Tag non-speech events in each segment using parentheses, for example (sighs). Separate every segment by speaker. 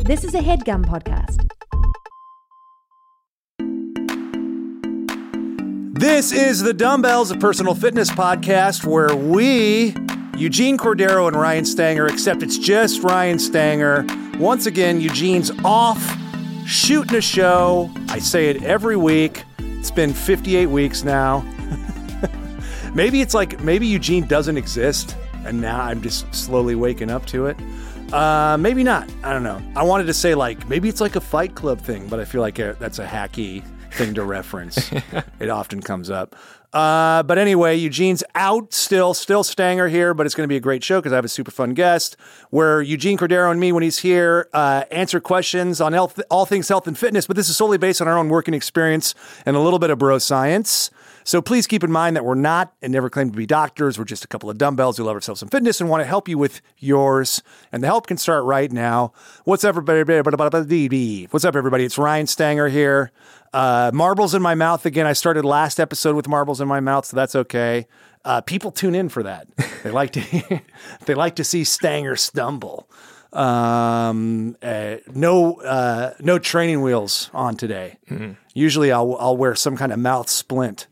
Speaker 1: This is a headgum podcast.
Speaker 2: This is the Dumbbells, a personal fitness podcast where we, Eugene Cordero and Ryan Stanger, except it's just Ryan Stanger. Once again, Eugene's off shooting a show. I say it every week. It's been 58 weeks now. maybe it's like, maybe Eugene doesn't exist, and now I'm just slowly waking up to it. Uh, maybe not. I don't know. I wanted to say, like, maybe it's like a fight club thing, but I feel like uh that's a hacky thing to reference. it often comes up. Uh, but anyway, Eugene's out still, still Stanger here, but it's going to be a great show because I have a super fun guest where Eugene Cordero and me, when he's here, uh, answer questions on health, all things health and fitness. But this is solely based on our own working experience and a little bit of bro science. So please keep in mind that we're not and never claim to be doctors. We're just a couple of dumbbells who love ourselves some fitness and want to help you with yours. And the help can start right now. What's up, everybody? What's up, everybody? It's Ryan Stanger here. Uh, marbles in my mouth again. I started last episode with marbles in my mouth, so that's okay. Uh, people tune in for that. They like to they like to see Stanger stumble. Um, uh, no, uh, no training wheels on today. Usually, I'll I'll wear some kind of mouth splint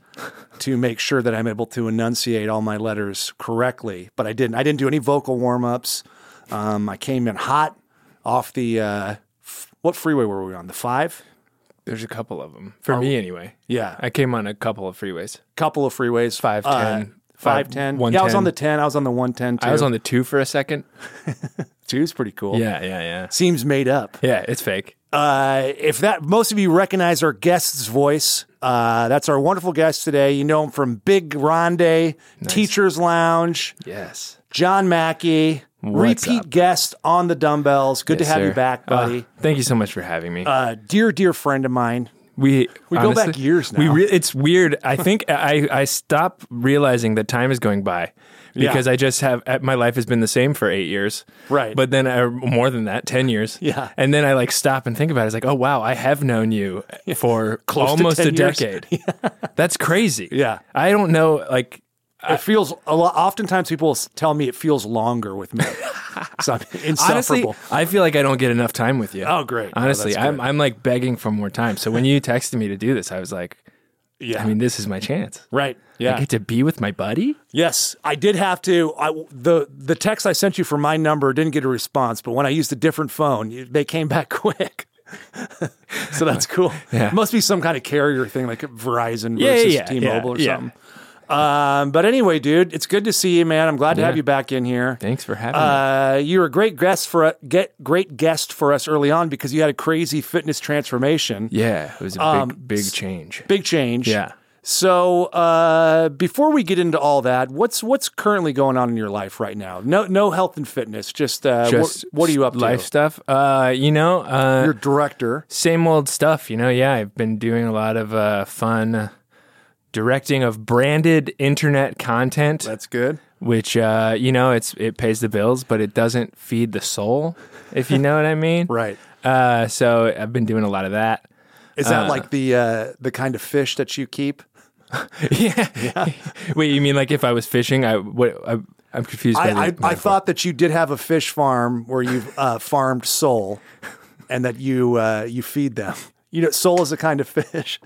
Speaker 2: to make sure that I'm able to enunciate all my letters correctly. But I didn't. I didn't do any vocal warm ups. Um, I came in hot off the uh, f- what freeway were we on? The five.
Speaker 3: There's a couple of them for me anyway.
Speaker 2: Yeah.
Speaker 3: I came on a couple of freeways.
Speaker 2: couple of freeways.
Speaker 3: Five,
Speaker 2: Uh,
Speaker 3: 10,
Speaker 2: five,
Speaker 3: five,
Speaker 2: 10. Yeah, I
Speaker 3: 110.
Speaker 2: was on the 10. I was on the 110 too.
Speaker 3: I was on the two for a second.
Speaker 2: two's pretty cool.
Speaker 3: Yeah, yeah, yeah.
Speaker 2: Seems made up.
Speaker 3: Yeah, it's fake.
Speaker 2: Uh, if that, most of you recognize our guest's voice. Uh, that's our wonderful guest today. You know him from Big Ronde, Teacher's Lounge,
Speaker 3: Yes.
Speaker 2: John Mackey,
Speaker 3: What's
Speaker 2: repeat
Speaker 3: up? Uh,
Speaker 2: guest on the dumbbells. Good to have you back, buddy.
Speaker 3: Ah, thank you so much for having me.
Speaker 2: Uh, dear, dear friend of mine.
Speaker 3: we
Speaker 2: we go back years now.
Speaker 3: We re- it's weird. I think (laughs) I I stop realizing that time is going by because I just have uh, my life has been the same for eight years.
Speaker 2: Right.
Speaker 3: But then I, more than that, ten years.
Speaker 2: Yeah.
Speaker 3: And then I like stop and think about it. It's like, oh wow, I have known you
Speaker 2: (laughs)
Speaker 3: for
Speaker 2: to
Speaker 3: almost
Speaker 2: 10
Speaker 3: a
Speaker 2: years.
Speaker 3: decade.
Speaker 2: (laughs)
Speaker 3: That's crazy.
Speaker 2: Yeah.
Speaker 3: I don't know. Like
Speaker 2: It feels a lot. Oftentimes, people s- tell me it feels longer with
Speaker 3: (laughs)
Speaker 2: me. so I'm
Speaker 3: honestly,
Speaker 2: insufferable.
Speaker 3: I feel like I don't get enough time with you.
Speaker 2: Oh, great. Oh,
Speaker 3: Honestly,
Speaker 2: that's
Speaker 3: I'm
Speaker 2: good.
Speaker 3: I'm like begging for more time. So
Speaker 2: (laughs)
Speaker 3: when you texted me to do this, I was like,
Speaker 2: yeah.
Speaker 3: I mean, this is my chance.
Speaker 2: right. Yeah.
Speaker 3: I get to be with my buddy.
Speaker 2: Yes, I did have to. I, the The text I sent you for my number didn't get a response, but when I used a different phone, you- they came (laughs) back quick. so that's cool.
Speaker 3: Yeah.
Speaker 2: Must be some kind of carrier thing, like Verizon
Speaker 3: Yeah,
Speaker 2: versus
Speaker 3: yeah, yeah,
Speaker 2: T-Mobile or
Speaker 3: yeah.
Speaker 2: something. Um, but anyway, dude, it's good to see you, man. I'm glad to have
Speaker 3: Yeah.
Speaker 2: you back in here.
Speaker 3: Thanks for having me.
Speaker 2: Uh, you were a great guest for get great guest for us early on because you had a crazy fitness transformation,
Speaker 3: Yeah, it was a
Speaker 2: um,
Speaker 3: big, big change.
Speaker 2: big change.
Speaker 3: Yeah.
Speaker 2: So uh, before we get into all that, what's what's currently going on in your life right now? No, no health and fitness. Just, uh,
Speaker 3: Just
Speaker 2: what, what are you up to?
Speaker 3: Life stuff. Uh, you know, uh,
Speaker 2: Your director.
Speaker 3: same old stuff. You know, yeah, I've been doing a lot of uh, fun directing of branded internet content,
Speaker 2: That's good.
Speaker 3: which uh, you know, it's it pays the bills, but it doesn't feed the soul, if you know what I mean.
Speaker 2: (laughs) Right.
Speaker 3: Uh, so I've been doing a lot of that. (laughs)
Speaker 2: Is that like the uh, the kind of fish that you keep?
Speaker 3: yeah. Wait, you mean like if I was fishing, I what? I, I'm confused. by the
Speaker 2: I, I, I
Speaker 3: metaphor.
Speaker 2: thought that you did have a fish farm where you've uh, (laughs) farmed sole, and that you uh, you feed them. You know, sole is a kind of fish.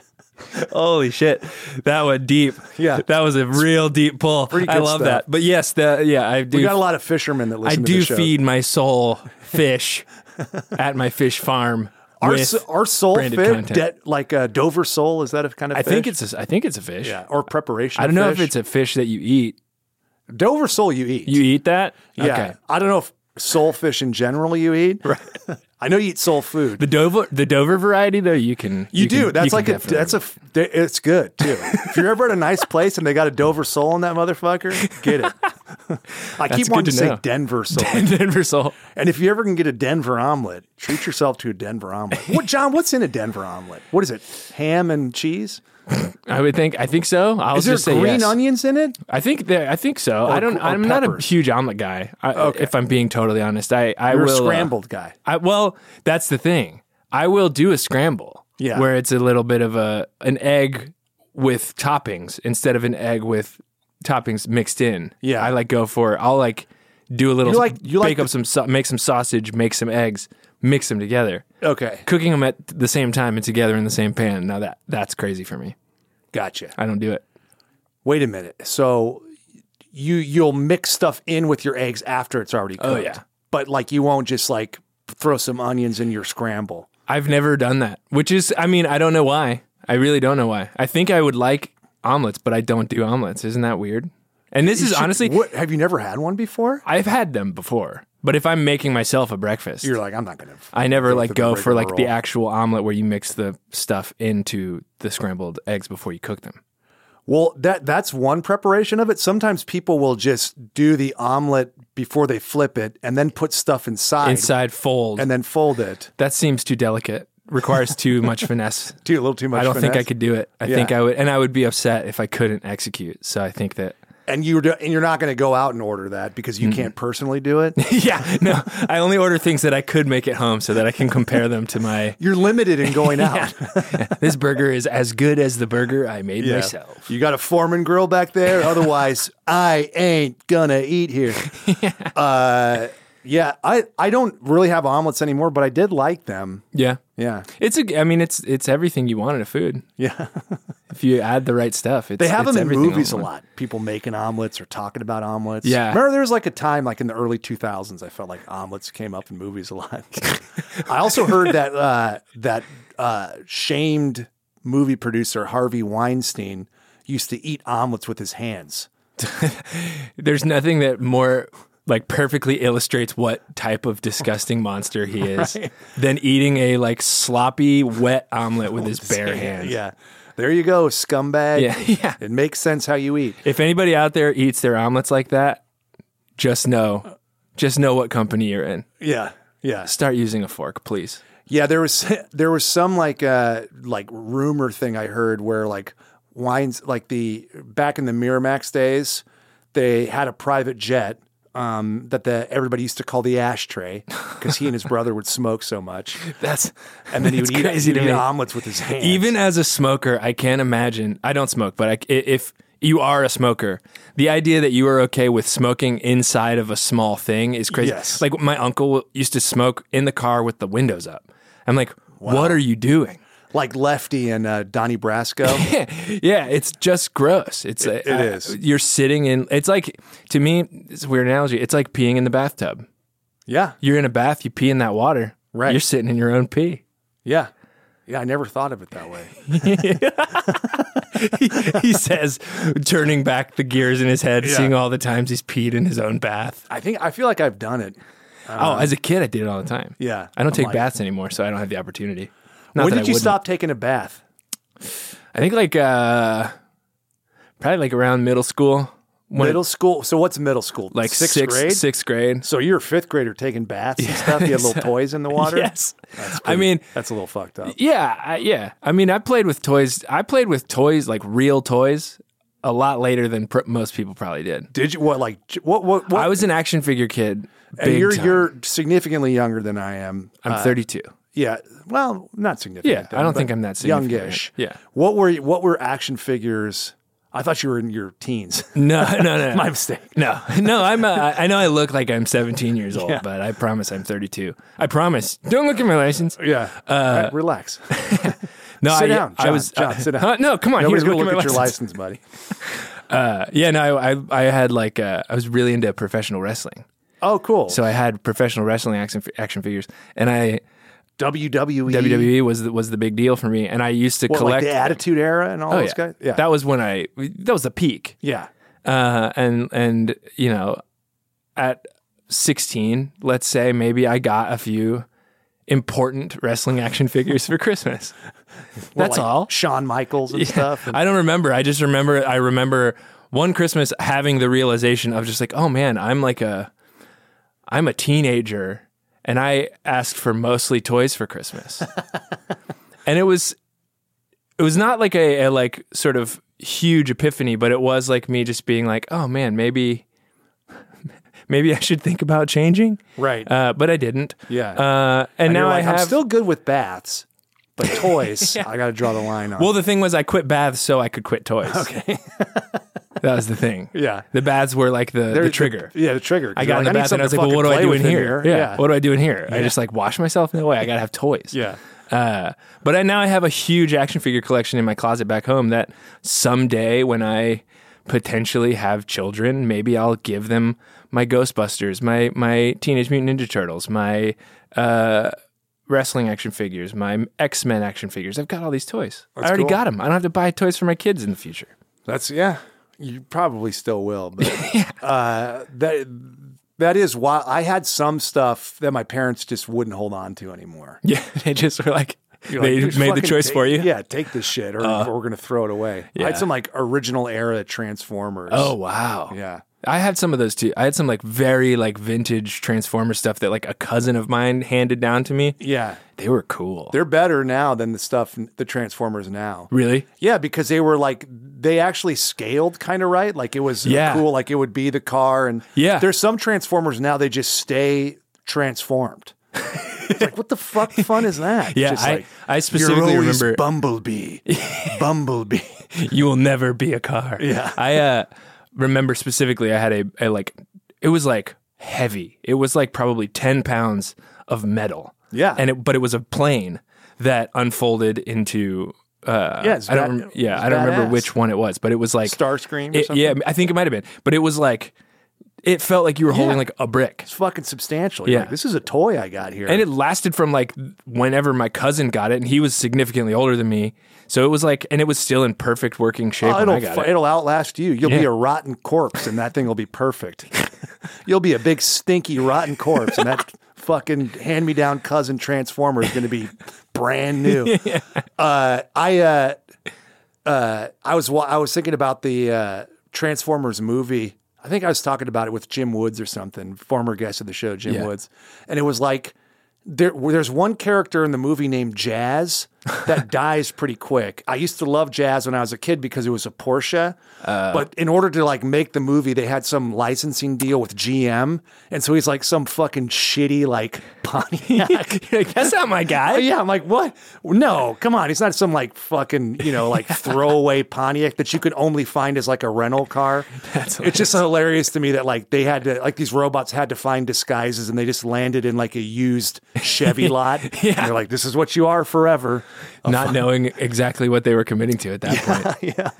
Speaker 3: Holy shit, that went deep.
Speaker 2: Yeah.
Speaker 3: that was a real deep pull. I
Speaker 2: good
Speaker 3: love
Speaker 2: stuff.
Speaker 3: that. But yes, the yeah, I
Speaker 2: We got a
Speaker 3: do.
Speaker 2: lot of fishermen that
Speaker 3: I
Speaker 2: listen to
Speaker 3: do
Speaker 2: the show.
Speaker 3: feed my soul
Speaker 2: (laughs)
Speaker 3: fish at my fish farm.
Speaker 2: our,
Speaker 3: with-
Speaker 2: so- our sole
Speaker 3: branded
Speaker 2: fish,
Speaker 3: content.
Speaker 2: de- like uh, Dover sole, is that a kind of?
Speaker 3: I
Speaker 2: fish?
Speaker 3: think it's a, I think it's a fish.
Speaker 2: yeah, or preparation.
Speaker 3: I don't
Speaker 2: of
Speaker 3: know
Speaker 2: fish.
Speaker 3: if it's a fish that you eat.
Speaker 2: Dover sole you eat.
Speaker 3: You eat that?
Speaker 2: yeah.
Speaker 3: Okay.
Speaker 2: I don't know if sole fish in general you eat. Right. (laughs) I know you eat sole food.
Speaker 3: The Dover the Dover variety though you can
Speaker 2: you, do.
Speaker 3: can-
Speaker 2: that's
Speaker 3: can
Speaker 2: like a
Speaker 3: definitely- (laughs)
Speaker 2: that's a f- they- it's good too. if you're ever at a nice place and they got a Dover sole in that motherfucker, get
Speaker 3: (laughs)
Speaker 2: it. I keep
Speaker 3: good
Speaker 2: wanting to,
Speaker 3: to
Speaker 2: say
Speaker 3: know.
Speaker 2: Denver sole.
Speaker 3: Denver soul.
Speaker 2: and if you ever can get a Denver omelet, treat yourself to a Denver omelet. What John, what's in a Denver omelet? What is it? Ham and cheese?
Speaker 3: I would think. I think so. I'll
Speaker 2: Is there
Speaker 3: just say
Speaker 2: green
Speaker 3: yes.
Speaker 2: onions in it?
Speaker 3: I think there. I think so. I don't.
Speaker 2: or
Speaker 3: I'm not a
Speaker 2: peppers.
Speaker 3: huge omelet guy. I, If I'm being totally honest, I I
Speaker 2: You're
Speaker 3: will
Speaker 2: a
Speaker 3: uh,
Speaker 2: scrambled guy.
Speaker 3: I well, that's the thing. I will do a scramble.
Speaker 2: Yeah.
Speaker 3: Where it's a little bit of a an egg with toppings instead of an egg with toppings mixed in.
Speaker 2: Yeah.
Speaker 3: I like go for. I'll like do a little.
Speaker 2: You like- you like
Speaker 3: bake
Speaker 2: the-
Speaker 3: up some sa- make some sausage, make some eggs, mix them together.
Speaker 2: Okay.
Speaker 3: Cooking them at the same time and together in the same pan. Now that that's crazy for me.
Speaker 2: Gotcha.
Speaker 3: I don't do it.
Speaker 2: Wait a minute. So you you'll mix stuff in with your eggs after it's already cooked.
Speaker 3: Oh, yeah.
Speaker 2: But like you won't just like throw some onions in your scramble.
Speaker 3: I've never done that, which is, I mean, I don't know why. I really don't know why. I think I would like omelets, but I don't do omelets. Isn't that weird? And this is
Speaker 2: Should-
Speaker 3: honestly,
Speaker 2: what have you never had one before?
Speaker 3: I've had them before, but if I'm making myself a breakfast,
Speaker 2: You're like, I'm not gonna
Speaker 3: I never like
Speaker 2: the
Speaker 3: go for like the
Speaker 2: rigmarole.
Speaker 3: actual omelet where you mix the stuff into the scrambled eggs before you cook them.
Speaker 2: Well, that that's one preparation of it. Sometimes people will just do the omelet before they flip it and then put stuff inside,
Speaker 3: Inside fold.
Speaker 2: and then fold it.
Speaker 3: that seems too delicate. Requires (laughs) too much finesse.
Speaker 2: Do a little too much.
Speaker 3: I don't think I
Speaker 2: finesse.
Speaker 3: could do it. I think I would, and I would be upset if I couldn't execute. So I think that,
Speaker 2: And you do- and you're not going to go out and order that because you can't personally do it.
Speaker 3: (laughs) yeah, no, I only order things that I could make at home so that I can compare them to (laughs) my.
Speaker 2: You're limited in going out.
Speaker 3: This burger is as good as the burger I made
Speaker 2: Yeah.
Speaker 3: myself.
Speaker 2: You got a foreman grill back
Speaker 3: (laughs)
Speaker 2: there. Otherwise, I ain't gonna eat here. yeah. Uh, yeah. I I don't really have omelets anymore, but I did like them.
Speaker 3: Yeah, (laughs)
Speaker 2: Yeah.
Speaker 3: it's a. I mean, it's it's everything you want in a food.
Speaker 2: Yeah.
Speaker 3: If you add the right stuff, it's,
Speaker 2: They have
Speaker 3: it's
Speaker 2: them in
Speaker 3: everything
Speaker 2: movies a
Speaker 3: on one.
Speaker 2: lot. People making omelets or talking about omelets.
Speaker 3: Yeah.
Speaker 2: Remember, there was like a time, like in the early 2000s, I felt like omelets came up in movies a
Speaker 3: (laughs)
Speaker 2: lot. I also heard that uh, that uh, shamed movie producer Harvey Weinstein used to eat omelets with his hands.
Speaker 3: There's nothing that more like perfectly illustrates what type of disgusting monster
Speaker 2: (laughs)
Speaker 3: he is than eating a like sloppy wet
Speaker 2: (laughs)
Speaker 3: omelet with his bare hands.
Speaker 2: Yeah. There you go, scumbag.
Speaker 3: Yeah, (laughs) yeah.
Speaker 2: It makes sense how you eat.
Speaker 3: If anybody out there eats their omelets like that, just know, just know what company you're in.
Speaker 2: Yeah. Yeah.
Speaker 3: Start using a fork, please.
Speaker 2: Yeah, there was (laughs) there was some like uh like rumor thing I heard where like wines like the back in the Miramax days, they had a private jet um, that the everybody used to call the ashtray because he and his brother would smoke so much,
Speaker 3: That's
Speaker 2: and then he
Speaker 3: That's
Speaker 2: would eat,
Speaker 3: crazy
Speaker 2: he'd
Speaker 3: to
Speaker 2: eat
Speaker 3: me.
Speaker 2: omelets with his hands.
Speaker 3: Even as a smoker, I can't imagine. I don't smoke, but I, i- if you are a smoker, the idea that you are okay with smoking inside of a small thing is crazy.
Speaker 2: Yes.
Speaker 3: Like my uncle used to smoke in the car with the windows up. I'm like, what are you doing? (laughs)
Speaker 2: like Lefty and uh, Donnie Brasco.
Speaker 3: yeah, it's just gross. It's it,
Speaker 2: it is.
Speaker 3: You're sitting in. It's like to me, it's a weird analogy. It's like peeing in the bathtub.
Speaker 2: yeah,
Speaker 3: You're in a bath. You pee in that water.
Speaker 2: Right.
Speaker 3: You're sitting in your own pee.
Speaker 2: yeah, yeah. I never thought of it that way.
Speaker 3: (laughs) he says, turning back the gears in his head,
Speaker 2: Yeah.
Speaker 3: seeing all the times he's peed in his own bath.
Speaker 2: I think I feel like I've done it.
Speaker 3: oh, as a kid, I did it all the time.
Speaker 2: Uh-huh. Yeah,
Speaker 3: I don't
Speaker 2: I'm
Speaker 3: take
Speaker 2: like-
Speaker 3: baths anymore, so I don't have the opportunity. Not
Speaker 2: When
Speaker 3: that
Speaker 2: did
Speaker 3: I
Speaker 2: you
Speaker 3: wouldn't.
Speaker 2: stop taking a bath?
Speaker 3: I think like uh, probably like around middle school, when
Speaker 2: middle school. So what's middle school?
Speaker 3: like
Speaker 2: sixth
Speaker 3: sixth
Speaker 2: grade.
Speaker 3: Sixth grade.
Speaker 2: So you're a fifth grader taking baths (laughs) and stuff. You had little toys in the water.
Speaker 3: Yes, I
Speaker 2: Pretty-
Speaker 3: mean,
Speaker 2: that's a little fucked up.
Speaker 3: yeah, I, yeah. I mean, I played with toys. I played with toys like real toys a lot later than pr- most people probably did.
Speaker 2: Did you what like j- what what? what
Speaker 3: I was an action figure kid.
Speaker 2: and
Speaker 3: big
Speaker 2: you're
Speaker 3: time.
Speaker 2: you're significantly younger than I am. Uh,
Speaker 3: I'm 32.
Speaker 2: yeah, well, not significant.
Speaker 3: Yeah, I don't
Speaker 2: but
Speaker 3: think I'm that
Speaker 2: youngish.
Speaker 3: significant. Yeah.
Speaker 2: What were what were action figures? I thought you were in your teens.
Speaker 3: No, (laughs) no, no.
Speaker 2: (laughs) My mistake.
Speaker 3: No, (laughs) no, I'm. Uh, I- I know I look like I'm 17 years old, but I promise I'm 32. I promise. Don't look at my license.
Speaker 2: Yeah. Uh, (laughs) relax.
Speaker 3: No,
Speaker 2: sit
Speaker 3: I,
Speaker 2: down,
Speaker 3: I
Speaker 2: John,
Speaker 3: was.
Speaker 2: John,
Speaker 3: uh,
Speaker 2: sit down.
Speaker 3: huh? (laughs) No, come on.
Speaker 2: Nobody's
Speaker 3: here's-
Speaker 2: looking
Speaker 3: look
Speaker 2: at
Speaker 3: at my
Speaker 2: your license, buddy.
Speaker 3: Uh, yeah, no, I, I, I had like. Uh, I was really into professional wrestling,
Speaker 2: Oh, cool.
Speaker 3: so I had professional wrestling action, fi- action figures, and I
Speaker 2: WWE,
Speaker 3: WWE was the, was the big deal for me, and I used to
Speaker 2: what,
Speaker 3: collect.
Speaker 2: like the Attitude Era, and all
Speaker 3: oh,
Speaker 2: those
Speaker 3: yeah.
Speaker 2: guys. Yeah.
Speaker 3: that was when I. That was the peak.
Speaker 2: yeah.
Speaker 3: uh, and and you know, at sixteen, let's say maybe I got a few important wrestling action figures for Christmas.
Speaker 2: (laughs) Well,
Speaker 3: That's
Speaker 2: like
Speaker 3: all.
Speaker 2: Shawn Michaels and
Speaker 3: (laughs)
Speaker 2: stuff.
Speaker 3: I don't remember. I just remember. I remember one Christmas having the realization of just like, oh man, I'm like a, I'm a teenager, and I asked for mostly toys
Speaker 2: (laughs)
Speaker 3: for Christmas, and it was, it was not like a, a like sort of huge epiphany, but it was like me just being like, oh man, maybe. (laughs) Maybe I should think about changing,
Speaker 2: Right.
Speaker 3: Uh, but I didn't.
Speaker 2: Yeah.
Speaker 3: Uh, and, now
Speaker 2: You're like,
Speaker 3: I have
Speaker 2: I'm still good with baths,
Speaker 3: (laughs)
Speaker 2: but toys, I got to draw the line on.
Speaker 3: Well, the thing was, I quit baths so I could quit toys. Okay. (laughs) That was the thing.
Speaker 2: Yeah.
Speaker 3: The bats were like the, the trigger.
Speaker 2: yeah, the trigger. 'Cause
Speaker 3: I
Speaker 2: you're
Speaker 3: got in
Speaker 2: like,
Speaker 3: the
Speaker 2: need
Speaker 3: bath and I was
Speaker 2: something
Speaker 3: like, well,
Speaker 2: to
Speaker 3: what do
Speaker 2: fucking
Speaker 3: I
Speaker 2: play
Speaker 3: do
Speaker 2: with
Speaker 3: in here? Yeah. What do I do in here? I
Speaker 2: Yeah.
Speaker 3: just like wash myself? No way. I got to have toys.
Speaker 2: Yeah.
Speaker 3: Uh, but I, now I have a huge action figure collection in my closet back home that someday when I potentially have children, maybe I'll give them my Ghostbusters, my, my Teenage Mutant Ninja Turtles, my, uh, wrestling action figures, my X-Men action figures. I've got all these toys. I already
Speaker 2: cool.
Speaker 3: got 'em. got them. I don't have to buy toys for my kids in the future. (laughs)
Speaker 2: That's yeah. You probably still will, but uh, that that is why I had some stuff that my parents just wouldn't hold on to anymore.
Speaker 3: Yeah. They just were like,
Speaker 2: You're like,
Speaker 3: they
Speaker 2: "Just
Speaker 3: made the
Speaker 2: fucking
Speaker 3: choice
Speaker 2: take-
Speaker 3: for you. Uh,
Speaker 2: Yeah, take this shit, or we're gonna throw it away. I had some like original era Transformers.
Speaker 3: Oh, wow.
Speaker 2: yeah,
Speaker 3: I had some of those too. I had some like very like vintage Transformer stuff that like a cousin of mine handed down to me.
Speaker 2: yeah.
Speaker 3: They were cool.
Speaker 2: They're better now than the stuff the Transformers now.
Speaker 3: really?
Speaker 2: Yeah, because they were like they actually scaled kind of right. Like it was
Speaker 3: Yeah.
Speaker 2: cool. Like it would be the car and
Speaker 3: Yeah.
Speaker 2: There's some Transformers now they just stay
Speaker 3: (laughs)
Speaker 2: transformed. it's like what the fuck fun is that?
Speaker 3: Yeah,
Speaker 2: Just
Speaker 3: I-
Speaker 2: like,
Speaker 3: I specifically
Speaker 2: you're always
Speaker 3: remember- (laughs)
Speaker 2: Bumblebee, Bumblebee.
Speaker 3: you will never be a car.
Speaker 2: Yeah.
Speaker 3: I uh, remember specifically I had a, a like it was like heavy. It was like probably ten pounds of metal.
Speaker 2: Yeah.
Speaker 3: And it but it was a plane that unfolded into uh
Speaker 2: Yeah, it's
Speaker 3: I don't
Speaker 2: bad-
Speaker 3: rem- yeah,
Speaker 2: it's
Speaker 3: I don't remember
Speaker 2: badass.
Speaker 3: which one it was, but it was like
Speaker 2: Starscream or
Speaker 3: It, yeah, I think it might have been. But it was like it felt like you were holding
Speaker 2: Yeah.
Speaker 3: like a brick.
Speaker 2: It's fucking substantial. You're
Speaker 3: Yeah.
Speaker 2: like, this is a toy I got here.
Speaker 3: And it lasted from like whenever my cousin got it, and he was significantly older than me. So it was like, and it was still in perfect working shape
Speaker 2: Oh,
Speaker 3: when
Speaker 2: it'll
Speaker 3: I got
Speaker 2: fu-
Speaker 3: it.
Speaker 2: it'll outlast you. You'll be
Speaker 3: Yeah.
Speaker 2: a rotten corpse, and that thing will be perfect. (laughs) You'll be a big stinky rotten corpse, and that (laughs) fucking hand me down cousin transformer is going to be brand
Speaker 3: (laughs)
Speaker 2: new. Uh, I uh, uh, I was wa- I was thinking about the uh, Transformers movie. I think I was talking about it with Jim Woods or something, former guest of the show, Jim
Speaker 3: Yeah.
Speaker 2: Woods, and it was like there, there's one character in the movie named Jazz that dies pretty quick. I used to love Jazz when I was a kid because it was a Porsche, but in order to like make the movie, they had some licensing deal with GM, and so he's like some fucking shitty like (laughs)
Speaker 3: (laughs)
Speaker 2: Pontiac.
Speaker 3: That's not my
Speaker 2: Oh,
Speaker 3: guy.
Speaker 2: (laughs) yeah, I'm like, what? No, come on. It's not some like fucking, you know,
Speaker 3: (laughs)
Speaker 2: like throwaway Pontiac that you could only find as like a rental
Speaker 3: (laughs)
Speaker 2: car. it's just hilarious to me that like they had to, like these robots had to find disguises and they just landed in like a used
Speaker 3: (laughs)
Speaker 2: Chevy lot.
Speaker 3: Yeah.
Speaker 2: And they're like, this is what you are forever.
Speaker 3: Not knowing exactly what they were committing to
Speaker 2: (laughs)
Speaker 3: at that point. Yeah.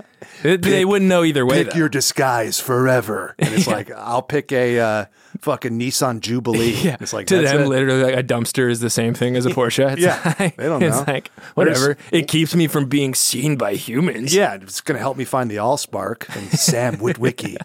Speaker 3: They, they wouldn't know either way.
Speaker 2: Pick
Speaker 3: though.
Speaker 2: your disguise forever. And
Speaker 3: (laughs)
Speaker 2: it's like, I'll pick a uh, fucking Nissan Jubilee.
Speaker 3: (laughs) yeah.
Speaker 2: It's like,
Speaker 3: to
Speaker 2: that's
Speaker 3: them,
Speaker 2: it.
Speaker 3: literally, like, a dumpster is the same
Speaker 2: (laughs)
Speaker 3: thing as a Porsche. It's
Speaker 2: Yeah.
Speaker 3: like-
Speaker 2: They
Speaker 3: (laughs)
Speaker 2: don't know.
Speaker 3: It's like, whatever. It keeps me from being seen by humans.
Speaker 2: Yeah, it's going to help me find the Allspark and Sam
Speaker 3: (laughs)
Speaker 2: Witwicky.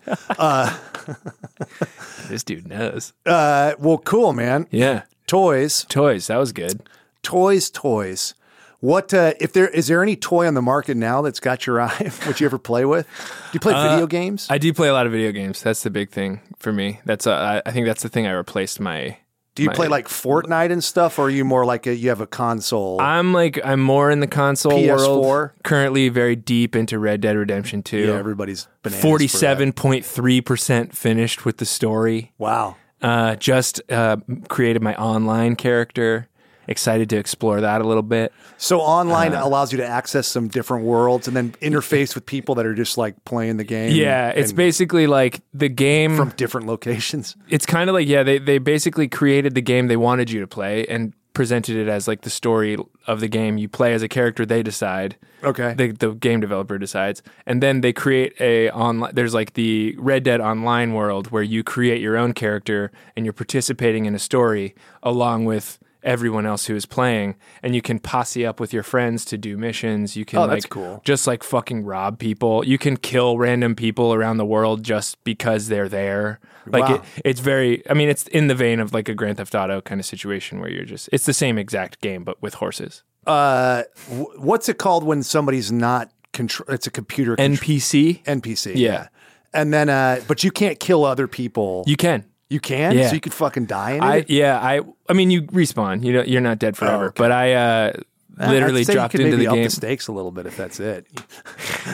Speaker 3: This dude knows.
Speaker 2: uh, well, cool, man.
Speaker 3: Yeah.
Speaker 2: Toys.
Speaker 3: Toys. That was good.
Speaker 2: toys, toys. What uh, if there is there any toy on the market now that's got your (laughs) eye? Would you ever play with? Do you play video games?
Speaker 3: Uh, I do play a lot of video games. That's the big thing for me. That's uh, I- I think that's the thing I replaced my.
Speaker 2: Do you
Speaker 3: my-
Speaker 2: play like Fortnite and stuff, or are you more like a, you have a console?
Speaker 3: I'm like I'm more in the console world.
Speaker 2: PS4?
Speaker 3: Currently, very deep into Red Dead Redemption
Speaker 2: yeah,
Speaker 3: Two.
Speaker 2: everybody's bananas for that.
Speaker 3: Forty-seven point three percent finished with the story.
Speaker 2: Wow,
Speaker 3: Uh, just uh, created my online character. Excited to explore that a little bit.
Speaker 2: so online
Speaker 3: Uh-huh.
Speaker 2: allows you to access some different worlds and then interface with people that are just like playing the game.
Speaker 3: Yeah, it's
Speaker 2: and
Speaker 3: basically like the game
Speaker 2: from different locations.
Speaker 3: (laughs) it's kind of like yeah they, they basically created the game they wanted you to play and presented it as like the story of the game you play as a character they decide
Speaker 2: Okay.
Speaker 3: the, the game developer decides and then they create a online there's like the red dead online world where you create your own character and you're participating in a story along with everyone else who is playing and you can posse up with your friends to do missions you can
Speaker 2: Oh,
Speaker 3: like
Speaker 2: that's cool.
Speaker 3: just like fucking rob people. You can kill random people around the world just because they're there. Like
Speaker 2: Wow.
Speaker 3: it, it's very. I mean, it's in the vein of like a Grand Theft Auto kind of situation where you're just. It's the same exact game, but with horses.
Speaker 2: Uh, w- what's it called when somebody's not control? It's a computer contr-
Speaker 3: NPC.
Speaker 2: NPC.
Speaker 3: Yeah.
Speaker 2: and then uh, but you can't kill other people.
Speaker 3: You can.
Speaker 2: You can,
Speaker 3: Yeah.
Speaker 2: so you could fucking die in
Speaker 3: I
Speaker 2: it.
Speaker 3: yeah. I I mean, you respawn. You know, you're not dead forever.
Speaker 2: Oh, okay.
Speaker 3: But I uh, literally
Speaker 2: I'd say you
Speaker 3: dropped
Speaker 2: could
Speaker 3: into
Speaker 2: maybe
Speaker 3: the
Speaker 2: up
Speaker 3: game.
Speaker 2: the stakes a little bit if that's it.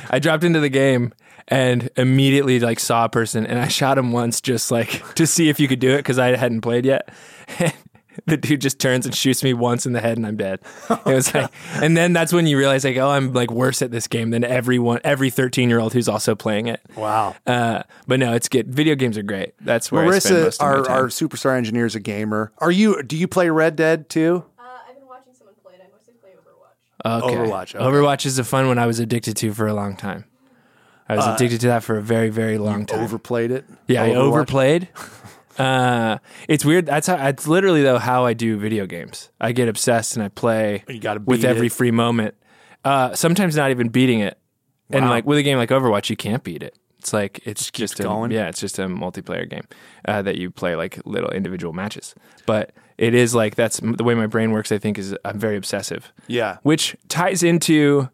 Speaker 3: I dropped into the game and immediately like (laughs) saw a person and I shot him once just like to see if you could do it because I hadn't played yet. (laughs) the dude just turns and shoots me once in the head and I'm dead.
Speaker 2: Oh,
Speaker 3: It was like, and then that's when you realize like, oh, I'm like worse at this game than everyone, every 13 year old who's also playing it.
Speaker 2: Wow.
Speaker 3: Uh, but no, it's good. Video games are great. That's where I spend
Speaker 2: Marissa,
Speaker 3: most of my
Speaker 2: our,
Speaker 3: time.
Speaker 2: our superstar engineer, is a gamer. Are you? Do you play Red Dead too?
Speaker 4: Uh, I've been watching someone play it. I mostly play Overwatch.
Speaker 3: Okay.
Speaker 2: Overwatch, okay.
Speaker 3: Overwatch is a fun one I was addicted to for a long time. I
Speaker 2: Uh,
Speaker 3: was addicted to that for a very, very long time.
Speaker 2: Overplayed it.
Speaker 3: yeah, I
Speaker 2: Overwatch?
Speaker 3: overplayed. (laughs) uh, it's weird. That's how. It's literally though how I do video games. I get obsessed and I play
Speaker 2: You gotta
Speaker 3: with
Speaker 2: beat
Speaker 3: every
Speaker 2: it.
Speaker 3: free moment. Uh, sometimes not even beating it. And
Speaker 2: Wow.
Speaker 3: like with a game like Overwatch, you can't beat it. It's like it's just, a,
Speaker 2: going.
Speaker 3: Yeah, it's just a multiplayer game uh, that you play like little individual matches. But it is like that's m- the way my brain works. I think is I'm very obsessive.
Speaker 2: Yeah.
Speaker 3: which ties into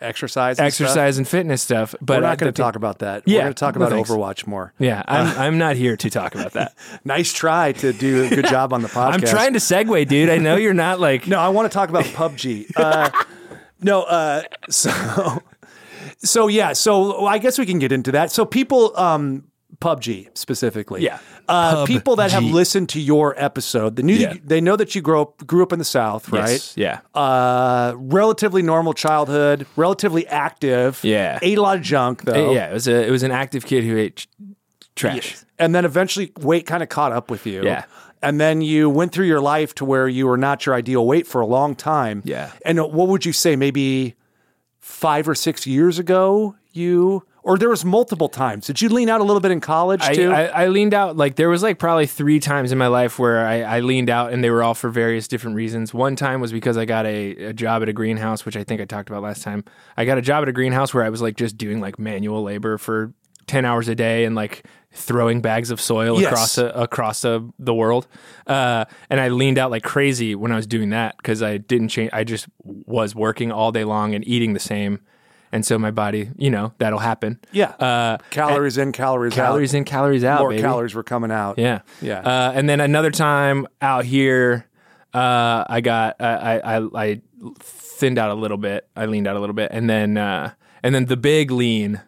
Speaker 2: Exercise. and stuff?
Speaker 3: exercise and fitness stuff. But
Speaker 2: We're
Speaker 3: I-
Speaker 2: not going
Speaker 3: the
Speaker 2: to
Speaker 3: thing-
Speaker 2: talk about that. We're
Speaker 3: Yeah,
Speaker 2: going to talk
Speaker 3: no
Speaker 2: about
Speaker 3: thanks.
Speaker 2: Overwatch more.
Speaker 3: Yeah,
Speaker 2: (laughs)
Speaker 3: I'm I'm not here to talk about that.
Speaker 2: Nice try to do a good job on the podcast.
Speaker 3: (laughs) I'm trying to segue, dude. I know you're not (laughs) like
Speaker 2: No, I want to talk about PUBG. Uh, no, uh, so so yeah, so I guess we can get into that. So people, um, PUBG specifically,
Speaker 3: Yeah.
Speaker 2: uh, people that have
Speaker 3: PUBG.
Speaker 2: listened to your episode, they knew
Speaker 3: Yeah.
Speaker 2: they know that you grew up grew up in the South, right?
Speaker 3: Yes, yeah.
Speaker 2: Uh, relatively normal childhood, relatively active.
Speaker 3: Yeah. Uh,
Speaker 2: ate a lot of junk though.
Speaker 3: yeah. It was a it was an active kid who ate tr- trash.
Speaker 2: and then eventually weight kind of caught up with you.
Speaker 3: Yeah.
Speaker 2: And then you went through your life to where you were not your ideal weight for a long time.
Speaker 3: Yeah.
Speaker 2: And what would you say, maybe five or six years ago, you, or there was multiple times. Did you lean out a little bit in college
Speaker 3: I,
Speaker 2: too?
Speaker 3: I, I leaned out like there was like probably three times in my life where I, I leaned out and they were all for various different reasons. One time was because I got a, a job at a greenhouse, which I think I talked about last time. I got a job at a greenhouse where I was like just doing like manual labor for ten hours a day and like throwing bags of soil
Speaker 2: Yes.
Speaker 3: across a, across a, the world. Uh, and I leaned out like crazy when I was doing that because I didn't change. I just was working all day long and eating the same. And so my body, you know, that'll happen.
Speaker 2: yeah.
Speaker 3: Uh,
Speaker 2: calories in, calories,
Speaker 3: calories
Speaker 2: out.
Speaker 3: in, calories out.
Speaker 2: More
Speaker 3: baby.
Speaker 2: calories were coming out.
Speaker 3: Yeah,
Speaker 2: Yeah.
Speaker 3: Uh, and then another time out here, uh, I got I, I I I thinned out a little bit. I leaned out a little bit, and then uh, and then the big lean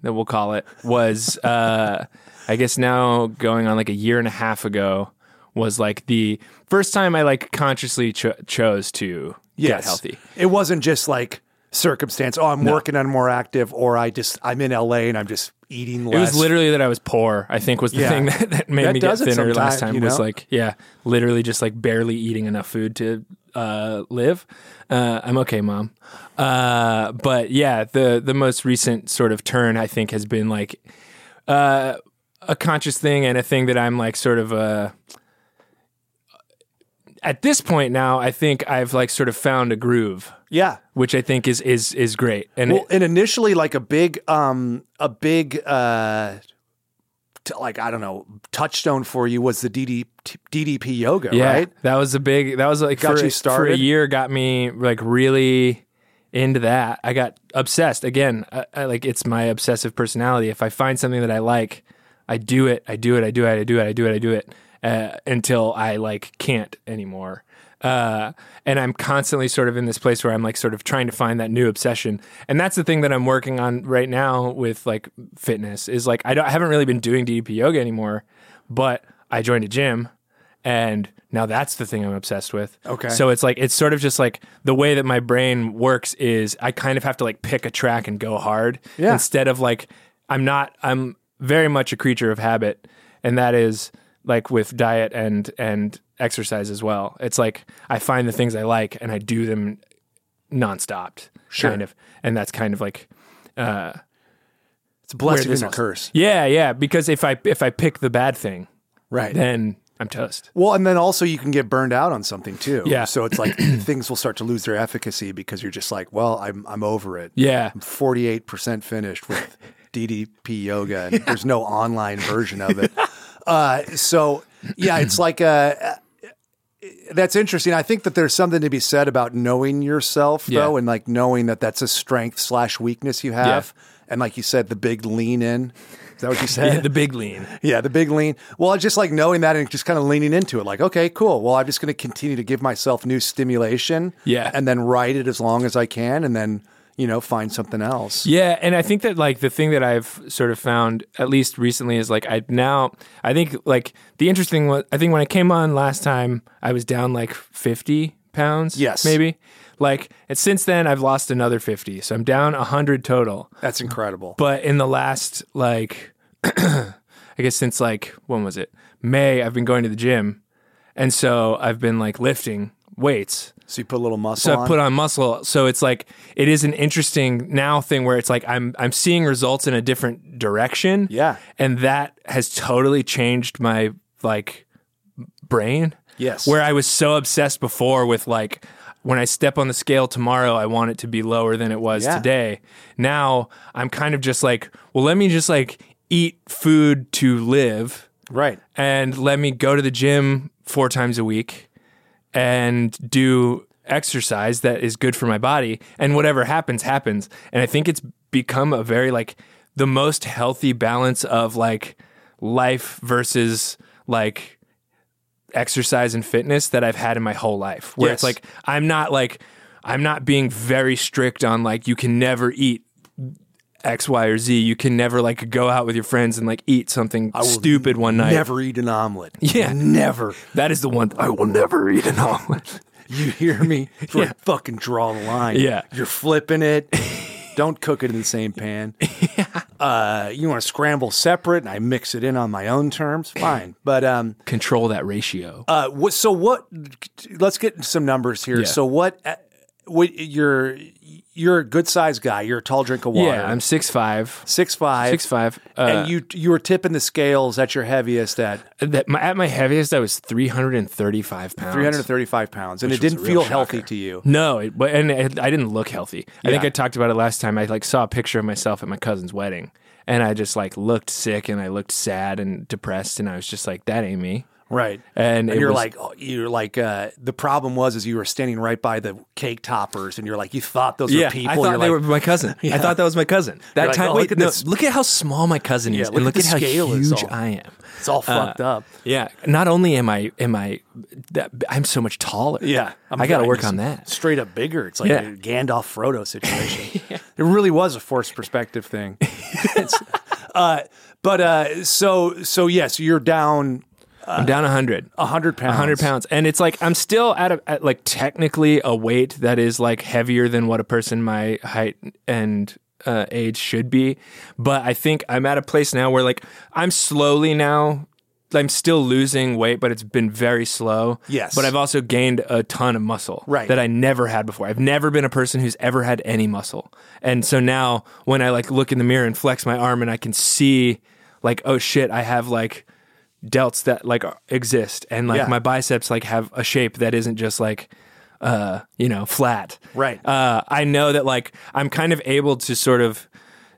Speaker 3: that we'll call it was (laughs) uh, I guess now going on like a year and a half ago was like the first time I like consciously cho- chose to get
Speaker 2: Yes.
Speaker 3: healthy.
Speaker 2: It wasn't just like circumstance. Oh, I'm working on more active, or I just, I'm in LA and I'm just eating less.
Speaker 3: It was literally that I was poor. I think was the
Speaker 2: Yeah.
Speaker 3: thing (laughs) that, that made
Speaker 2: That
Speaker 3: me get
Speaker 2: does it
Speaker 3: thinner last
Speaker 2: sometime,
Speaker 3: time.
Speaker 2: you
Speaker 3: Was
Speaker 2: know?
Speaker 3: like, yeah, literally just like barely eating enough food to uh, live. Uh, I'm okay, mom. Uh, but yeah, the the most recent sort of turn I think has been like uh, a conscious thing and a thing that I'm like sort of uh At this point now, I think I've like sort of found a groove,
Speaker 2: yeah.
Speaker 3: which I think is is is great. And
Speaker 2: Well, and initially, like a big, um, a big, uh, t- like I don't know, touchstone for you was the DD, t- DDP yoga,
Speaker 3: Yeah,
Speaker 2: right?
Speaker 3: that was a big. That was like
Speaker 2: Got you
Speaker 3: for, a- for a
Speaker 2: started?
Speaker 3: year. Got me like really into that. I got obsessed again. I, I, like it's my obsessive personality. If I find something that I like, I do it. I do it. I do it. I do it. I do it. I do it uh, until I like can't anymore. Uh, and I'm constantly sort of in this place where I'm like sort of trying to find that new obsession. And that's the thing that I'm working on right now with like fitness is like I don't I haven't really been doing DDP yoga anymore, but I joined a gym and now that's the thing I'm obsessed with.
Speaker 2: Okay.
Speaker 3: So it's like it's sort of just like the way that my brain works is I kind of have to like pick a track and go hard
Speaker 2: Yeah.
Speaker 3: instead of like I'm not I'm very much a creature of habit and that is like with diet and and exercise as well. It's like I find the things I like and I do them nonstop.
Speaker 2: Sure.
Speaker 3: Kind of. And that's kind of like
Speaker 2: It's a blessing
Speaker 3: this
Speaker 2: and a
Speaker 3: all-
Speaker 2: curse,
Speaker 3: yeah, yeah, because if I if I pick the bad thing,
Speaker 2: right?
Speaker 3: then I'm toast.
Speaker 2: well, and then also you can get burned out on something too.
Speaker 3: Yeah.
Speaker 2: So it's
Speaker 3: (clears throat)
Speaker 2: like things will start to lose their efficacy because you're just like, well, I'm I'm over it.
Speaker 3: Yeah.
Speaker 2: I'm 48 percent finished with DDP yoga,
Speaker 3: (laughs)
Speaker 2: and there's no online version of it. Uh, so yeah, it's like a that's interesting. I think that there's something to be said about knowing yourself
Speaker 3: Yeah.
Speaker 2: though, and like knowing that that's a strength slash weakness you have. And like you said, the big lean in. Is that what you said?
Speaker 3: Yeah, the big lean.
Speaker 2: Yeah, the big lean. Well, just like knowing that and just kind of leaning into it, like, okay, cool. Well, I'm just going to continue to give myself new stimulation.
Speaker 3: Yeah.
Speaker 2: And then ride it as long as I can. And then, you know, find something else.
Speaker 3: Yeah, and I think that like the thing that I've sort of found at least recently is like I now I think like the interesting one I think when I came on last time I was down like 50 pounds
Speaker 2: Yes.
Speaker 3: maybe like and since then I've lost another 50 so I'm down 100 total
Speaker 2: That's incredible.
Speaker 3: but in the last like (clears throat) I guess since like when was it May I've been going to the gym and so I've been like lifting weights
Speaker 2: So you put a little muscle
Speaker 3: so
Speaker 2: on.
Speaker 3: I put on muscle. So it's like it is an interesting now thing where it's like I'm I'm seeing results in a different direction.
Speaker 2: Yeah.
Speaker 3: And that has totally changed my like brain.
Speaker 2: Yes.
Speaker 3: Where I was so obsessed before with like when I step on the scale tomorrow, I want it to be lower than it was
Speaker 2: Yeah.
Speaker 3: today. Now I'm kind of just like, well, let me just like eat food to live
Speaker 2: right.
Speaker 3: and let me go to the gym four times a week and do exercise that is good for my body and whatever happens happens and i think it's become a very like the most healthy balance of like life versus like exercise and fitness that i've had in my whole life where it's
Speaker 2: Yes.
Speaker 3: like i'm not like i'm not being very strict on like you can never eat x y or z you can never like go out with your friends and like eat something stupid one night
Speaker 2: Never eat an omelet.
Speaker 3: Yeah.
Speaker 2: Never.
Speaker 3: that is the one I will never eat an omelet.
Speaker 2: You hear
Speaker 3: (laughs)
Speaker 2: me? yeah. Fucking draw the line.
Speaker 3: Yeah.
Speaker 2: You're flipping
Speaker 3: (laughs)
Speaker 2: it. Don't cook it in the same pan. Uh, you want to scramble separate, and I mix it in on my own terms. Fine, but um,
Speaker 3: Control that ratio.
Speaker 2: uh, what? So what? Let's get some numbers here.
Speaker 3: Yeah.
Speaker 2: So what? uh, What you're you're a good sized guy. You're a tall drink of water.
Speaker 3: yeah, I'm six five.
Speaker 2: six five.
Speaker 3: Six five. Uh,
Speaker 2: and you you were tipping the scales at your heaviest at
Speaker 3: that my, at my heaviest, I was 335 pounds.
Speaker 2: 335 pounds, and it
Speaker 3: was a
Speaker 2: didn't
Speaker 3: real
Speaker 2: feel healthy
Speaker 3: shocker.
Speaker 2: to you.
Speaker 3: No, it, but and it, I didn't look healthy. I think
Speaker 2: Yeah.
Speaker 3: I talked about it last time. I like saw a picture of myself at my cousin's wedding, and I just like looked sick and I looked sad and depressed, and I was just like, that ain't me.
Speaker 2: Right.
Speaker 3: And, it
Speaker 2: and you're
Speaker 3: was-
Speaker 2: like oh, you're like uh, the problem was is you were standing right by the cake toppers and you're like you thought those
Speaker 3: yeah,
Speaker 2: were people
Speaker 3: I thought
Speaker 2: you're
Speaker 3: they
Speaker 2: like
Speaker 3: were my cousin. I thought that was my cousin. That
Speaker 2: like,
Speaker 3: time,
Speaker 2: oh,
Speaker 3: wait,
Speaker 2: look at
Speaker 3: no,
Speaker 2: this-
Speaker 3: Look at how small my cousin is,
Speaker 2: look
Speaker 3: and
Speaker 2: at
Speaker 3: look
Speaker 2: the
Speaker 3: at, how
Speaker 2: scale is
Speaker 3: huge
Speaker 2: all-
Speaker 3: I am.
Speaker 2: it's all
Speaker 3: Uh,
Speaker 2: fucked up
Speaker 3: Yeah. Not only am I am I that, I'm so much taller.
Speaker 2: I'm
Speaker 3: i got to
Speaker 2: feeling
Speaker 3: work
Speaker 2: just
Speaker 3: on that.
Speaker 2: straight up bigger it's like
Speaker 3: Yeah.
Speaker 2: a Gandalf Frodo
Speaker 3: (laughs)
Speaker 2: situation it really was a forced perspective thing It's- uh, but uh, so so yes you're down
Speaker 3: I'm down 100.
Speaker 2: 100 pounds
Speaker 3: 100 pounds. And it's like I'm still at a at like technically a weight that is like heavier than what a person my height and uh, age should be, but I think I'm at a place now where like I'm slowly now I'm still losing weight, but it's been very slow.
Speaker 2: Yes.
Speaker 3: But I've also gained a ton of muscle
Speaker 2: Right.
Speaker 3: that I never had before. I've never been a person who's ever had any muscle. And so now when I like look in the mirror and flex my arm and I can see like, oh shit, I have like delts that like are- exist and like
Speaker 2: Yeah.
Speaker 3: my biceps like have a shape that isn't just like uh you know flat
Speaker 2: Right.
Speaker 3: uh i know that like i'm kind of able to sort of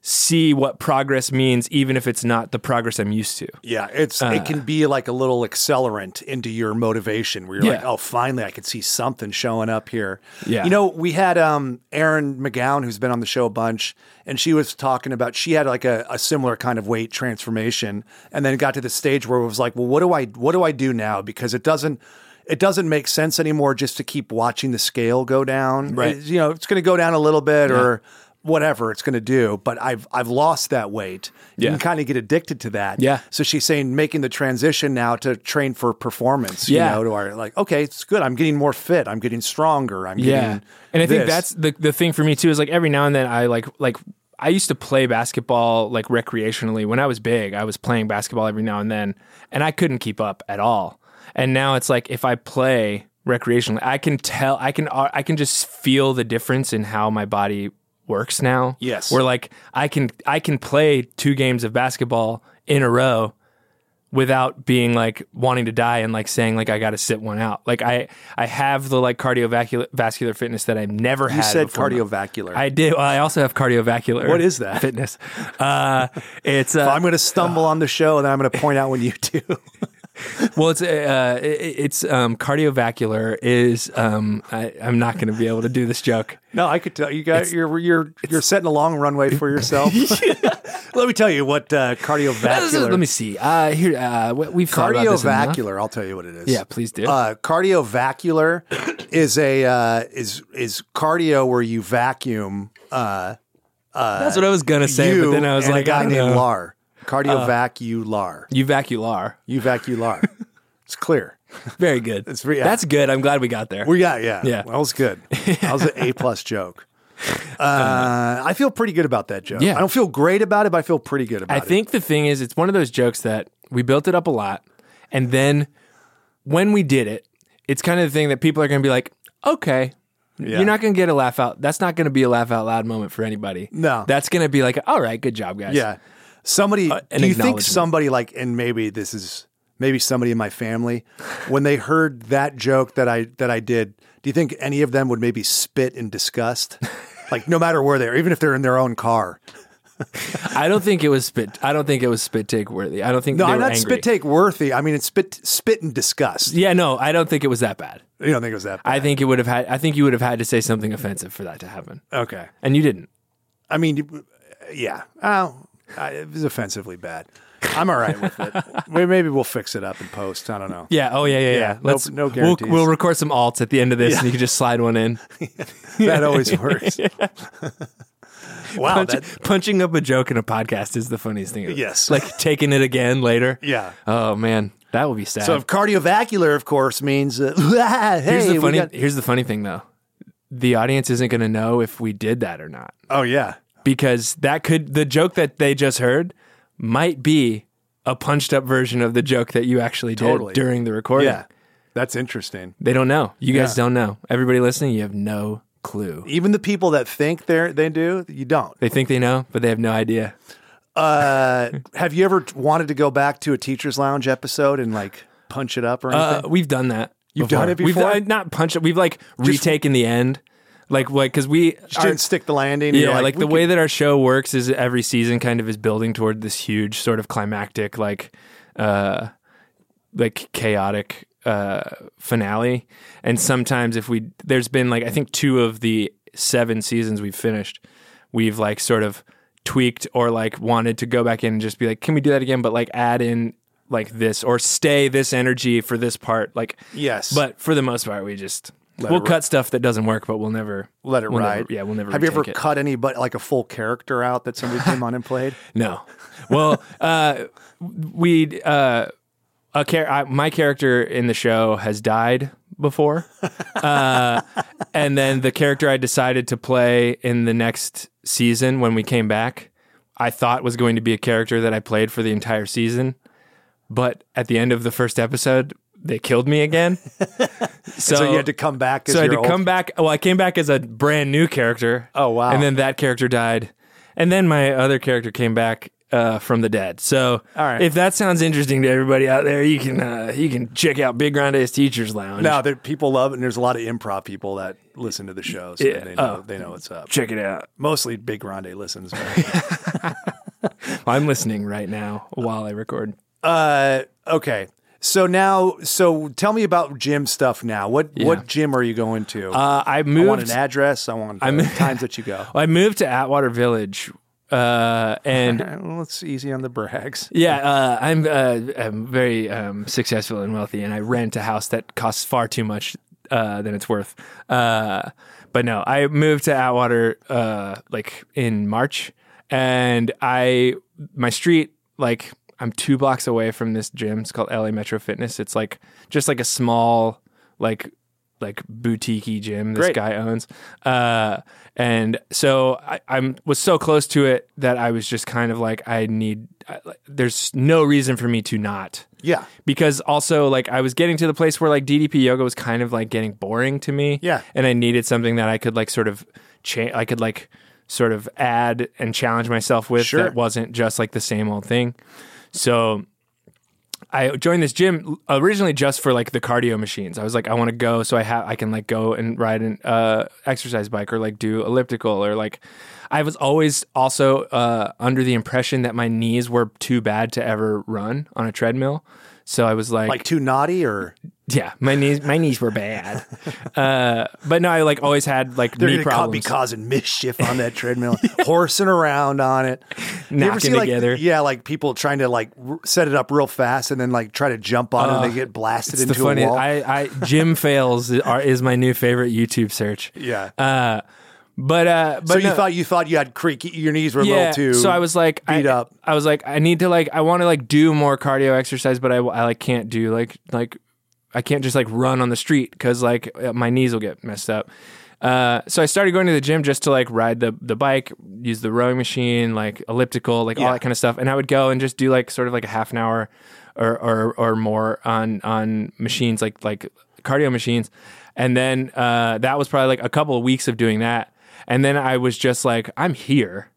Speaker 3: see what progress means even if it's not the progress i'm used to
Speaker 2: Yeah, it's it
Speaker 3: Uh.
Speaker 2: can be like a little accelerant into your motivation where you're like,
Speaker 3: Yeah.
Speaker 2: oh, finally I could see something showing up here.
Speaker 3: Yeah.
Speaker 2: you know, we had um Erin McGowan who's been on the show a bunch, and she was talking about she had like a, a similar kind of weight transformation, and then got to the stage where it was like, well, what do I what do I do now because it doesn't. It doesn't make sense anymore just to keep watching the scale go down.
Speaker 3: Right.
Speaker 2: It- you know, it's going to go down a little bit or whatever it's going to do. But I've I've lost that weight. You
Speaker 3: Yeah.
Speaker 2: can kind of get addicted to that.
Speaker 3: Yeah.
Speaker 2: So she's saying making the transition now to train for performance. You
Speaker 3: Yeah.
Speaker 2: know, to our like, okay, it's good. I'm getting more fit. I'm getting stronger. I'm
Speaker 3: yeah
Speaker 2: getting
Speaker 3: and i think
Speaker 2: this.
Speaker 3: that's the, the thing for me too is like every now and then i like like i used to play basketball like recreationally when i was big i was playing basketball every now and then and i couldn't keep up at all and now it's like if i play recreationally i can tell i can i can just feel the difference in how my body works now
Speaker 2: Yes.
Speaker 3: where like i can i can play two games of basketball in a row without being like wanting to die and like saying like I got to sit one out. Like I I have the like cardiovascular vascular fitness that I've never had.
Speaker 2: you said
Speaker 3: before.
Speaker 2: cardiovascular.
Speaker 3: I did. Well, I also have cardiovascular.
Speaker 2: What is that?
Speaker 3: Fitness. Uh, it's uh,
Speaker 2: Oh, I'm going to stumble on the show, and then I'm going to point out when you do.
Speaker 3: well, it's uh, it- it's um, cardiovascular is um, I, I'm not going to be able to do this joke.
Speaker 2: (laughs) no, I could tell you guys, you're you're you're setting a long runway for (laughs) yourself. Let me tell you what uh, cardiovascular.
Speaker 3: Let me see. Uh, here uh, we- we've thought about this enough.
Speaker 2: cardiovascular. I'll tell you what it is.
Speaker 3: Yeah, please do.
Speaker 2: Uh, cardiovascular is a uh, is is cardio where you vacuum
Speaker 3: That's what I was gonna say,
Speaker 2: you
Speaker 3: but then I was
Speaker 2: and
Speaker 3: like,
Speaker 2: a guy
Speaker 3: I
Speaker 2: named
Speaker 3: know. Uh,
Speaker 2: Lar, cardiovacular,
Speaker 3: Uvacular.
Speaker 2: uvacular. it's clear.
Speaker 3: Very good.
Speaker 2: (laughs) It's re- yeah.
Speaker 3: That's good. I'm glad we got there.
Speaker 2: We got yeah.
Speaker 3: Yeah.
Speaker 2: Well, that was good. That
Speaker 3: (laughs)
Speaker 2: was an A plus joke. Uh, I feel pretty good about that joke.
Speaker 3: Yeah.
Speaker 2: I don't feel great about it, but I feel pretty good about
Speaker 3: I
Speaker 2: it.
Speaker 3: think the thing is, it's one of those jokes that we built it up a lot, and then when we did it, it's kind of the thing that people are going to be like, okay.
Speaker 2: Yeah.
Speaker 3: You're not going to get a laugh out. That's not going to be a laugh out loud moment for anybody.
Speaker 2: No.
Speaker 3: That's going to be like, all right, good job, guys.
Speaker 2: Yeah. Somebody,
Speaker 3: Uh, an
Speaker 2: do you think
Speaker 3: acknowledgement.
Speaker 2: somebody like, and maybe this is maybe somebody in my family, when they heard that joke that I that I did, do you think any of them would maybe spit in disgust? like no matter where they are, even if they're in their own car.
Speaker 3: I don't think it was spit. I don't think it was spit take worthy. I don't think
Speaker 2: No,
Speaker 3: they
Speaker 2: I'm
Speaker 3: were
Speaker 2: not
Speaker 3: angry.
Speaker 2: spit take worthy. I mean, it's spit spit in disgust.
Speaker 3: Yeah, no, I don't think it was that bad.
Speaker 2: You don't think it was that?
Speaker 3: I
Speaker 2: Bad.
Speaker 3: think it would have had. I think you would have had to say something offensive for that to happen,
Speaker 2: okay.
Speaker 3: and you didn't.
Speaker 2: I mean, you- yeah. Oh, I, it was offensively bad. I'm all right with it.
Speaker 3: (laughs)
Speaker 2: May- Maybe we'll fix it up in post. I don't know.
Speaker 3: Yeah. Oh, yeah, yeah, yeah.
Speaker 2: no- no
Speaker 3: we'll-
Speaker 2: guarantees.
Speaker 3: We'll, record some alts at the end of this,
Speaker 2: Yeah.
Speaker 3: and you can just slide one in.
Speaker 2: That always
Speaker 3: (laughs)
Speaker 2: works. (laughs) wow.
Speaker 3: Punch-
Speaker 2: That,
Speaker 3: punching up a joke in a podcast is the funniest thing. ever.
Speaker 2: Yes. (laughs)
Speaker 3: Like taking it again later.
Speaker 2: yeah.
Speaker 3: Oh man, that would be sad.
Speaker 2: So if cardiovacular, of course, means uh, (laughs) hey,
Speaker 3: here's
Speaker 2: we
Speaker 3: the funny.
Speaker 2: got-
Speaker 3: here's the funny thing though. The audience isn't going to know if we did that or not
Speaker 2: oh yeah,
Speaker 3: because that could the joke that they just heard might be a punched up version of the joke that you actually did
Speaker 2: Totally.
Speaker 3: during the recording.
Speaker 2: yeah. That's interesting.
Speaker 3: They don't know. You guys
Speaker 2: Yeah.
Speaker 3: don't know. Everybody listening, you have no clue.
Speaker 2: Even the people that think they are they do, you don't.
Speaker 3: They think they know, but they have no idea.
Speaker 2: Uh, have you ever wanted to go back to a teachers' lounge episode and like punch it up or anything?
Speaker 3: Uh, we've done that. You've
Speaker 2: done it before?
Speaker 3: We've done, not punch it. We've like retaken the end, like like because we
Speaker 2: Just
Speaker 3: our-
Speaker 2: didn't stick the landing.
Speaker 3: yeah
Speaker 2: You're
Speaker 3: like,
Speaker 2: we
Speaker 3: the
Speaker 2: could-
Speaker 3: way that our show works is every season kind of is building toward this huge sort of climactic like uh like chaotic uh finale and sometimes if we there's been like I think two of the seven seasons we've finished we've like sort of tweaked or like wanted to go back in and just be like can we do that again but like add in like this or stay this energy for this part like
Speaker 2: Yes.
Speaker 3: but for the most part we just
Speaker 2: Let
Speaker 3: we'll
Speaker 2: it
Speaker 3: cut stuff that doesn't work but we'll never
Speaker 2: let it
Speaker 3: we'll never-
Speaker 2: ride.
Speaker 3: yeah we'll never
Speaker 2: Have you ever
Speaker 3: retake it.
Speaker 2: cut anybody like a full character out that
Speaker 3: (laughs)
Speaker 2: somebody came on and played?
Speaker 3: No. Well, uh, we uh, a char- I, my character in the show has died before, uh, and then the character I decided to play in the next season when we came back, I thought was going to be a character that I played for the entire season, but at the end of the first episode, they killed me
Speaker 2: (laughs)
Speaker 3: again. so,
Speaker 2: So, you had to come back. As
Speaker 3: so I had
Speaker 2: your
Speaker 3: to come
Speaker 2: old-
Speaker 3: back. Well, I came back as a brand new character.
Speaker 2: Oh, wow.
Speaker 3: And then that character died, and then my other character came back uh, from the dead. So,
Speaker 2: All right.
Speaker 3: if that sounds interesting to everybody out there, you can uh, you can check out Big Grande's Teachers Lounge.
Speaker 2: No, there, people love it, and there's a lot of improv people that listen to the show, so
Speaker 3: Yeah.
Speaker 2: they know
Speaker 3: Oh.
Speaker 2: they know what's up.
Speaker 3: check it out.
Speaker 2: Mostly Big Grande listens. but-
Speaker 3: I'm listening right now while I record.
Speaker 2: Uh, okay. So now, so tell me about gym stuff now. What what gym are you going to?
Speaker 3: Uh, I
Speaker 2: I want
Speaker 3: moved.
Speaker 2: an address. I want the times that you (laughs) go.
Speaker 3: I moved to Atwater Village, uh, and
Speaker 2: All right, well, it's easy on the brags.
Speaker 3: Yeah, uh, I'm, uh, I'm very um, successful and wealthy, and I rent a house that costs far too much uh, than it's worth. Uh, but no, I moved to Atwater uh, like in March, and I my street like I'm two blocks away from this gym. It's called LA Metro Fitness. It's like just like a small like like boutique gym this
Speaker 2: Great.
Speaker 3: guy owns. Uh, and so I, I'm was so close to it that I was just kind of like, I need. I, like, there's no reason for me to not
Speaker 2: Yeah,
Speaker 3: because also like I was getting to the place where like DDP yoga was kind of like getting boring to me.
Speaker 2: Yeah.
Speaker 3: and I needed something that I could like sort of change. I could like sort of add and challenge myself with
Speaker 2: Sure.
Speaker 3: that wasn't just like the same old thing. So I joined this gym originally just for like the cardio machines. I was like, I want to go so I have I can like go and ride an uh, exercise bike or like do elliptical or like. I was always also uh, under the impression that my knees were too bad to ever run on a treadmill, so I was like,
Speaker 2: like too naughty or
Speaker 3: yeah, my knees my knees were bad.
Speaker 2: (laughs)
Speaker 3: uh, but no, I like always had like
Speaker 2: they're
Speaker 3: knee
Speaker 2: going to be
Speaker 3: problems.
Speaker 2: causing mischief on that (laughs) treadmill, horsing around on it, You ever
Speaker 3: Knocking
Speaker 2: see, like,
Speaker 3: together.
Speaker 2: yeah, like people trying to like r- set it up real fast and then like try to jump on it and they get blasted
Speaker 3: It's the
Speaker 2: into
Speaker 3: funny.
Speaker 2: a wall.
Speaker 3: I, I gym fails are, is my new favorite YouTube search.
Speaker 2: yeah,
Speaker 3: Uh, But uh, but
Speaker 2: so you
Speaker 3: no-
Speaker 2: thought you thought you had creaky, your knees were a little too.
Speaker 3: So I was like,
Speaker 2: beat
Speaker 3: I,
Speaker 2: up.
Speaker 3: I was like, I need to like, I want to like do more cardio exercise, but I, I like can't do like like I can't just like run on the street because like uh, my knees will get messed up. Uh, so I started going to the gym just to like ride the the bike, use the rowing machine, like elliptical, like all that kind of stuff. And I would go and just do like sort of like a half an hour or or, or more on on machines like like cardio machines. And then uh, that was probably like a couple of weeks of doing that. And then I was just like, I'm here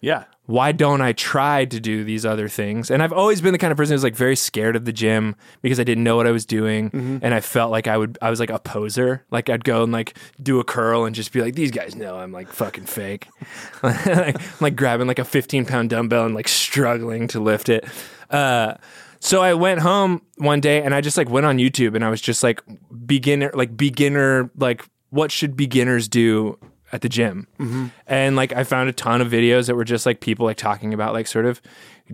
Speaker 2: yeah.
Speaker 3: why don't I try to do these other things? And I've always been the kind of person who's like very scared of the gym because I didn't know what I was doing. And I felt like I would, I was like a poser. Like I'd go and like do a curl and just be like, these guys know I'm like fucking fake. (laughs) like, I'm like grabbing like a 15 pound dumbbell and like struggling to lift it. Uh, so I went home one day and I just like went on YouTube and I was just like beginner, like beginner, like what should beginners do at the gym? And like I found a ton of videos that were just like people like talking about like sort of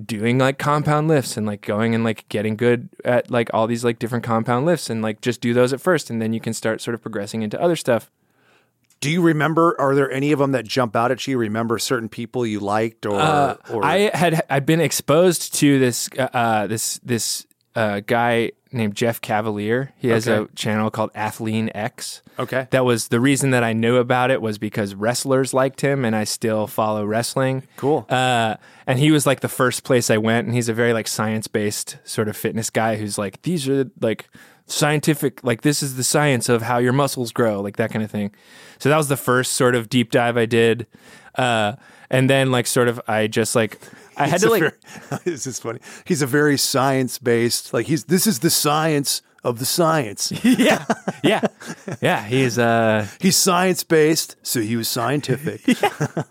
Speaker 3: doing like compound lifts and like going and like getting good at like all these like different compound lifts and like just do those at first and then you can start sort of progressing into other stuff.
Speaker 2: Do you remember? Are there any of them that jump out at you? Remember certain people you liked or? or
Speaker 3: I had I'd been exposed to this uh, uh, this this uh, guy named Jeff Cavalier. He has
Speaker 2: Okay.
Speaker 3: a channel called Athlean X.
Speaker 2: Okay.
Speaker 3: that was the reason that I knew about it was because wrestlers liked him, and I still follow wrestling.
Speaker 2: Cool.
Speaker 3: Uh, and he was like the first place I went, and he's a very like science based sort of fitness guy who's like these are like scientific like this is the science of how your muscles grow like that kind of thing so that was the first sort of deep dive i did uh and then like sort of i just like i had
Speaker 2: He's
Speaker 3: to
Speaker 2: a
Speaker 3: like
Speaker 2: very- (laughs) this is funny. He's a very science based. Like he's this is the science of the
Speaker 3: (laughs)
Speaker 2: science.
Speaker 3: (laughs) yeah yeah yeah he's uh
Speaker 2: He's science based, so he was scientific.
Speaker 3: (laughs)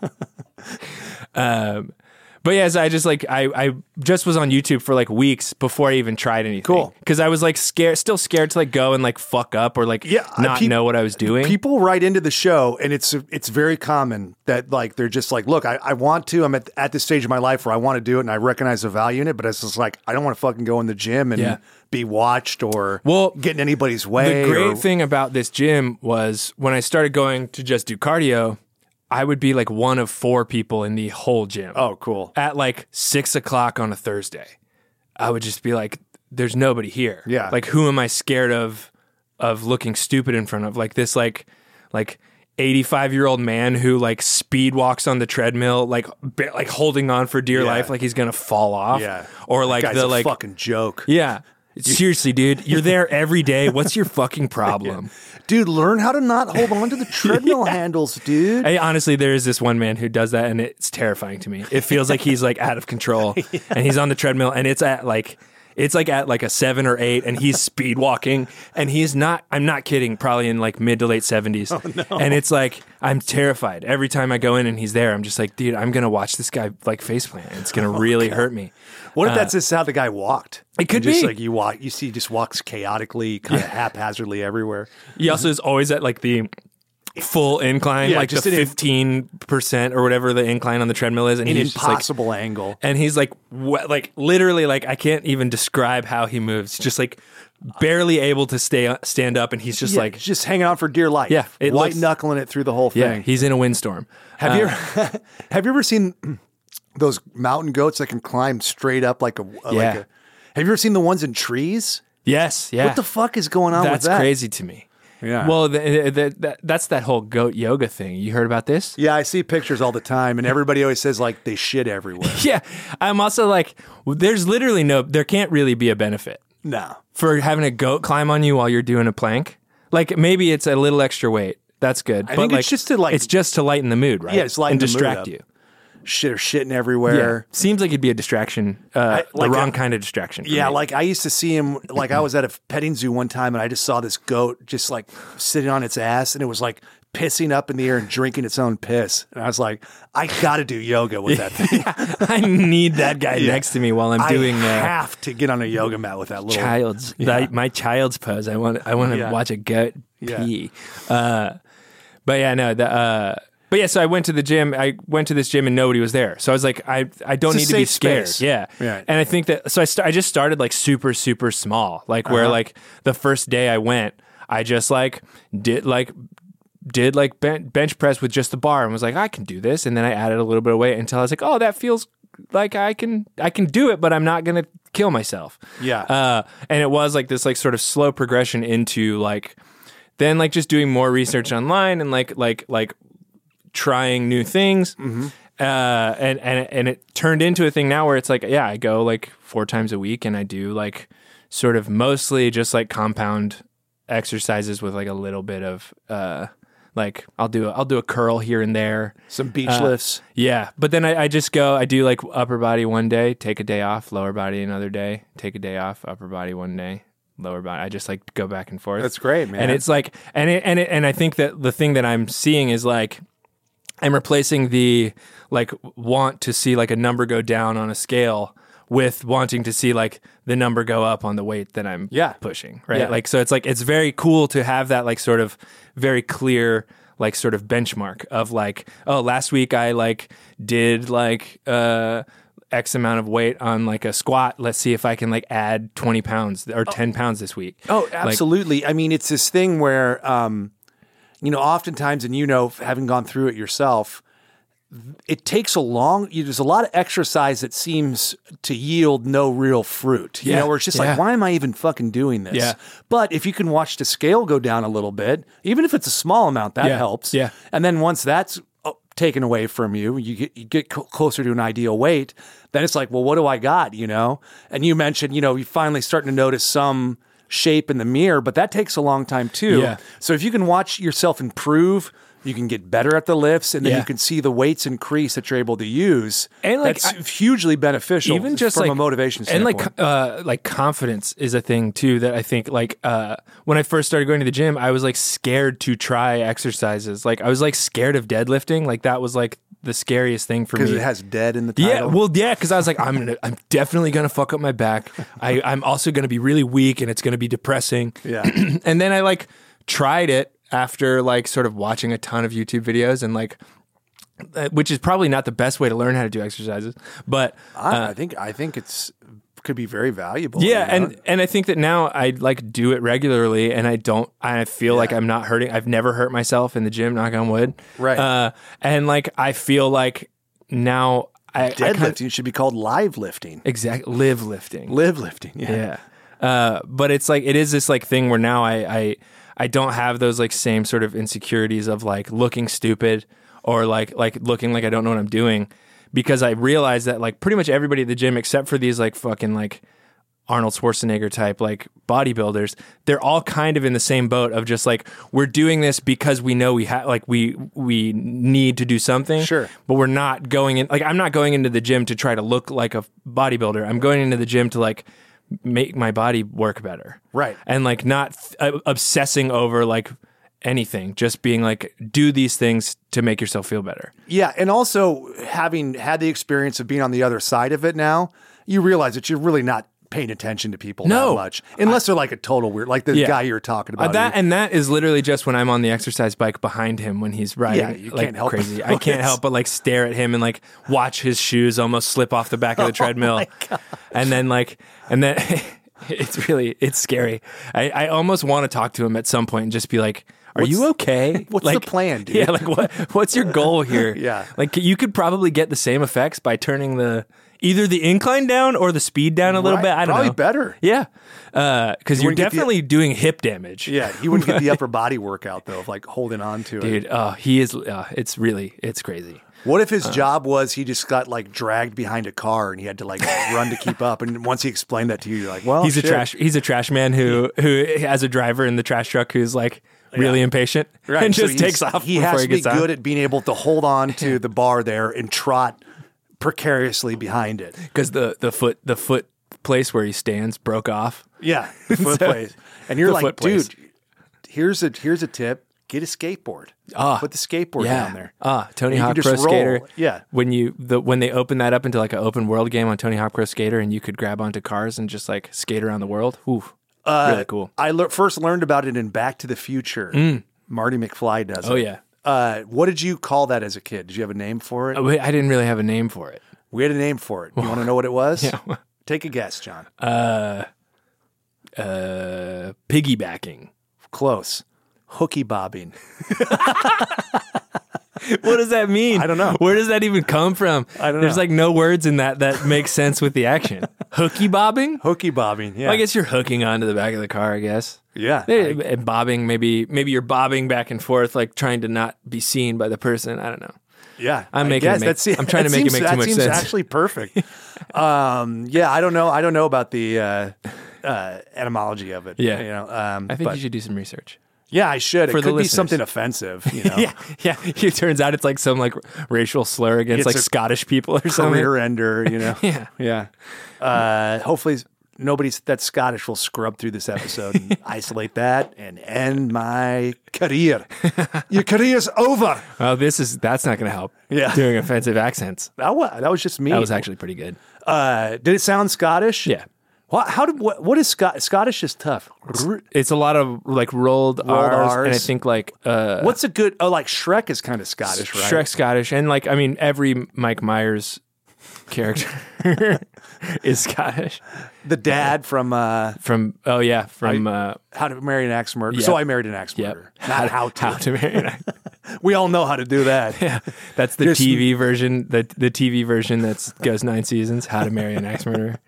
Speaker 3: Um, but yeah, so I just like I, I just was on YouTube for like weeks before I even tried anything.
Speaker 2: Cool.
Speaker 3: because I was like scared, still scared to like go and like fuck up or like
Speaker 2: Yeah, I-
Speaker 3: not
Speaker 2: peop-
Speaker 3: know what I was doing.
Speaker 2: People write into the show, and it's it's very common that like they're just like, look, I, I want to. I'm at at this stage of my life where I want to do it, and I recognize the value in it. But it's just like I don't want to fucking go in the gym and
Speaker 3: Yeah.
Speaker 2: be watched or
Speaker 3: Well,
Speaker 2: get in anybody's way.
Speaker 3: the great
Speaker 2: or-
Speaker 3: thing about this gym was when I started going to just do cardio, I would be like one of four people in the whole gym.
Speaker 2: Oh, cool.
Speaker 3: at like six o'clock on a Thursday, I would just be like, "There's nobody here."
Speaker 2: Yeah.
Speaker 3: Like, who am I scared of? Of looking stupid in front of like this, like, like. 85 year old man who like speed walks on the treadmill like ba- like holding on for dear
Speaker 2: Yeah.
Speaker 3: life like he's gonna fall off
Speaker 2: Yeah.
Speaker 3: or like
Speaker 2: Guy's a
Speaker 3: the like
Speaker 2: fucking joke,
Speaker 3: yeah seriously dude you're there every day what's your fucking problem
Speaker 2: dude. Learn how to not hold on to
Speaker 3: (laughs)
Speaker 2: the treadmill handles, dude.
Speaker 3: Hey, honestly, there is this one man who does that, and it's terrifying to me. It feels like he's like out of control, and he's on the treadmill, and it's at like it's like at like a seven or eight, and he's speed walking, and he's not. I'm not kidding. Probably in like mid to late seventies, and it's like I'm terrified every time I go in, and he's there. I'm just like, dude, I'm gonna watch this guy like faceplant. It's gonna really hurt me.
Speaker 2: What if that's just how the guy walked?
Speaker 3: Uh, It could
Speaker 2: just
Speaker 3: be.
Speaker 2: like you walk, you see, he just walks chaotically, kind of haphazardly everywhere.
Speaker 3: He also is always at like the full incline,
Speaker 2: Yeah,
Speaker 3: like
Speaker 2: just
Speaker 3: the
Speaker 2: an in-
Speaker 3: fifteen percent or whatever the incline on the treadmill is, and
Speaker 2: An
Speaker 3: he's just like
Speaker 2: impossible angle.
Speaker 3: and he's like wh- like literally like I can't even describe how he moves. Just like barely able to stay stand up and he's just
Speaker 2: Yeah,
Speaker 3: like
Speaker 2: just hanging on for dear life.
Speaker 3: Yeah,
Speaker 2: white
Speaker 3: it looks-
Speaker 2: knuckling it through the whole
Speaker 3: yeah,
Speaker 2: thing.
Speaker 3: he's in a windstorm. Uh,
Speaker 2: have you ever, (laughs) have you ever seen (clears throat) those mountain goats that can climb straight up like a? uh, Like
Speaker 3: Yeah.
Speaker 2: a have you ever seen the ones in trees?
Speaker 3: Yes, yeah.
Speaker 2: What the fuck is going on
Speaker 3: That's
Speaker 2: with that?
Speaker 3: crazy to me.
Speaker 2: Yeah.
Speaker 3: Well, the, the, the, that's that whole goat yoga thing. You heard
Speaker 2: (laughs)
Speaker 3: about this?
Speaker 2: Yeah, I see pictures all the time, and everybody always says like they shit
Speaker 3: (laughs)
Speaker 2: everywhere.
Speaker 3: Yeah. I'm also like there's literally no there can't really be a benefit
Speaker 2: no,
Speaker 3: for having a goat climb on you while you're doing a plank. Like maybe it's a little extra weight. That's good. I but
Speaker 2: think it's
Speaker 3: like,
Speaker 2: just to, like-
Speaker 3: it's just to lighten the mood, right?
Speaker 2: Yeah, it's lighten
Speaker 3: and
Speaker 2: the mood
Speaker 3: distract
Speaker 2: up.
Speaker 3: you.
Speaker 2: shit are shitting
Speaker 3: Yeah.
Speaker 2: everywhere.
Speaker 3: Seems like it'd be a distraction, uh,
Speaker 2: like
Speaker 3: the wrong
Speaker 2: a-
Speaker 3: kind of distraction. for
Speaker 2: Yeah,
Speaker 3: me.
Speaker 2: like I used to see him. Like I was at a petting zoo one time, and I just saw this goat just like sitting on its ass, and it was like pissing up in the air and drinking its own piss. And I was like, I got to do yoga with that thing.
Speaker 3: (laughs) I need
Speaker 2: (laughs)
Speaker 3: that guy next to me while (laughs) I'm
Speaker 2: I
Speaker 3: doing uh,
Speaker 2: have to get on a yoga mat with that little.
Speaker 3: child's like, my child's pose. I want I want to
Speaker 2: Yeah.
Speaker 3: watch a goat
Speaker 2: Yeah.
Speaker 3: pee. Uh, but yeah, no. The, uh, but yeah, so I went to the gym. I went to this gym and nobody was there. So I was like, I I don't
Speaker 2: It's a
Speaker 3: need to be
Speaker 2: safe
Speaker 3: scared.
Speaker 2: space.
Speaker 3: Yeah.
Speaker 2: Right.
Speaker 3: And I think that so I st- I just started like super super
Speaker 2: Uh-huh.
Speaker 3: small. Like where like the first day I went, I just like did like did like ben- bench press with just the bar and was like, I can do this. And then I added a little bit of weight until I was like, oh, that feels like I can I can do it, but I'm not gonna kill myself.
Speaker 2: Yeah.
Speaker 3: Uh, and it was like this like sort of slow progression into like then like just doing more research online and like like like trying new things. Uh, and and and it turned into a thing now where it's like yeah, I go like four times a week and I do like sort of mostly just like compound exercises with like a little bit of uh like I'll do a, I'll do a curl here and there.
Speaker 2: Some beach
Speaker 3: Uh,
Speaker 2: lifts.
Speaker 3: Yeah, but then I, I just go. I do like upper body one day, take a day off, lower body another day, take a day off, upper body one day, lower body. I just like go back and forth.
Speaker 2: That's great, man.
Speaker 3: And it's like, and it, and it, and I think that the thing that I'm seeing is like, I'm replacing the like want to see like a number go down on a scale with wanting to see like the number go up on the weight that I'm
Speaker 2: Yeah.
Speaker 3: pushing, right?
Speaker 2: Yeah.
Speaker 3: Like so it's like it's very cool to have that like sort of very clear like sort of benchmark of like oh last week I like did like uh X amount of weight on like a squat. Let's see if I can like add 20 pounds or 10 pounds this week.
Speaker 2: Oh,
Speaker 3: Like,
Speaker 2: absolutely. I mean, it's this thing where, um, you know, oftentimes, and you know, having gone through it yourself, it takes a long. you- There's a lot of exercise that seems to yield no real fruit. You
Speaker 3: Yeah.
Speaker 2: know, where it's just
Speaker 3: Yeah.
Speaker 2: like, why am I even fucking doing this?
Speaker 3: Yeah.
Speaker 2: But if you can watch the scale go down a little bit, even if it's a small amount, that
Speaker 3: Yeah.
Speaker 2: helps.
Speaker 3: Yeah.
Speaker 2: And then once that's uh, taken away from you, you get, you get co- closer to an ideal weight. Then it's like, well, what do I got? You know. And you mentioned, you know, you finally starting to notice some shape in the mirror, but that takes a long time too.
Speaker 3: Yeah.
Speaker 2: So if you can watch yourself improve. You can get better at the lifts, and then
Speaker 3: Yeah.
Speaker 2: you can see the weights increase that you're able to use,
Speaker 3: And, like,
Speaker 2: that's hugely beneficial,
Speaker 3: even just
Speaker 2: from
Speaker 3: like
Speaker 2: a motivation
Speaker 3: and
Speaker 2: standpoint.
Speaker 3: like uh, like confidence is a thing too that I think like uh, when I first started going to the gym, I was like scared to try exercises. Like I was like scared of deadlifting. Like that was like the scariest thing for
Speaker 2: because
Speaker 3: me.
Speaker 2: it has dead in the title.
Speaker 3: yeah, well, yeah, because I was like, I'm gonna, I'm definitely gonna fuck up my back. I, I'm also gonna be really weak, and it's gonna be depressing.
Speaker 2: yeah.
Speaker 3: (clears throat) and then I like tried it after like sort of watching a ton of YouTube videos and like, uh, which is probably not the best way to learn how to do exercises, but
Speaker 2: I, I think I think it's could be very valuable.
Speaker 3: uh, Yeah,
Speaker 2: you know?
Speaker 3: and and I think that now I like do it regularly, and I don't. I feel like I'm not hurting. I've never hurt myself in the gym. Knock on wood.
Speaker 2: Right.
Speaker 3: Uh, and like I feel like now I, I kind of,
Speaker 2: deadlifting should be called live lifting.
Speaker 3: exactly live lifting.
Speaker 2: Live lifting. Yeah.
Speaker 3: Yeah. Uh, but it's like it is this like thing where now I I I don't have those like same sort of insecurities of like looking stupid or like like looking like I don't know what I'm doing because I realize that like pretty much everybody at the gym except for these like fucking like Arnold Schwarzenegger type like bodybuilders they're all kind of in the same boat of just like we're doing this because we know we have like we we need to do something
Speaker 2: Sure.
Speaker 3: but we're not going in like I'm not going into the gym to try to look like a bodybuilder. I'm going into the gym to like make my body work better.
Speaker 2: Right.
Speaker 3: And like not uh, obsessing over like anything, just being like do these things to make yourself feel better.
Speaker 2: Yeah, and also having had the experience of being on the other side of it now, you realize that you're really not paying attention to people that
Speaker 3: No.
Speaker 2: much, unless they're like a total weird, like the
Speaker 3: Yeah.
Speaker 2: guy you were talking
Speaker 3: Uh,
Speaker 2: about.
Speaker 3: that
Speaker 2: who-
Speaker 3: and that is literally just when I'm on the exercise bike behind him when he's riding
Speaker 2: Yeah, you
Speaker 3: like
Speaker 2: can't help
Speaker 3: crazy.
Speaker 2: but
Speaker 3: I can't
Speaker 2: notice.
Speaker 3: help but like stare at him and like watch his shoes almost slip off the
Speaker 2: (laughs)
Speaker 3: back
Speaker 2: Oh
Speaker 3: of the treadmill. And then like and then (laughs) it's really it's scary. I, I almost want to talk to him at some point and just be like, Are you okay?
Speaker 2: (laughs) what's the
Speaker 3: like,
Speaker 2: plan, dude?
Speaker 3: Yeah, like what what's your goal
Speaker 2: (laughs)
Speaker 3: here?
Speaker 2: Yeah.
Speaker 3: Like you could probably get the same effects by turning the either the incline down or the speed down a little
Speaker 2: Right,
Speaker 3: bit. I don't
Speaker 2: probably
Speaker 3: know. (laughs)
Speaker 2: better.
Speaker 3: Yeah. because you're
Speaker 2: wouldn't get the-
Speaker 3: definitely doing hip damage.
Speaker 2: yeah, he wouldn't get the
Speaker 3: (laughs)
Speaker 2: upper body workout though of like holding on to it.
Speaker 3: dude. Oh, he is. Uh, it's really, it's crazy.
Speaker 2: What if his
Speaker 3: uh,
Speaker 2: job was he just got like dragged behind a car and he had to like run to keep up? And once he explained that to you, you're like, well,
Speaker 3: he's
Speaker 2: Oh,
Speaker 3: a
Speaker 2: shit.
Speaker 3: trash. He's a trash man who who has a driver in the trash truck who's like really impatient (laughs) and
Speaker 2: so he's-
Speaker 3: just takes off
Speaker 2: He
Speaker 3: before
Speaker 2: has
Speaker 3: he
Speaker 2: to be
Speaker 3: gets out.
Speaker 2: good at being able to hold on
Speaker 3: (laughs)
Speaker 2: to the bar there and trot precariously behind it.
Speaker 3: because the the foot the foot place where he stands broke off. (laughs)
Speaker 2: Yeah, the foot place. And you're
Speaker 3: the
Speaker 2: like,
Speaker 3: foot place.
Speaker 2: dude, here's a here's a tip: get a skateboard.
Speaker 3: Ah,
Speaker 2: Put the skateboard
Speaker 3: yeah.
Speaker 2: down there.
Speaker 3: Ah, Tony
Speaker 2: You can
Speaker 3: Hawk
Speaker 2: just
Speaker 3: Pro
Speaker 2: roll.
Speaker 3: Skater.
Speaker 2: Yeah.
Speaker 3: When you the when they opened that up into like an open world game on Tony Hawk Pro Skater, and you could grab onto cars and just like skate around the world. Ooh,
Speaker 2: Uh,
Speaker 3: really cool. Mm.
Speaker 2: I lear first learned about it in Back to the Future. Marty McFly does.
Speaker 3: Oh
Speaker 2: it.
Speaker 3: yeah.
Speaker 2: Uh, what did you call that as a kid? Did you have a name for it?
Speaker 3: Oh, wait, I didn't really have a name for it.
Speaker 2: We had a name for it. You
Speaker 3: (laughs)
Speaker 2: want to know what it was? Take a guess, John.
Speaker 3: Uh, piggybacking. (laughs)
Speaker 2: Close. hooky bobbing.
Speaker 3: What does that mean?
Speaker 2: I don't know.
Speaker 3: Where does that even come from?
Speaker 2: I don't
Speaker 3: There's
Speaker 2: know.
Speaker 3: like no words in that that
Speaker 2: (laughs)
Speaker 3: make sense with the action. Hooky bobbing?
Speaker 2: Hooky bobbing. Yeah.
Speaker 3: I guess you're hooking onto the back of the car, I guess.
Speaker 2: Yeah.
Speaker 3: Eh, And bobbing, maybe maybe you're bobbing back and forth, like trying to not be seen by the person. I don't know.
Speaker 2: Yeah,
Speaker 3: I'm
Speaker 2: I
Speaker 3: making it
Speaker 2: guess
Speaker 3: make-
Speaker 2: that's-
Speaker 3: I'm trying to
Speaker 2: that
Speaker 3: make it
Speaker 2: seems-
Speaker 3: make too
Speaker 2: that
Speaker 3: much
Speaker 2: seems
Speaker 3: sense.
Speaker 2: Actually,
Speaker 3: (laughs)
Speaker 2: perfect. um, yeah, I don't know. I don't know about the uh, uh, etymology of it.
Speaker 3: Yeah.
Speaker 2: you know. Um,
Speaker 3: I think
Speaker 2: but-
Speaker 3: you should do some research.
Speaker 2: Yeah, I should. It
Speaker 3: for
Speaker 2: could
Speaker 3: the
Speaker 2: be
Speaker 3: listeners.
Speaker 2: something offensive. You know,
Speaker 3: (laughs) Yeah, yeah. It turns out it's like some like racial slur against
Speaker 2: It's
Speaker 3: like
Speaker 2: a
Speaker 3: Scottish people or something.
Speaker 2: career ender. You know.
Speaker 3: (laughs) Yeah.
Speaker 2: yeah. Uh, hopefully, nobody's that Scottish will scrub through this episode
Speaker 3: (laughs)
Speaker 2: and isolate that and end my career. Your career's over.
Speaker 3: Oh, this is that's not going to help.
Speaker 2: Yeah.
Speaker 3: doing offensive accents.
Speaker 2: That was, that was just me.
Speaker 3: That was actually pretty good.
Speaker 2: uh, did it sound Scottish?
Speaker 3: Yeah.
Speaker 2: What, how did what, what is Scot- Scottish is tough.
Speaker 3: It's a lot of like rolled, R's, and I
Speaker 2: Rs.
Speaker 3: think like uh,
Speaker 2: What's a good? Oh, like Shrek is kind of Scottish, right?
Speaker 3: Shrek Scottish, and like I mean every Mike Myers (laughs) character is Scottish
Speaker 2: the dad from uh,
Speaker 3: from oh yeah from uh,
Speaker 2: How to Marry an Axe Murderer.
Speaker 3: Yep.
Speaker 2: So I married an axe
Speaker 3: yep
Speaker 2: murderer. Not how to.
Speaker 3: how to marry. an (laughs) Axe.
Speaker 2: We all know how to do (laughs) that.
Speaker 3: Yeah, that's the
Speaker 2: There's-
Speaker 3: TV version. The the TV version that goes nine seasons. How to Marry an Axe Murderer.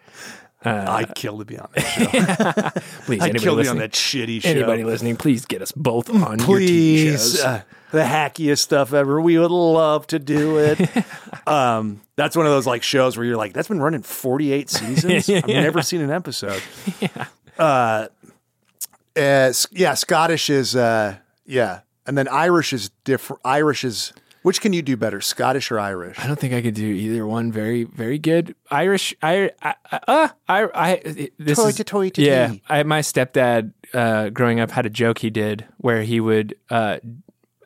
Speaker 2: I'd kill to be on that. show.
Speaker 3: Please,
Speaker 2: I'd
Speaker 3: anybody
Speaker 2: kill to be
Speaker 3: listening,
Speaker 2: on that shitty show.
Speaker 3: anybody listening, please get us both on your TV
Speaker 2: Please,
Speaker 3: shows.
Speaker 2: uh, the hackiest stuff ever. We would love to do it. um, that's one of those like shows where you're like, that's been running 48 seasons. I've never seen an episode. Yeah. Uh, s- yeah, Scottish is uh, yeah, and then Irish is different. Irish is which can you do better, Scottish or Irish?
Speaker 3: I don't think I could do either one very, very good. Irish, I, I, uh, I, I this
Speaker 2: Toi
Speaker 3: is,
Speaker 2: to toi to
Speaker 3: yeah.
Speaker 2: tee.
Speaker 3: I, my stepdad, uh, growing up had a joke he did where he would, uh,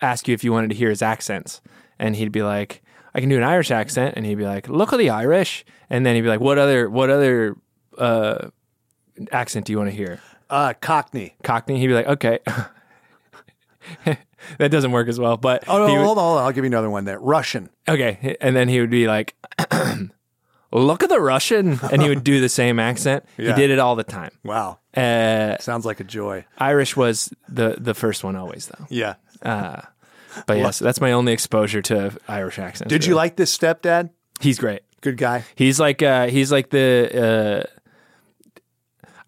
Speaker 3: ask you if you wanted to hear his accents and he'd be like, I can do an Irish accent. And he'd be like, look at the Irish. And then he'd be like, what other, what other, uh, accent do you want to hear?
Speaker 2: Uh, Cockney.
Speaker 3: Cockney. He'd be like, okay, (laughs) that doesn't work as well, but
Speaker 2: Oh no,
Speaker 3: he would-
Speaker 2: hold on, hold on. I'll give you another one. There, Russian.
Speaker 3: Okay. And then he would be like, (clears throat) look at the Russian. And he would do the same accent.
Speaker 2: Yeah.
Speaker 3: He did it all the time.
Speaker 2: Wow,
Speaker 3: Uh,
Speaker 2: sounds like a joy.
Speaker 3: Irish was the, the first one always, though.
Speaker 2: Yeah.
Speaker 3: But yes, that's my only exposure to Irish accents.
Speaker 2: Did you
Speaker 3: really.
Speaker 2: like this stepdad?
Speaker 3: He's great.
Speaker 2: Good guy.
Speaker 3: He's like, uh, he's like the, uh,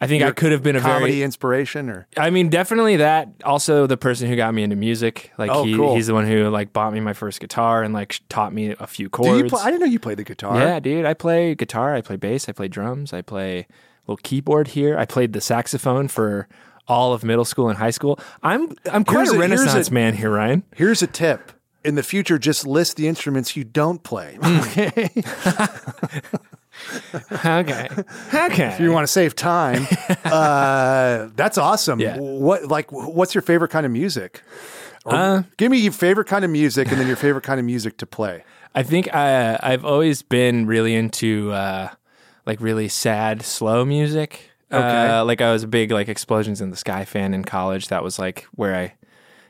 Speaker 3: I think I could have been a
Speaker 2: Comedy
Speaker 3: very.
Speaker 2: inspiration or
Speaker 3: I mean, definitely that. Also, the person who got me into music, like
Speaker 2: Oh,
Speaker 3: he,
Speaker 2: cool.
Speaker 3: he's the one who like bought me my first guitar and like sh- taught me a few
Speaker 2: Do
Speaker 3: chords.
Speaker 2: you play, I didn't know you played the guitar.
Speaker 3: Yeah, dude. I play guitar. I play bass. I play drums. I play little keyboard here. I played the saxophone for all of middle school and high school. I'm I'm quite
Speaker 2: Here's a-
Speaker 3: a,
Speaker 2: here's
Speaker 3: renaissance
Speaker 2: a-
Speaker 3: man here, Ryan.
Speaker 2: Here's a tip. In the future, just list the instruments you don't play. (laughs) Okay.
Speaker 3: Okay, okay.
Speaker 2: you want to save
Speaker 3: (laughs)
Speaker 2: time. Uh, that's awesome.
Speaker 3: Yeah.
Speaker 2: What like what's your favorite kind of music? Or
Speaker 3: Uh,
Speaker 2: give me your favorite kind of music and then your favorite kind of music to
Speaker 3: (laughs)
Speaker 2: play.
Speaker 3: I think I I've always been really into uh, like really sad slow music.
Speaker 2: Okay.
Speaker 3: Uh, like I was a big like Explosions in the Sky fan in college. That was like where I,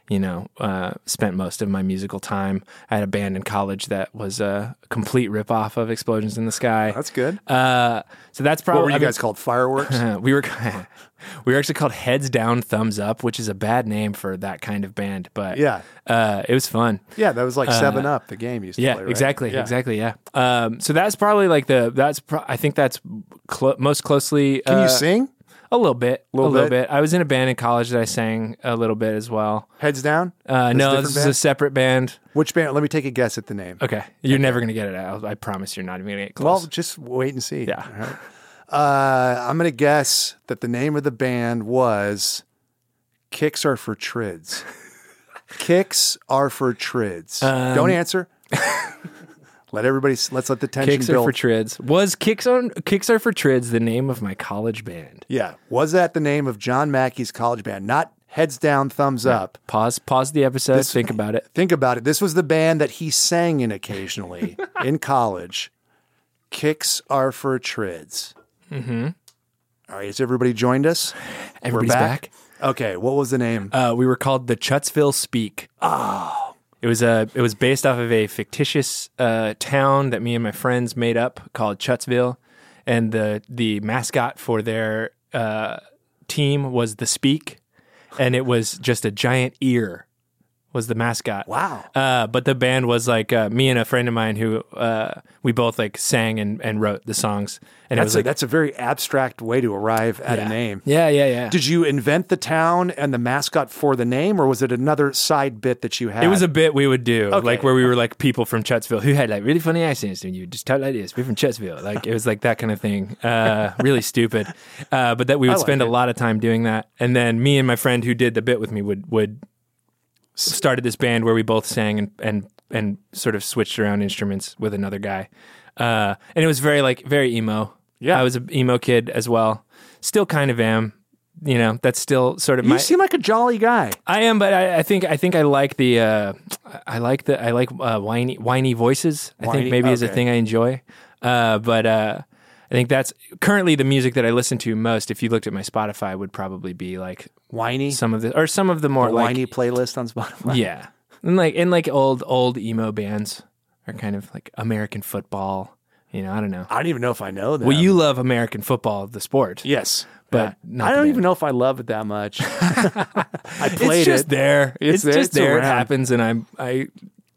Speaker 3: you know, uh, spent most of my musical time. I had a band in college that was a complete ripoff of Explosions in the Sky.
Speaker 2: That's good.
Speaker 3: Uh, so that's probably
Speaker 2: what were you
Speaker 3: I mean, (laughs)
Speaker 2: guys called? Fireworks?
Speaker 3: uh, we were (laughs) we were actually called Heads Down Thumbs Up, which is a bad name for that kind of band, but
Speaker 2: Yeah.
Speaker 3: uh, it was fun.
Speaker 2: yeah, that was like Seven Up, the game you used to
Speaker 3: Uh, Yeah,
Speaker 2: play. right?
Speaker 3: exactly,
Speaker 2: Yeah.
Speaker 3: exactly. Yeah. Um, so that's probably like the that's pro- I think that's clo- most closely.
Speaker 2: Can
Speaker 3: uh,
Speaker 2: you sing?
Speaker 3: A little bit,
Speaker 2: Little
Speaker 3: a little
Speaker 2: bit?
Speaker 3: bit. I was in a band in college that I sang a little bit as well.
Speaker 2: Heads down?
Speaker 3: Uh,
Speaker 2: This
Speaker 3: no,
Speaker 2: different
Speaker 3: this
Speaker 2: band?
Speaker 3: is Uh, a separate band.
Speaker 2: Which band? Let me take a guess at the name.
Speaker 3: Okay, you're never gonna get it. out. I promise, you're not even gonna get
Speaker 2: Well,
Speaker 3: close.
Speaker 2: just wait and see.
Speaker 3: Yeah.
Speaker 2: All right. Uh, I'm going to guess that the name of the band was Kicks Are for
Speaker 3: (laughs)
Speaker 2: Trids. Kicks Are for Trids.
Speaker 3: Um,
Speaker 2: Don't answer.
Speaker 3: (laughs)
Speaker 2: let everybody, let's let the tension
Speaker 3: Kicks are
Speaker 2: build.
Speaker 3: for Trids was Kicks on Kicks are for Trids the name of my college band.
Speaker 2: yeah. Was that the name of John Mackey's college band? Not Heads Down, Thumbs Up.
Speaker 3: Pause. Pause the episode.
Speaker 2: This-
Speaker 3: think about it.
Speaker 2: Think about it. This was the band that he sang in occasionally
Speaker 3: (laughs)
Speaker 2: in college. Kicks Are for Trids. Mm-hmm. All right. Has everybody joined us?
Speaker 3: Everybody's
Speaker 2: back?
Speaker 3: back.
Speaker 2: Okay, what was the name?
Speaker 3: Uh, we were called the Chutzville Speak. Oh.
Speaker 2: Ah.
Speaker 3: It was a. It was based off of a fictitious uh, town that me and my friends made up called Chutzville, and the the mascot for their uh, team was the Speak, and it was just a giant ear was the mascot.
Speaker 2: Wow.
Speaker 3: Uh, but the band was like uh, me and a friend of mine who uh, we both like sang and, and wrote the songs. And it
Speaker 2: That's
Speaker 3: was
Speaker 2: a,
Speaker 3: like
Speaker 2: that's a very abstract way to arrive at a
Speaker 3: yeah.
Speaker 2: name.
Speaker 3: Yeah, yeah, yeah.
Speaker 2: Did you invent the town and the mascot for the name, or was it another side bit that you had?
Speaker 3: It was a bit we would do,
Speaker 2: Okay.
Speaker 3: like where we were like people from Chutzville who had like really funny accents, and you just talk like this. We're from Chutzville, like it was like that kind of thing.
Speaker 2: (laughs)
Speaker 3: Uh, really stupid, uh, but that we would
Speaker 2: like
Speaker 3: spend
Speaker 2: it.
Speaker 3: a lot of time doing that. And then me and my friend who did the bit with me would would started this band where we both sang and and and sort of switched around instruments with another guy, uh, and it was very like very emo.
Speaker 2: Yeah.
Speaker 3: I was an emo kid as well. Still kind of am. You know, that's still sort of
Speaker 2: You
Speaker 3: my.
Speaker 2: seem like a jolly guy.
Speaker 3: I am, but I, I think I think I like the uh, I like the I like uh, whiny whiny voices. I
Speaker 2: Whiny?
Speaker 3: think maybe is a
Speaker 2: Okay.
Speaker 3: thing I enjoy. Uh, but uh, I think that's currently the music that I listen to most. If you looked at my Spotify, would probably be like
Speaker 2: Whiny.
Speaker 3: some of the or some of the more
Speaker 2: a
Speaker 3: like
Speaker 2: whiny playlist on Spotify.
Speaker 3: yeah, and like and like old old emo bands are kind of like American football. You know, (laughs) I don't know.
Speaker 2: I don't even know if I know that.
Speaker 3: Well, you love American football, the sport.
Speaker 2: Yes.
Speaker 3: But
Speaker 2: Yeah.
Speaker 3: not
Speaker 2: I
Speaker 3: the
Speaker 2: don't
Speaker 3: band.
Speaker 2: even know if I love it that
Speaker 3: (laughs)
Speaker 2: much. I played
Speaker 3: it's just
Speaker 2: it.
Speaker 3: there.
Speaker 2: It's
Speaker 3: It's,
Speaker 2: there.
Speaker 3: just
Speaker 2: It's
Speaker 3: there. It
Speaker 2: around.
Speaker 3: happens, and I'm I,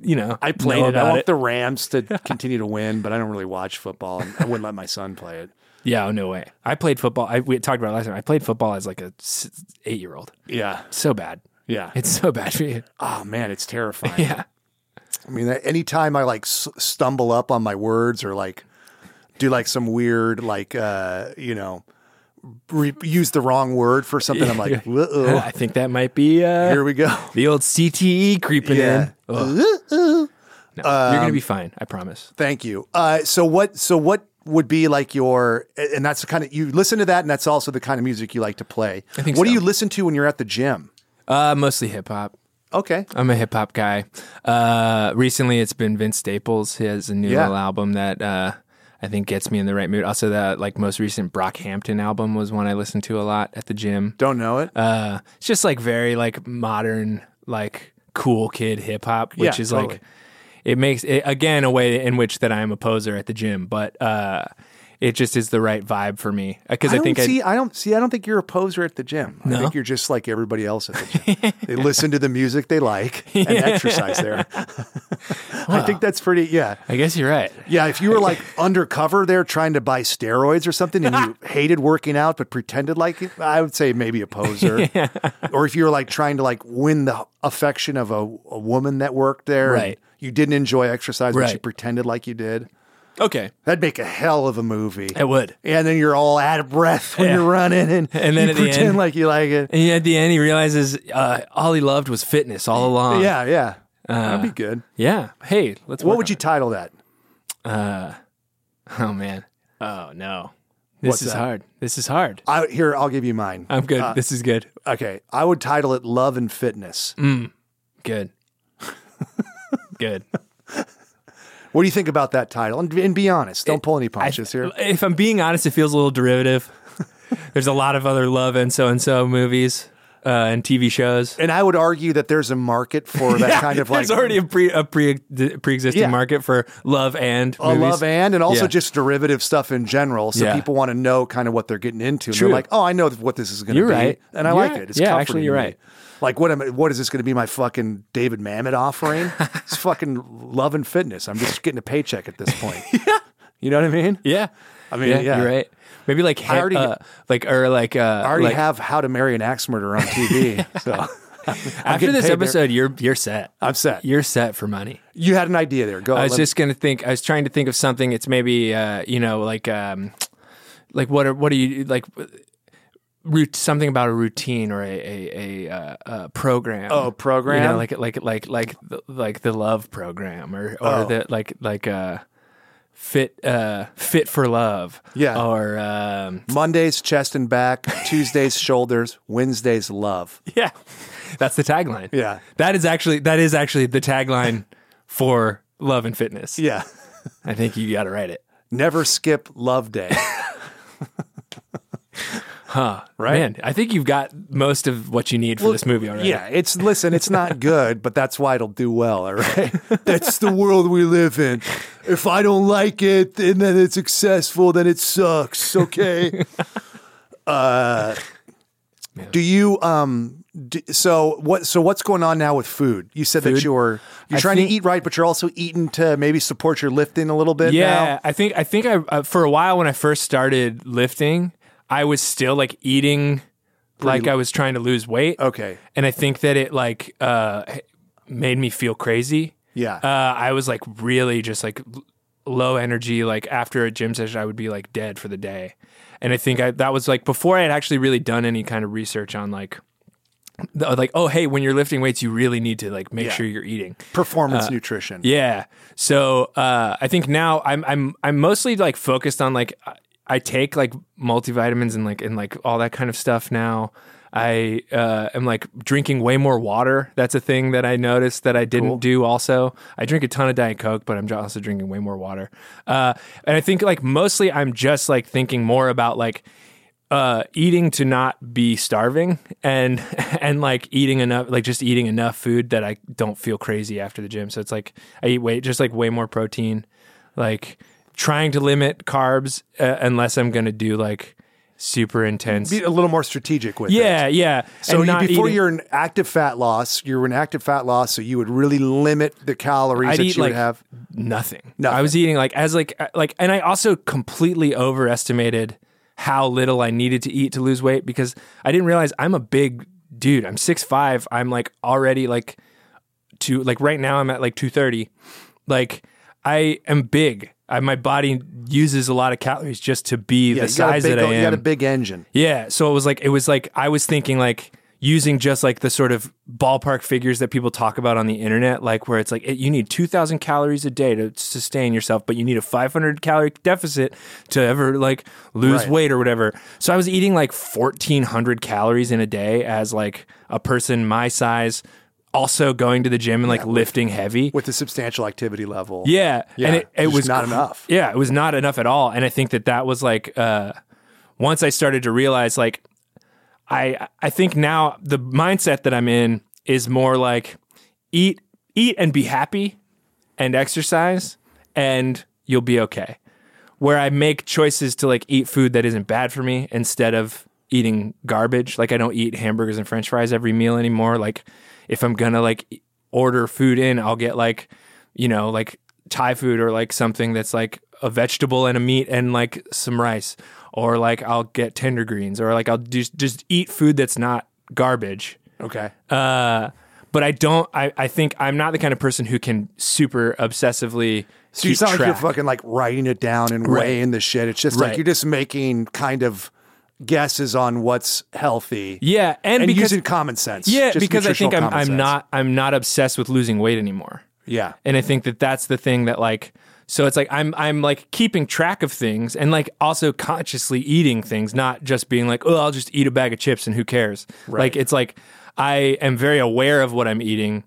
Speaker 3: you know,
Speaker 2: I played
Speaker 3: know
Speaker 2: it. I
Speaker 3: about
Speaker 2: want
Speaker 3: it.
Speaker 2: the Rams to continue to win, but I don't really watch football. And I wouldn't let my son play it.
Speaker 3: Yeah, oh, no way. I played football. I, we talked about it last time. I played football as like a s- eight year old.
Speaker 2: Yeah.
Speaker 3: So bad.
Speaker 2: Yeah.
Speaker 3: It's so bad for you. (laughs)
Speaker 2: oh man, it's terrifying.
Speaker 3: Yeah.
Speaker 2: I mean, anytime I like s- stumble up on my words or like do like some weird like uh, you know re- use the wrong word for something, I'm like,
Speaker 3: (laughs)
Speaker 2: uh-oh,
Speaker 3: I think that might be uh,
Speaker 2: here we go.
Speaker 3: the old CTE creeping
Speaker 2: Yeah. Uh,
Speaker 3: in. Ugh. No, you're going to be fine. I promise.
Speaker 2: Thank you. Uh, so what? So what would be like your? And that's the kind of you listen to that, and that's also the kind of music you like to play. I
Speaker 3: think
Speaker 2: what do
Speaker 3: so.
Speaker 2: you listen to when you're at the gym?
Speaker 3: Uh, mostly hip hop.
Speaker 2: Okay.
Speaker 3: I'm a hip hop guy. Uh, recently, it's been Vince Staples. He has a new
Speaker 2: Yeah.
Speaker 3: little album that uh, I think gets me in the right mood. Also, that like most recent Brockhampton album was one I listened to a lot at the gym.
Speaker 2: Don't know it.
Speaker 3: Uh, it's just like very like modern, like cool kid hip hop, which
Speaker 2: Yeah,
Speaker 3: is
Speaker 2: totally.
Speaker 3: like it makes it, again a way in which that I am a poser at the gym, but uh, it just is the right vibe for me because I,
Speaker 2: don't
Speaker 3: think I,
Speaker 2: see. I, don't see. I don't think you're a poser at the gym. I think you're just like everybody else at the
Speaker 3: (laughs)
Speaker 2: gym. they listen to the music they like and exercise there. (laughs) I think that's pretty. Yeah,
Speaker 3: I guess you're right.
Speaker 2: yeah. If you were like undercover there trying to buy steroids or something, and
Speaker 3: (laughs)
Speaker 2: you hated working out but pretended like it, I would say maybe a
Speaker 3: (laughs)
Speaker 2: poser. Or if you were like trying to like win the affection of a, a woman that worked there, and
Speaker 3: Right.
Speaker 2: You didn't enjoy exercise, but you
Speaker 3: Right.
Speaker 2: pretended like you did.
Speaker 3: Okay,
Speaker 2: That'd make a hell of a movie.
Speaker 3: I would.
Speaker 2: And then you're all out of breath when
Speaker 3: Yeah.
Speaker 2: you're running, and,
Speaker 3: (laughs) And then
Speaker 2: you
Speaker 3: at the
Speaker 2: pretend
Speaker 3: end-
Speaker 2: like you like it.
Speaker 3: And at the end, he realizes uh, all he loved was fitness all along.
Speaker 2: yeah, yeah, that'd be good.
Speaker 3: yeah. Hey,
Speaker 2: What
Speaker 3: let's. Uh, work
Speaker 2: would
Speaker 3: on
Speaker 2: you title that?
Speaker 3: it. (laughs) Oh man. Oh no. This
Speaker 2: What's Uh,
Speaker 3: is
Speaker 2: that?
Speaker 3: hard. This is hard.
Speaker 2: I, here, I'll give you mine.
Speaker 3: I'm good. this is good.
Speaker 2: okay, I would title it "Love and Fitness."
Speaker 3: Mm. Good.
Speaker 2: (laughs)
Speaker 3: good.
Speaker 2: What do you think about that title? And, and be honest, don't pull any punches here.
Speaker 3: If I'm being honest, it feels a
Speaker 2: (laughs)
Speaker 3: little derivative. There's a lot of other love and so and so movies uh, and TV shows.
Speaker 2: And I would argue that there's a market for
Speaker 3: (laughs)
Speaker 2: that kind of like
Speaker 3: There's already a pre a pre pre existing
Speaker 2: Yeah.
Speaker 3: market for love and
Speaker 2: a
Speaker 3: movies.
Speaker 2: love and and also
Speaker 3: Yeah.
Speaker 2: just derivative stuff in general. So
Speaker 3: Yeah.
Speaker 2: people want to know kind of what they're getting into. And
Speaker 3: True.
Speaker 2: they're like, oh, I know what this is going to
Speaker 3: You're
Speaker 2: be,
Speaker 3: right.
Speaker 2: and I
Speaker 3: You're
Speaker 2: like
Speaker 3: right.
Speaker 2: it. It's
Speaker 3: Yeah,
Speaker 2: comforting
Speaker 3: actually,
Speaker 2: to
Speaker 3: you're
Speaker 2: me.
Speaker 3: right.
Speaker 2: Like what am I- what is this going to be my fucking David Mamet
Speaker 3: (laughs)
Speaker 2: offering? it's fucking love and fitness. I'm just getting a paycheck at
Speaker 3: (laughs)
Speaker 2: this point. yeah. You know what I mean?
Speaker 3: yeah.
Speaker 2: I mean, yeah.
Speaker 3: you're right. Maybe like ha-
Speaker 2: already-
Speaker 3: uh, like or like uh,
Speaker 2: I already
Speaker 3: like,
Speaker 2: have How to Marry an Axe Murderer on
Speaker 3: (laughs)
Speaker 2: TV. so
Speaker 3: after
Speaker 2: getting paid
Speaker 3: this
Speaker 2: there.
Speaker 3: episode, you're you're set.
Speaker 2: I'm set.
Speaker 3: You're set for money.
Speaker 2: you had an idea there. Go.
Speaker 3: I was
Speaker 2: let me-
Speaker 3: just gonna think. I was trying to think of something. It's maybe uh, you know, like um, like what are what are you like? Root something about a routine or a a, a, uh, uh program.
Speaker 2: Oh, program?
Speaker 3: You know, like like like like the, like the love program or or
Speaker 2: Oh.
Speaker 3: the like like uh fit uh fit for love.
Speaker 2: Yeah. (laughs)
Speaker 3: Or um
Speaker 2: Mondays chest and
Speaker 3: (laughs)
Speaker 2: back, Tuesdays shoulders, Wednesdays love.
Speaker 3: yeah, that's the tagline.
Speaker 2: Yeah.
Speaker 3: That is actually that is actually the tagline for love and fitness.
Speaker 2: Yeah.
Speaker 3: I think you got to write it.
Speaker 2: Never skip love day.
Speaker 3: Right. Man, I think you've got most of what you need for this movie already.
Speaker 2: Yeah, it's listen, it's not good, but that's why it'll do well, all right? (laughs) that's the world we live in. If I don't like it and then it's successful, then it
Speaker 3: (laughs)
Speaker 2: sucks, okay? uh do you um D- so what? So what's going on now with food? You said that
Speaker 3: Food?
Speaker 2: you're you're
Speaker 3: I
Speaker 2: trying
Speaker 3: think-
Speaker 2: to eat right, but you're also eating to maybe support your lifting a little bit.
Speaker 3: yeah,
Speaker 2: now.
Speaker 3: I think I think I uh, for a while when I first started lifting, I was still like eating like I was trying to lose weight.
Speaker 2: Okay.
Speaker 3: and I think that it like uh, made me feel crazy.
Speaker 2: Yeah.
Speaker 3: uh, I was like really just like l- low energy. Like after a gym session, I would be like dead for the day. And I think I, that was like before I had actually really done any kind of research on like the, like oh hey when you're lifting weights you really need to like make
Speaker 2: Yeah.
Speaker 3: sure you're eating.
Speaker 2: Performance nutrition.
Speaker 3: Uh, Yeah. So uh, I think now I'm I'm I'm mostly like focused on like I- I take like multivitamins and like and like all that kind of stuff now. I uh, am like drinking way more water. That's a thing that I noticed that I didn't do. Also, I drink a ton of diet coke, but I'm j- also drinking way more water. Uh, and I think like mostly I'm just like thinking more about like uh, eating to not be starving and (laughs) and like eating enough like just eating enough food that I don't feel crazy after the gym. So it's like I eat way just like way more protein, like trying to limit carbs uh, unless I'm gonna do like super intense.
Speaker 2: Be a little more strategic with it.
Speaker 3: yeah, yeah.
Speaker 2: So
Speaker 3: And
Speaker 2: you,
Speaker 3: not
Speaker 2: before
Speaker 3: eating-
Speaker 2: you're in active fat loss, you're in active fat loss, so you would really limit the calories
Speaker 3: I'd
Speaker 2: that
Speaker 3: eat
Speaker 2: you
Speaker 3: like
Speaker 2: would have.
Speaker 3: nothing.
Speaker 2: Nothing.
Speaker 3: I was eating like as like uh, like, and I also completely overestimated how little I needed to eat to lose weight because I didn't realize I'm a big dude. I'm six five. I'm like already like two like right now I'm at like two thirty. Like I am big. I, my body uses a lot of calories just to be
Speaker 2: Yeah,
Speaker 3: the
Speaker 2: you got a
Speaker 3: size
Speaker 2: big-
Speaker 3: that I am.
Speaker 2: You got a big engine.
Speaker 3: Yeah. So it was like it was like I was thinking like using just like the sort of ballpark figures that people talk about on the internet, like where it's like it, you need two thousand calories a day to sustain yourself, but you need a five hundred calorie deficit to ever like lose
Speaker 2: Right.
Speaker 3: weight or whatever. So I was eating like fourteen hundred calories in a day as like a person my size. Also going to the gym and like lifting heavy.
Speaker 2: with a substantial activity level.
Speaker 3: Yeah.
Speaker 2: Yeah,
Speaker 3: And it, it
Speaker 2: just
Speaker 3: was
Speaker 2: not
Speaker 3: cr-
Speaker 2: enough.
Speaker 3: Yeah. It was not enough at all. And I think that that was like, uh, once I started to realize, like, I, I think now the mindset that I'm in is more like eat, eat and be happy and exercise and you'll be okay. Where I make choices to like eat food that isn't bad for me instead of eating garbage. Like I don't eat hamburgers and french fries every meal anymore. Like if I'm going to like e, order food in, I'll get like, you know, like Thai food or like something that's like a vegetable and a meat and like some rice or like I'll get tender greens or like I'll just just eat food that's not garbage.
Speaker 2: Okay.
Speaker 3: Uh, but I don't. I, I think I'm not the kind of person who can super obsessively.
Speaker 2: So you
Speaker 3: keep
Speaker 2: sound like you're
Speaker 3: track.
Speaker 2: fucking like writing it down and
Speaker 3: Right.
Speaker 2: weighing the shit. It's just like
Speaker 3: Right.
Speaker 2: you're just making kind of guesses on what's healthy.
Speaker 3: Yeah, and,
Speaker 2: And,
Speaker 3: because
Speaker 2: using common sense.
Speaker 3: yeah,
Speaker 2: just
Speaker 3: because I
Speaker 2: nutritional
Speaker 3: think I'm
Speaker 2: common
Speaker 3: I'm
Speaker 2: sense.
Speaker 3: not I'm not obsessed with losing weight anymore.
Speaker 2: Yeah.
Speaker 3: and I think that that's the thing that like. So it's like I'm I'm like keeping track of things and like also consciously eating things, not just being like, oh, I'll just eat a bag of chips and who cares. Like it's like I am very aware of what I'm eating,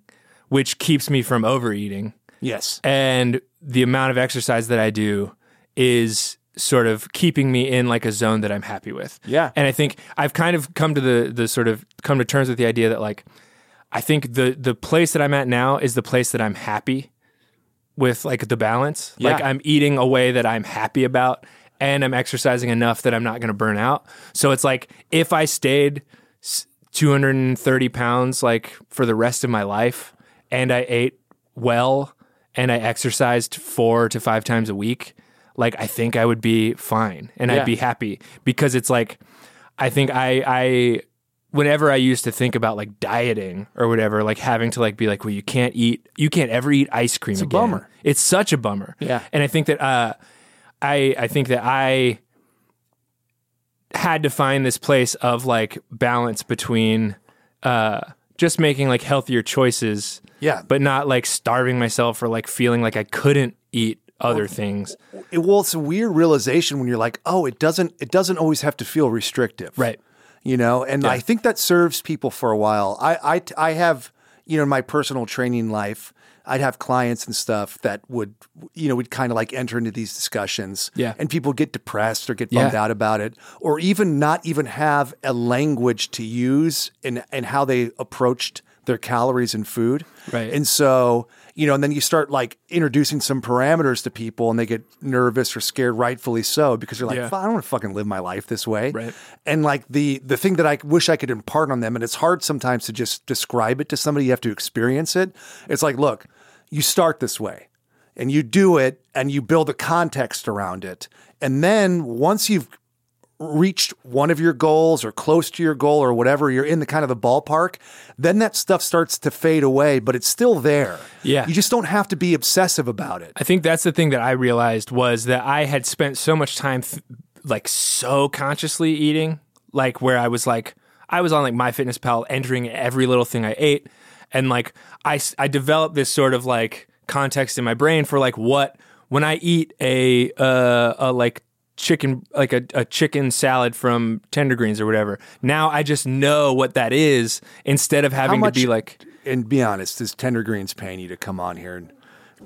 Speaker 3: which keeps me from overeating.
Speaker 2: Yes.
Speaker 3: and the amount of exercise that I do is sort of keeping me in like a zone that I'm happy with.
Speaker 2: Yeah.
Speaker 3: And I think I've kind of come to the the sort of come to terms with the idea that like I think the the place that I'm at now is the place that I'm happy with like the balance. Like
Speaker 2: Yeah.
Speaker 3: I'm eating a way that I'm happy about and I'm exercising enough that I'm not going to burn out. So it's like if I stayed s- 230 pounds like for the rest of my life and I ate well and I exercised 4 to 5 times a week, like I think I would be fine and
Speaker 2: Yeah.
Speaker 3: I'd be happy because it's like I think I I whenever I used to think about like dieting or whatever, like having to like be like, well, you can't eat, you can't ever eat ice cream. It's a again.
Speaker 2: bummer.
Speaker 3: It's such a bummer.
Speaker 2: Yeah.
Speaker 3: and I think that uh, I I think that I had to find this place of like balance between uh just making like healthier choices.
Speaker 2: Yeah.
Speaker 3: but not like starving myself or like feeling like I couldn't eat other things.
Speaker 2: It, well, it's a weird realization when you're like, oh, it doesn't it doesn't always have to feel restrictive.
Speaker 3: Right.
Speaker 2: you know and i think that serves people for a while I, I i have you know in my personal training life i'd have clients and stuff that would you know we'd kind of like enter into these discussions
Speaker 3: Yeah.
Speaker 2: and people get depressed or get bummed
Speaker 3: Yeah.
Speaker 2: out about it or even not even have a language to use and and how they approached their calories in food.
Speaker 3: Right.
Speaker 2: And so, you know, and then you start like introducing some parameters to people and they get nervous or scared, rightfully so, because you're like,
Speaker 3: Yeah.
Speaker 2: "Fuck, I don't want to fucking live my life this way.
Speaker 3: Right.
Speaker 2: And like the the thing that I wish I could impart on them, and it's hard sometimes to just describe it to somebody, you have to experience it. It's like, look, you start this way and you do it and you build a context around it. And then once you've reached one of your goals or close to your goal or whatever, you're in the kind of the ballpark, then that stuff starts to fade away, but it's still there.
Speaker 3: Yeah.
Speaker 2: You just don't have to be obsessive about it.
Speaker 3: I think that's the thing that I realized was that I had spent so much time th- like so consciously eating, like where I was like I was on like my fitness pal entering every little thing I ate and like I s- I developed this sort of like context in my brain for like what when I eat a uh a like chicken like a, a chicken salad from tender greens or whatever now i just know what that is instead of having to
Speaker 2: much-
Speaker 3: be like
Speaker 2: And be honest, is Tender Greens paying you to come on here and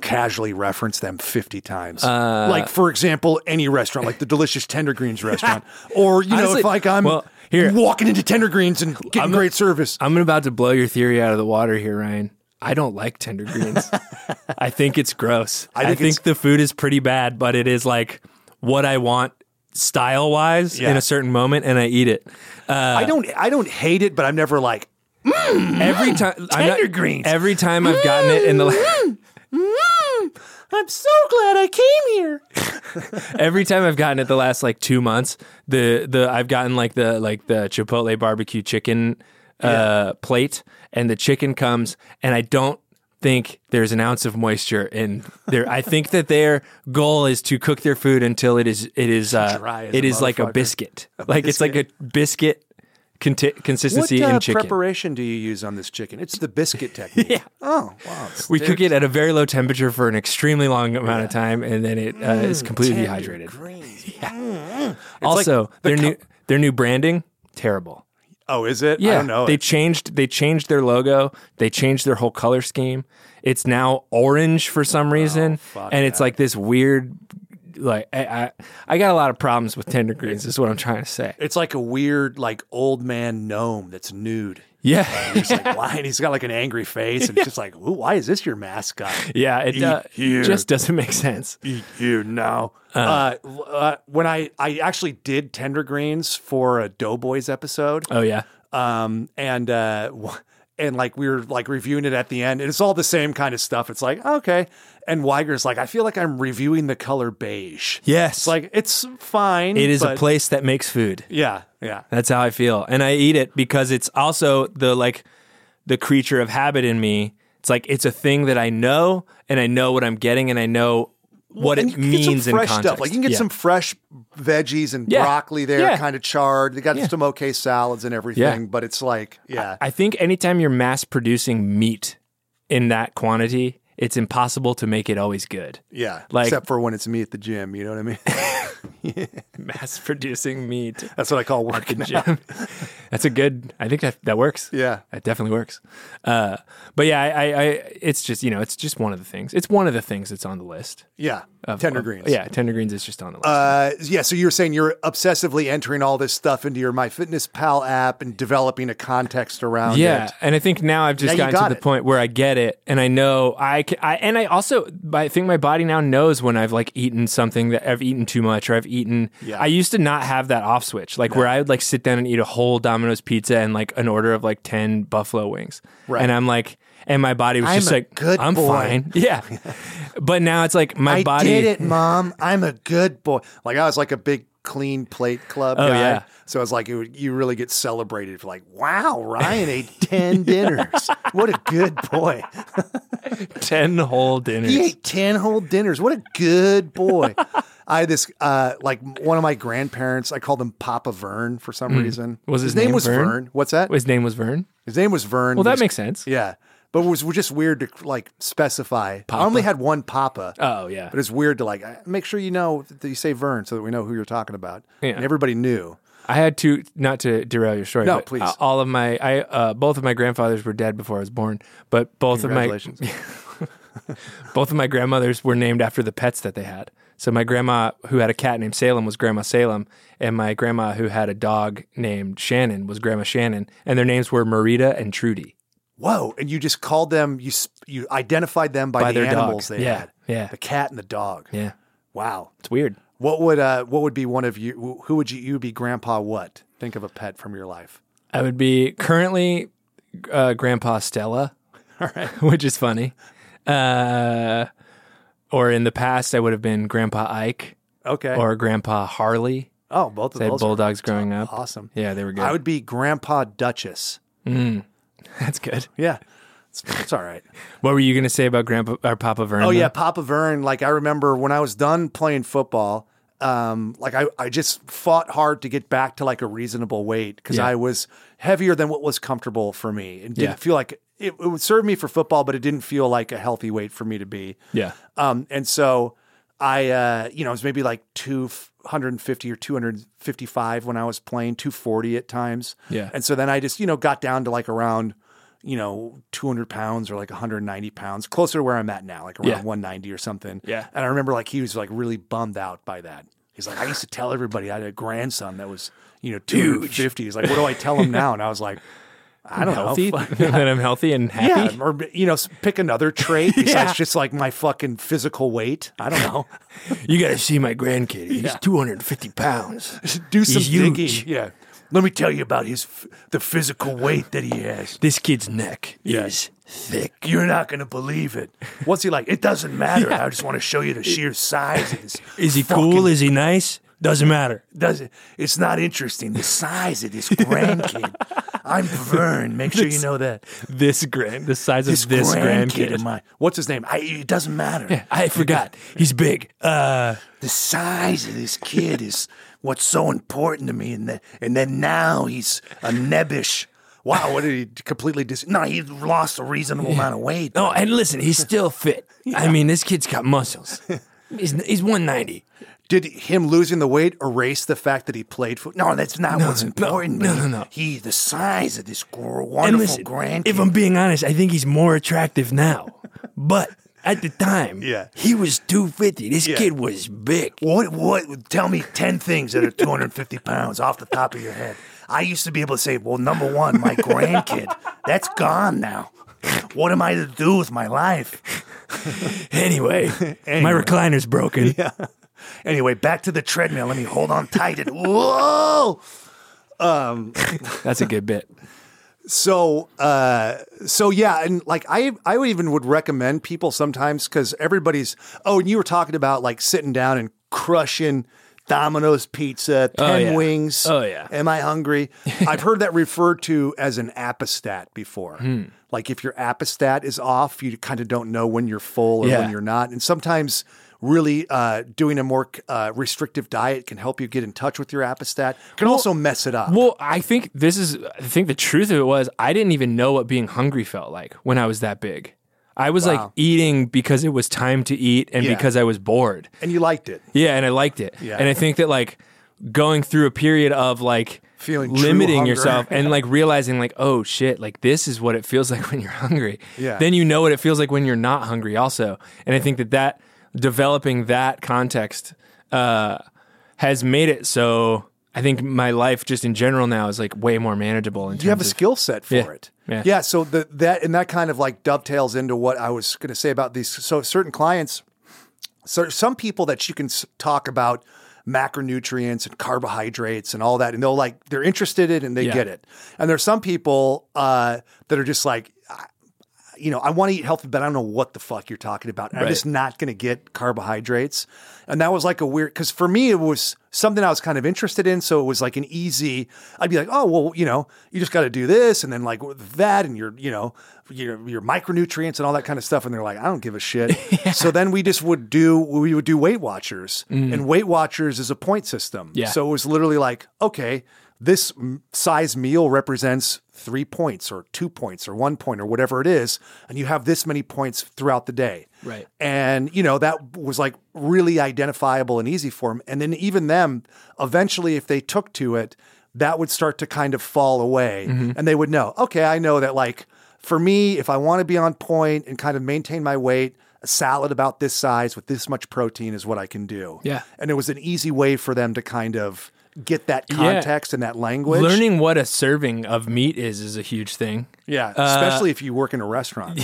Speaker 2: casually reference them 50 times?
Speaker 3: Uh,
Speaker 2: like, for example, any restaurant, like the delicious Tender Greens
Speaker 3: (laughs)
Speaker 2: restaurant. or, you know,
Speaker 3: Honestly,
Speaker 2: if like I'm
Speaker 3: well, here- Uh,
Speaker 2: walking into Tender Greens and getting great service.
Speaker 3: I'm about to blow your theory out of the water here, Ryan. I don't like
Speaker 2: (laughs)
Speaker 3: tender greens. I think it's gross. I
Speaker 2: think
Speaker 3: think,
Speaker 2: it's-
Speaker 3: the food is pretty bad, but it is like what I want style wise
Speaker 2: Yeah.
Speaker 3: in a certain moment, and I eat it
Speaker 2: I don't I don't hate it, but I'm never like,
Speaker 3: every time.
Speaker 2: Tender greens.
Speaker 3: Every time I've gotten it in
Speaker 2: (gasps)
Speaker 3: the la-
Speaker 2: "Hmm, I'm so glad I came here.
Speaker 3: every time I've gotten it the last like two months, the the I've gotten like the like the Chipotle barbecue chicken uh, plate, and the chicken comes, and I don't think there's an ounce of moisture in there. I think that their goal is to cook their food until it is it is uh,
Speaker 2: Dry as
Speaker 3: it
Speaker 2: a
Speaker 3: is like a
Speaker 2: motherfucker.
Speaker 3: biscuit, like it's like a biscuit conti-
Speaker 2: What
Speaker 3: consistency
Speaker 2: uh,
Speaker 3: in chicken.
Speaker 2: preparation do you use on this chicken? It's the
Speaker 3: (laughs)
Speaker 2: biscuit technique. yeah. Oh, wow. it's
Speaker 3: we cook it at a very low temperature for an extremely long amount of time, and then it
Speaker 2: Mm,
Speaker 3: uh, is completely
Speaker 2: tender
Speaker 3: dehydrated.
Speaker 2: greens.
Speaker 3: Also,
Speaker 2: the
Speaker 3: their
Speaker 2: co-
Speaker 3: new their new branding terrible.
Speaker 2: Oh, is it? I don't know.
Speaker 3: They changed they changed their logo, they changed their whole color scheme. It's now orange for
Speaker 2: Oh,
Speaker 3: some reason. and it's like this weird like I, I I got a lot of problems with tender greens is what I'm trying to say.
Speaker 2: it's like a weird, like old man gnome that's nude.
Speaker 3: Yeah. (laughs)
Speaker 2: He's like, why? And he's got like an angry face, and it's just like, Ooh, why is this your
Speaker 3: (laughs)
Speaker 2: mascot?
Speaker 3: yeah, it uh,
Speaker 2: here.
Speaker 3: just doesn't make sense.
Speaker 2: Eat you now. Uh, uh, when I I actually did tender greens for a Doughboys episode.
Speaker 3: Oh yeah.
Speaker 2: um, and uh, w- and like we were like reviewing it at the end, and it's all the same kind of stuff. It's like okay, and Weiger's like, I feel like I'm reviewing the color beige.
Speaker 3: Yes.
Speaker 2: it's like it's fine.
Speaker 3: it is a
Speaker 2: but-
Speaker 3: place that makes food.
Speaker 2: Yeah, yeah.
Speaker 3: That's how I feel. And I eat it because it's also the like the creature of habit in me. It's like it's a thing that I know and I know what I'm getting and I know what
Speaker 2: And
Speaker 3: it
Speaker 2: you can get some
Speaker 3: means in
Speaker 2: fresh
Speaker 3: context.
Speaker 2: stuff. Like you can get
Speaker 3: Yeah.
Speaker 2: some fresh veggies and
Speaker 3: Yeah.
Speaker 2: broccoli there,
Speaker 3: Yeah.
Speaker 2: kind of charred. They got some okay salads and everything, but it's like, yeah,
Speaker 3: I think anytime you're mass producing meat in that quantity, it's impossible to make it always good.
Speaker 2: yeah.
Speaker 3: like-
Speaker 2: Except for when it's me at the gym, you know what I mean? (laughs)
Speaker 3: Mass producing meat.
Speaker 2: That's what I call working. out.
Speaker 3: (laughs) Jim. That's a good. I think that that works.
Speaker 2: Yeah.
Speaker 3: that definitely works. Uh, but yeah, I, I, I, it's just you know, it's just one of the things. It's one of the things that's on the list.
Speaker 2: Yeah, tender
Speaker 3: Of-
Speaker 2: greens.
Speaker 3: Yeah, tender greens is just on the list.
Speaker 2: Uh, yeah, so you're saying you're obsessively entering all this stuff into your MyFitnessPal app and developing a context around
Speaker 3: yeah,
Speaker 2: it.
Speaker 3: and I think now I've just
Speaker 2: Now you
Speaker 3: gotten
Speaker 2: got
Speaker 3: to the
Speaker 2: it.
Speaker 3: point where I get it, and I know I, ca- I and I also I think my body now knows when I've like eaten something that I've eaten too much or I've eaten.
Speaker 2: Yeah.
Speaker 3: I used to not have that off switch, like where I would like sit down and eat a whole Domino's pizza and like an order of like ten buffalo wings,
Speaker 2: Right.
Speaker 3: And I'm like, and my body was
Speaker 2: I'm
Speaker 3: just
Speaker 2: a
Speaker 3: like,
Speaker 2: good
Speaker 3: I'm
Speaker 2: boy."
Speaker 3: fine, (laughs)
Speaker 2: (laughs)
Speaker 3: yeah. but now it's like my
Speaker 2: I
Speaker 3: body
Speaker 2: did it, Mom. I'm a good boy. Like I was like a big clean plate club
Speaker 3: Oh,
Speaker 2: guy.
Speaker 3: yeah.
Speaker 2: So it's like it would, you really get celebrated for like, wow, Ryan ate
Speaker 3: (laughs)
Speaker 2: ten dinners. What a good boy.
Speaker 3: (laughs) ten whole dinners.
Speaker 2: He ate 10 whole dinners. What a good
Speaker 3: (laughs)
Speaker 2: boy. I had this, uh, like one of my grandparents, I called him Papa Vern for some reason.
Speaker 3: Hmm. Was his name
Speaker 2: was
Speaker 3: Vern?
Speaker 2: What's that?
Speaker 3: His name was Vern.
Speaker 2: His name was Vern.
Speaker 3: Well,
Speaker 2: He
Speaker 3: that
Speaker 2: was-
Speaker 3: makes sense.
Speaker 2: Yeah. But it was just weird to like specify. I only had one Papa.
Speaker 3: Oh yeah,
Speaker 2: But it's weird to like I- make sure you know that you say Vern so that we know who you're talking about.
Speaker 3: Yeah.
Speaker 2: And everybody knew.
Speaker 3: I had to not to derail your story.
Speaker 2: No,
Speaker 3: but,
Speaker 2: please.
Speaker 3: uh, all of my, I uh, both of my grandfathers were dead before I was born, but both of my
Speaker 2: Congratulations.
Speaker 3: (laughs) both of my grandmothers were named after the pets that they had. So my grandma who had a cat named Salem was Grandma Salem, and my grandma who had a dog named Shannon was Grandma Shannon, and their names were Marita and Trudy.
Speaker 2: whoa, and you just called them. You s- you identified them by,
Speaker 3: By
Speaker 2: the
Speaker 3: their
Speaker 2: animals
Speaker 3: dog.
Speaker 2: they
Speaker 3: Yeah,
Speaker 2: had.
Speaker 3: yeah.
Speaker 2: the cat and the dog.
Speaker 3: Yeah.
Speaker 2: Wow.
Speaker 3: It's weird.
Speaker 2: What would uh what would be one of you? Who would you you be? Grandpa? What? Think of a pet from your life.
Speaker 3: I would be currently uh, Grandpa Stella, (laughs) which is funny. Uh, or in the past, I would have been Grandpa Ike
Speaker 2: Okay.
Speaker 3: or Grandpa Harley.
Speaker 2: oh, both of
Speaker 3: They had
Speaker 2: those. are
Speaker 3: bulldogs growing up.
Speaker 2: Awesome.
Speaker 3: Yeah, they were (laughs) good.
Speaker 2: I would be Grandpa Duchess.
Speaker 3: That's good.
Speaker 2: Yeah, it's, it's all right.
Speaker 3: What were you going to say about Grandpa or Papa Vernon?
Speaker 2: Oh yeah, Papa Vern. Like I remember when I was done playing football, um, like I, I just fought hard to get back to like a reasonable weight because
Speaker 3: Yeah.
Speaker 2: I was heavier than what was comfortable for me and didn't
Speaker 3: Yeah.
Speaker 2: feel like it, it would serve me for football, but it didn't feel like a healthy weight for me to be.
Speaker 3: Yeah.
Speaker 2: Um, and so I, uh, you know, it was maybe like 250 or 255 when I was playing, 240 at times.
Speaker 3: Yeah.
Speaker 2: And so then I just, you know, got down to like around, you know, 200 pounds or like 190 pounds, closer to where I'm at now, like around
Speaker 3: Yeah.
Speaker 2: 190 or something.
Speaker 3: Yeah.
Speaker 2: And I remember like he was like really bummed out by that. He's like, I used to tell everybody I had a grandson that was, you know, 250. He's like, what do I tell him now? And I was like, I don't
Speaker 3: Healthy? (laughs)
Speaker 2: know.
Speaker 3: that I'm healthy and happy?
Speaker 2: Oh, Yeah, or you know, s- pick another
Speaker 3: (laughs)
Speaker 2: trait besides just like my fucking physical weight. I don't know. (laughs)
Speaker 3: You got to see my grandkid. He's 250 pounds.
Speaker 2: (laughs) Do some
Speaker 3: He's huge.
Speaker 2: digging. Yeah. Let me tell you about his f- the physical weight that he has. (laughs)
Speaker 3: This kid's neck
Speaker 2: Yeah.
Speaker 3: is thick.
Speaker 2: You're not gonna believe it. What's he like? It doesn't matter. I just want to show you the sheer size of this.
Speaker 3: (laughs) Is he
Speaker 2: fucking-
Speaker 3: cool? Is he nice? Doesn't matter.
Speaker 2: Doesn't it's not interesting. The size of
Speaker 3: (laughs)
Speaker 2: this grandkid. I'm Vern. Make sure you know that.
Speaker 3: This grand, the size of this grandkid.
Speaker 2: of mine. What's his name? I, it doesn't matter.
Speaker 3: I forgot. He's big. Uh,
Speaker 2: the size of this kid is what's so important to me. And, the, and then now he's a nebbish. Wow, what did he completely dis? No, he lost a reasonable amount of weight.
Speaker 3: oh, and listen, he's still fit. I mean, this kid's got (laughs) muscles. He's, he's 190.
Speaker 2: Did him losing the weight erase the fact that he played foot? No, that's not what's
Speaker 3: no,
Speaker 2: important. to
Speaker 3: no,
Speaker 2: me.
Speaker 3: no, no.
Speaker 2: He, the size of this gr-
Speaker 3: And
Speaker 2: wonderful
Speaker 3: listen,
Speaker 2: grandkid.
Speaker 3: if I'm being honest, I think he's more attractive now. But at the (laughs) time,
Speaker 2: Yeah.
Speaker 3: he was 250. This
Speaker 2: Yeah.
Speaker 3: kid was big.
Speaker 2: What? What? Tell me ten things that are 250 pounds off the top of your head. I used to be able to say, well, number one, my grandkid. That's gone now. What am I to do with my life?
Speaker 3: (laughs) Anyway, my recliner's (laughs) broken.
Speaker 2: Anyway, back to the treadmill. Let me hold on tight and (laughs) whoa.
Speaker 3: That's a good bit.
Speaker 2: So, uh, so yeah, and like I, I would even would recommend people sometimes because everybody's. Oh, and you were talking about like sitting down and crushing Domino's pizza, ten
Speaker 3: yeah.
Speaker 2: wings.
Speaker 3: Oh, yeah.
Speaker 2: Am I
Speaker 3: (laughs)
Speaker 2: hungry? I've heard that referred to as an apostat before.
Speaker 3: Hmm.
Speaker 2: Like if your apostat is off, you kind of don't know when you're full or when
Speaker 3: Yeah.
Speaker 2: you're not, and sometimes. Really, uh, doing a more uh, restrictive diet can help you get in touch with your apostat. Can also mess it up.
Speaker 3: Well, I think this is. I think the truth of it was I didn't even know what being hungry felt like when I was that big. I was like eating because it was time to eat and
Speaker 2: Yeah.
Speaker 3: because I was bored.
Speaker 2: and you liked it.
Speaker 3: Yeah, and I liked it.
Speaker 2: Yeah.
Speaker 3: And I think that like going through a period of like
Speaker 2: Feeling true
Speaker 3: limiting
Speaker 2: hunger.
Speaker 3: yourself and
Speaker 2: (laughs)
Speaker 3: like realizing like oh shit like this is what it feels (laughs) like when you're hungry.
Speaker 2: Yeah.
Speaker 3: Then you know what it feels like when you're not hungry also. And I think that that developing that context uh has made it so I think my life just in general now is like way more manageable in terms
Speaker 2: you have a
Speaker 3: of
Speaker 2: skill set for
Speaker 3: Yeah,
Speaker 2: it.
Speaker 3: yeah.
Speaker 2: So the, that and that kind of like dovetails into what I was going to say about these. So certain clients, so some people that you can s- talk about macronutrients and carbohydrates and all that, and they'll like they're interested in it and they
Speaker 3: Yeah.
Speaker 2: get it. And there's some people uh, that are just like. "I- You know, I want to eat healthy, but I don't know what the fuck you're talking about. I'm
Speaker 3: Right.
Speaker 2: just not going to get carbohydrates. And that was like a weird, because for me, it was something I was kind of interested in. So it was like an easy, I'd be like, oh, well, you know, you just got to do this and then like that and your, you know, your, your micronutrients and all that kind of stuff. And they're like, I don't give a shit. So then we just would do, we would do Weight Watchers. And Weight Watchers is a point system.
Speaker 3: Yeah.
Speaker 2: So it was literally like, okay, this m- size meal represents three points or two points or one point or whatever it is. And you have this many points throughout the day.
Speaker 3: Right.
Speaker 2: And, you know, that was like really identifiable and easy for them. And then even them, eventually, if they took to it, that would start to kind of fall away.
Speaker 3: Mm-hmm.
Speaker 2: And they would know, okay, I know that like for me, if I want to be on point and kind of maintain my weight, a salad about this size with this much protein is what I can do.
Speaker 3: Yeah.
Speaker 2: And it was an easy way for them to kind of get that context and that language.
Speaker 3: Learning what a serving of meat is is a huge thing.
Speaker 2: yeah,
Speaker 3: uh,
Speaker 2: especially if you work in a
Speaker 3: (laughs)
Speaker 2: restaurant.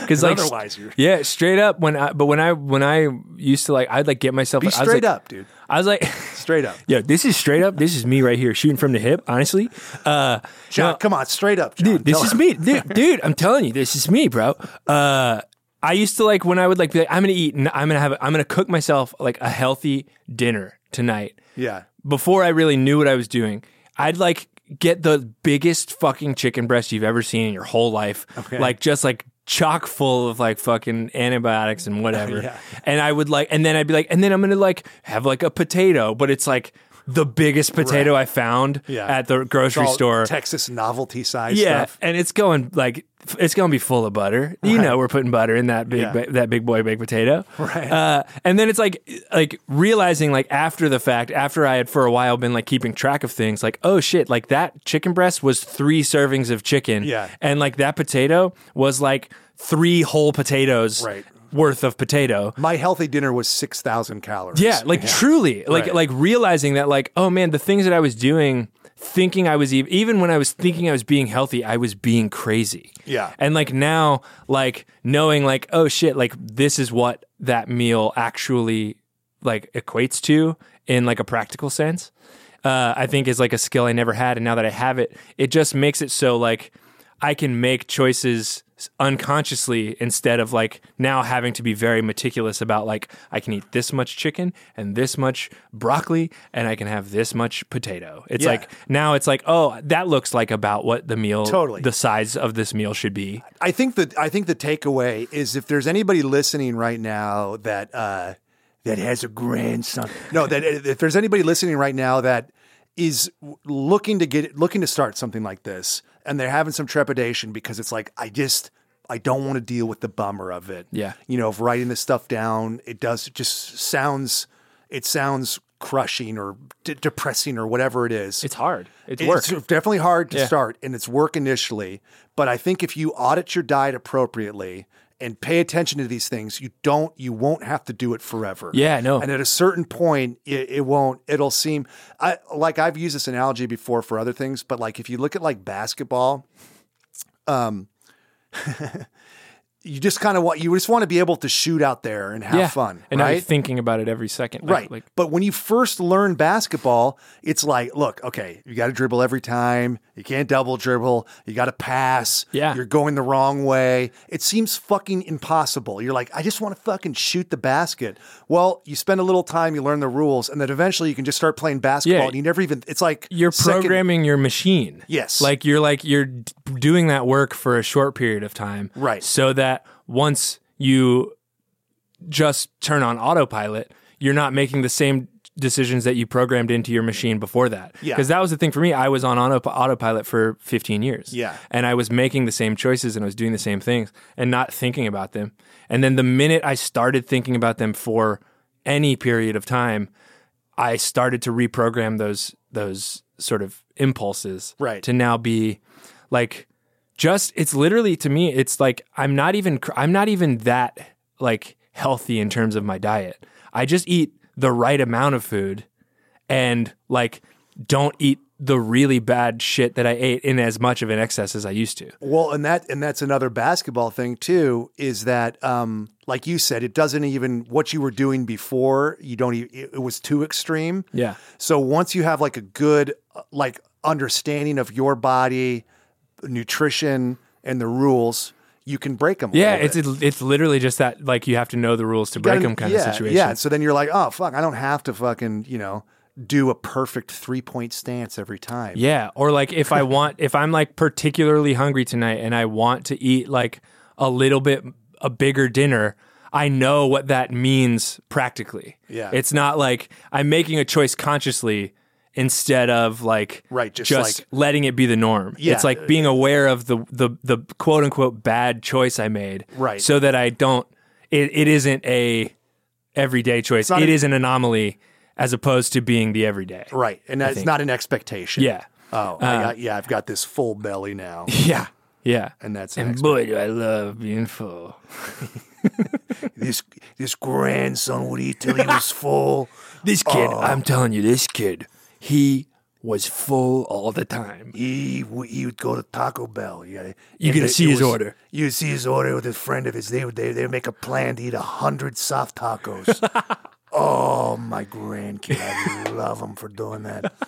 Speaker 3: Because like,
Speaker 2: Otherwise, you're-
Speaker 3: yeah, straight up. When I but when I when I used to like, I'd like get myself
Speaker 2: Be
Speaker 3: I was
Speaker 2: straight
Speaker 3: like-
Speaker 2: up, dude.
Speaker 3: I was like. (laughs)
Speaker 2: Straight up,
Speaker 3: Yo, this is straight up. This is me right here, shooting from the hip. Honestly, uh,
Speaker 2: John.
Speaker 3: no,
Speaker 2: come on, straight up, John.
Speaker 3: dude, this
Speaker 2: Tell
Speaker 3: is
Speaker 2: him. (laughs)
Speaker 3: me, dude, dude. I'm telling you, this is me, bro. Uh, I used to like when I would like be like, I'm gonna eat and I'm gonna have, I'm gonna cook myself like a healthy dinner tonight.
Speaker 2: Yeah,
Speaker 3: Before I really knew what I was doing, I'd like get the biggest fucking chicken breast you've ever seen in your whole life, like just like chock full of like fucking antibiotics and whatever.
Speaker 2: (laughs) Yeah.
Speaker 3: And I would like, and then I'd be like, and then I'm gonna like have like a potato, but it's like. The biggest potato I found
Speaker 2: Yeah.
Speaker 3: at the grocery
Speaker 2: All
Speaker 3: store
Speaker 2: Texas novelty size
Speaker 3: yeah,
Speaker 2: stuff.
Speaker 3: and it's going like f- it's going to be full of butter. You know, we're putting butter in that big
Speaker 2: Yeah.
Speaker 3: ba- that big boy baked potato.
Speaker 2: Right.
Speaker 3: Uh, and then it's like like realizing like after the fact, after I had for a while been like keeping track of things, like oh shit, like that chicken breast was three servings of chicken.
Speaker 2: Yeah.
Speaker 3: and like that potato was like three whole potatoes
Speaker 2: Right.
Speaker 3: worth of potato.
Speaker 2: My healthy dinner was six thousand calories.
Speaker 3: Yeah, like truly, like
Speaker 2: Right.
Speaker 3: like realizing that, like, oh man, the things that I was doing, thinking I was ev- even when I was thinking I was being healthy, I was being crazy.
Speaker 2: Yeah.
Speaker 3: and like now, like knowing, like, oh shit, like this is what that meal actually like equates to in like a practical sense. Uh, I think is like a skill I never had, and now that I have it, it just makes it so like I can make choices unconsciously instead of like now having to be very meticulous about like I can eat this much chicken and this much broccoli and I can have this much potato. It's
Speaker 2: Yeah.
Speaker 3: like now it's like oh that looks like about what the meal
Speaker 2: Totally.
Speaker 3: the size of this meal should be.
Speaker 2: I think that I think the takeaway is if there's anybody listening right now that uh, that has a grandson, no, that (laughs) if there's anybody listening right now that is w- looking to get looking to start something like this, and they're having some trepidation because it's like I just I don't want to deal with the bummer of it.
Speaker 3: Yeah.
Speaker 2: you know, of writing this stuff down, it does it just sounds it sounds crushing or de- depressing or whatever it is.
Speaker 3: It's hard. It's work.
Speaker 2: It's definitely hard to
Speaker 3: Yeah.
Speaker 2: start and it's work initially. But I think if you audit your diet appropriately and pay attention to these things, you don't, you won't have to do it forever.
Speaker 3: Yeah, no.
Speaker 2: And at a certain point, it, it won't, it'll seem, I, like I've used this analogy before for other things, but like if you look at like basketball, um, (laughs) you just kind of want, you just want to be able to shoot out there and have
Speaker 3: yeah,
Speaker 2: fun.
Speaker 3: And now
Speaker 2: right?
Speaker 3: you're thinking about it every second. Like,
Speaker 2: Right.
Speaker 3: Like
Speaker 2: but when you first learn basketball, it's like, look, okay, you got to dribble every time. You can't double dribble. You got to pass.
Speaker 3: Yeah.
Speaker 2: You're going the wrong way. It seems fucking impossible. You're like, I just want to fucking shoot the basket. Well, you spend a little time, you learn the rules, and then eventually you can just start playing basketball
Speaker 3: Yeah.
Speaker 2: and you never even, it's like,
Speaker 3: you're
Speaker 2: second-
Speaker 3: programming your machine.
Speaker 2: Yes.
Speaker 3: Like you're like you're d- doing that work for a short period of time.
Speaker 2: Right.
Speaker 3: So that once you just turn on autopilot, you're not making the same decisions that you programmed into your machine before that.
Speaker 2: Yeah.
Speaker 3: Cuz that was the thing for me. I was on auto- autopilot for 15 years.
Speaker 2: Yeah.
Speaker 3: And I was making the same choices and I was doing the same things and not thinking about them. And then the minute I started thinking about them for any period of time, I started to reprogram those those sort of impulses
Speaker 2: Right.
Speaker 3: to now be like just it's literally to me it's like I'm not even cr- I'm not even that like healthy in terms of my diet. I just eat the right amount of food and like don't eat the really bad shit that I ate in as much of an excess as I used to.
Speaker 2: Well, and that and that's another basketball thing too is that um like you said it doesn't even what you were doing before you don't even, it it was too extreme.
Speaker 3: Yeah.
Speaker 2: So once you have like a good uh, like understanding of your body, nutrition and the rules, you can break them.
Speaker 3: Yeah, it's it's literally just that like you have to know the rules to break them kind
Speaker 2: yeah,
Speaker 3: of situation.
Speaker 2: Yeah, so then you're like, "Oh, fuck, I don't have to fucking, you know, do a perfect three-point stance every time."
Speaker 3: Yeah, or like if
Speaker 2: (laughs)
Speaker 3: I want if I'm like particularly hungry tonight and I want to eat like a little bit a bigger dinner, I know what that means practically.
Speaker 2: Yeah.
Speaker 3: It's not like I'm making a choice consciously instead of like
Speaker 2: Right, just like-
Speaker 3: letting it be the norm.
Speaker 2: Yeah.
Speaker 3: It's like being aware of the the the quote unquote bad choice I made.
Speaker 2: Right.
Speaker 3: So that I don't it, it isn't a everyday choice.
Speaker 2: not
Speaker 3: It
Speaker 2: an-
Speaker 3: is an anomaly as opposed to being the everyday.
Speaker 2: Right. And that's not an expectation.
Speaker 3: Yeah. Uh,
Speaker 2: Oh, I got, yeah, I've got this full belly
Speaker 3: (laughs)
Speaker 2: now.
Speaker 3: Yeah. Yeah.
Speaker 2: And that's an
Speaker 3: And boy, do I love being full. (laughs)
Speaker 2: this this grandson would eat till he was full.
Speaker 3: This kid,
Speaker 2: Oh.
Speaker 3: I'm telling you, this kid, he was full all the time.
Speaker 2: He w- he would go to Taco Bell. Yeah,
Speaker 3: You
Speaker 2: And
Speaker 3: gonna
Speaker 2: it-
Speaker 3: see
Speaker 2: it
Speaker 3: his
Speaker 2: was-
Speaker 3: order.
Speaker 2: You see his order with a friend of his. They would they they would make a plan to eat a hundred soft (laughs) tacos. oh my grandkid, I love him for doing that. (laughs)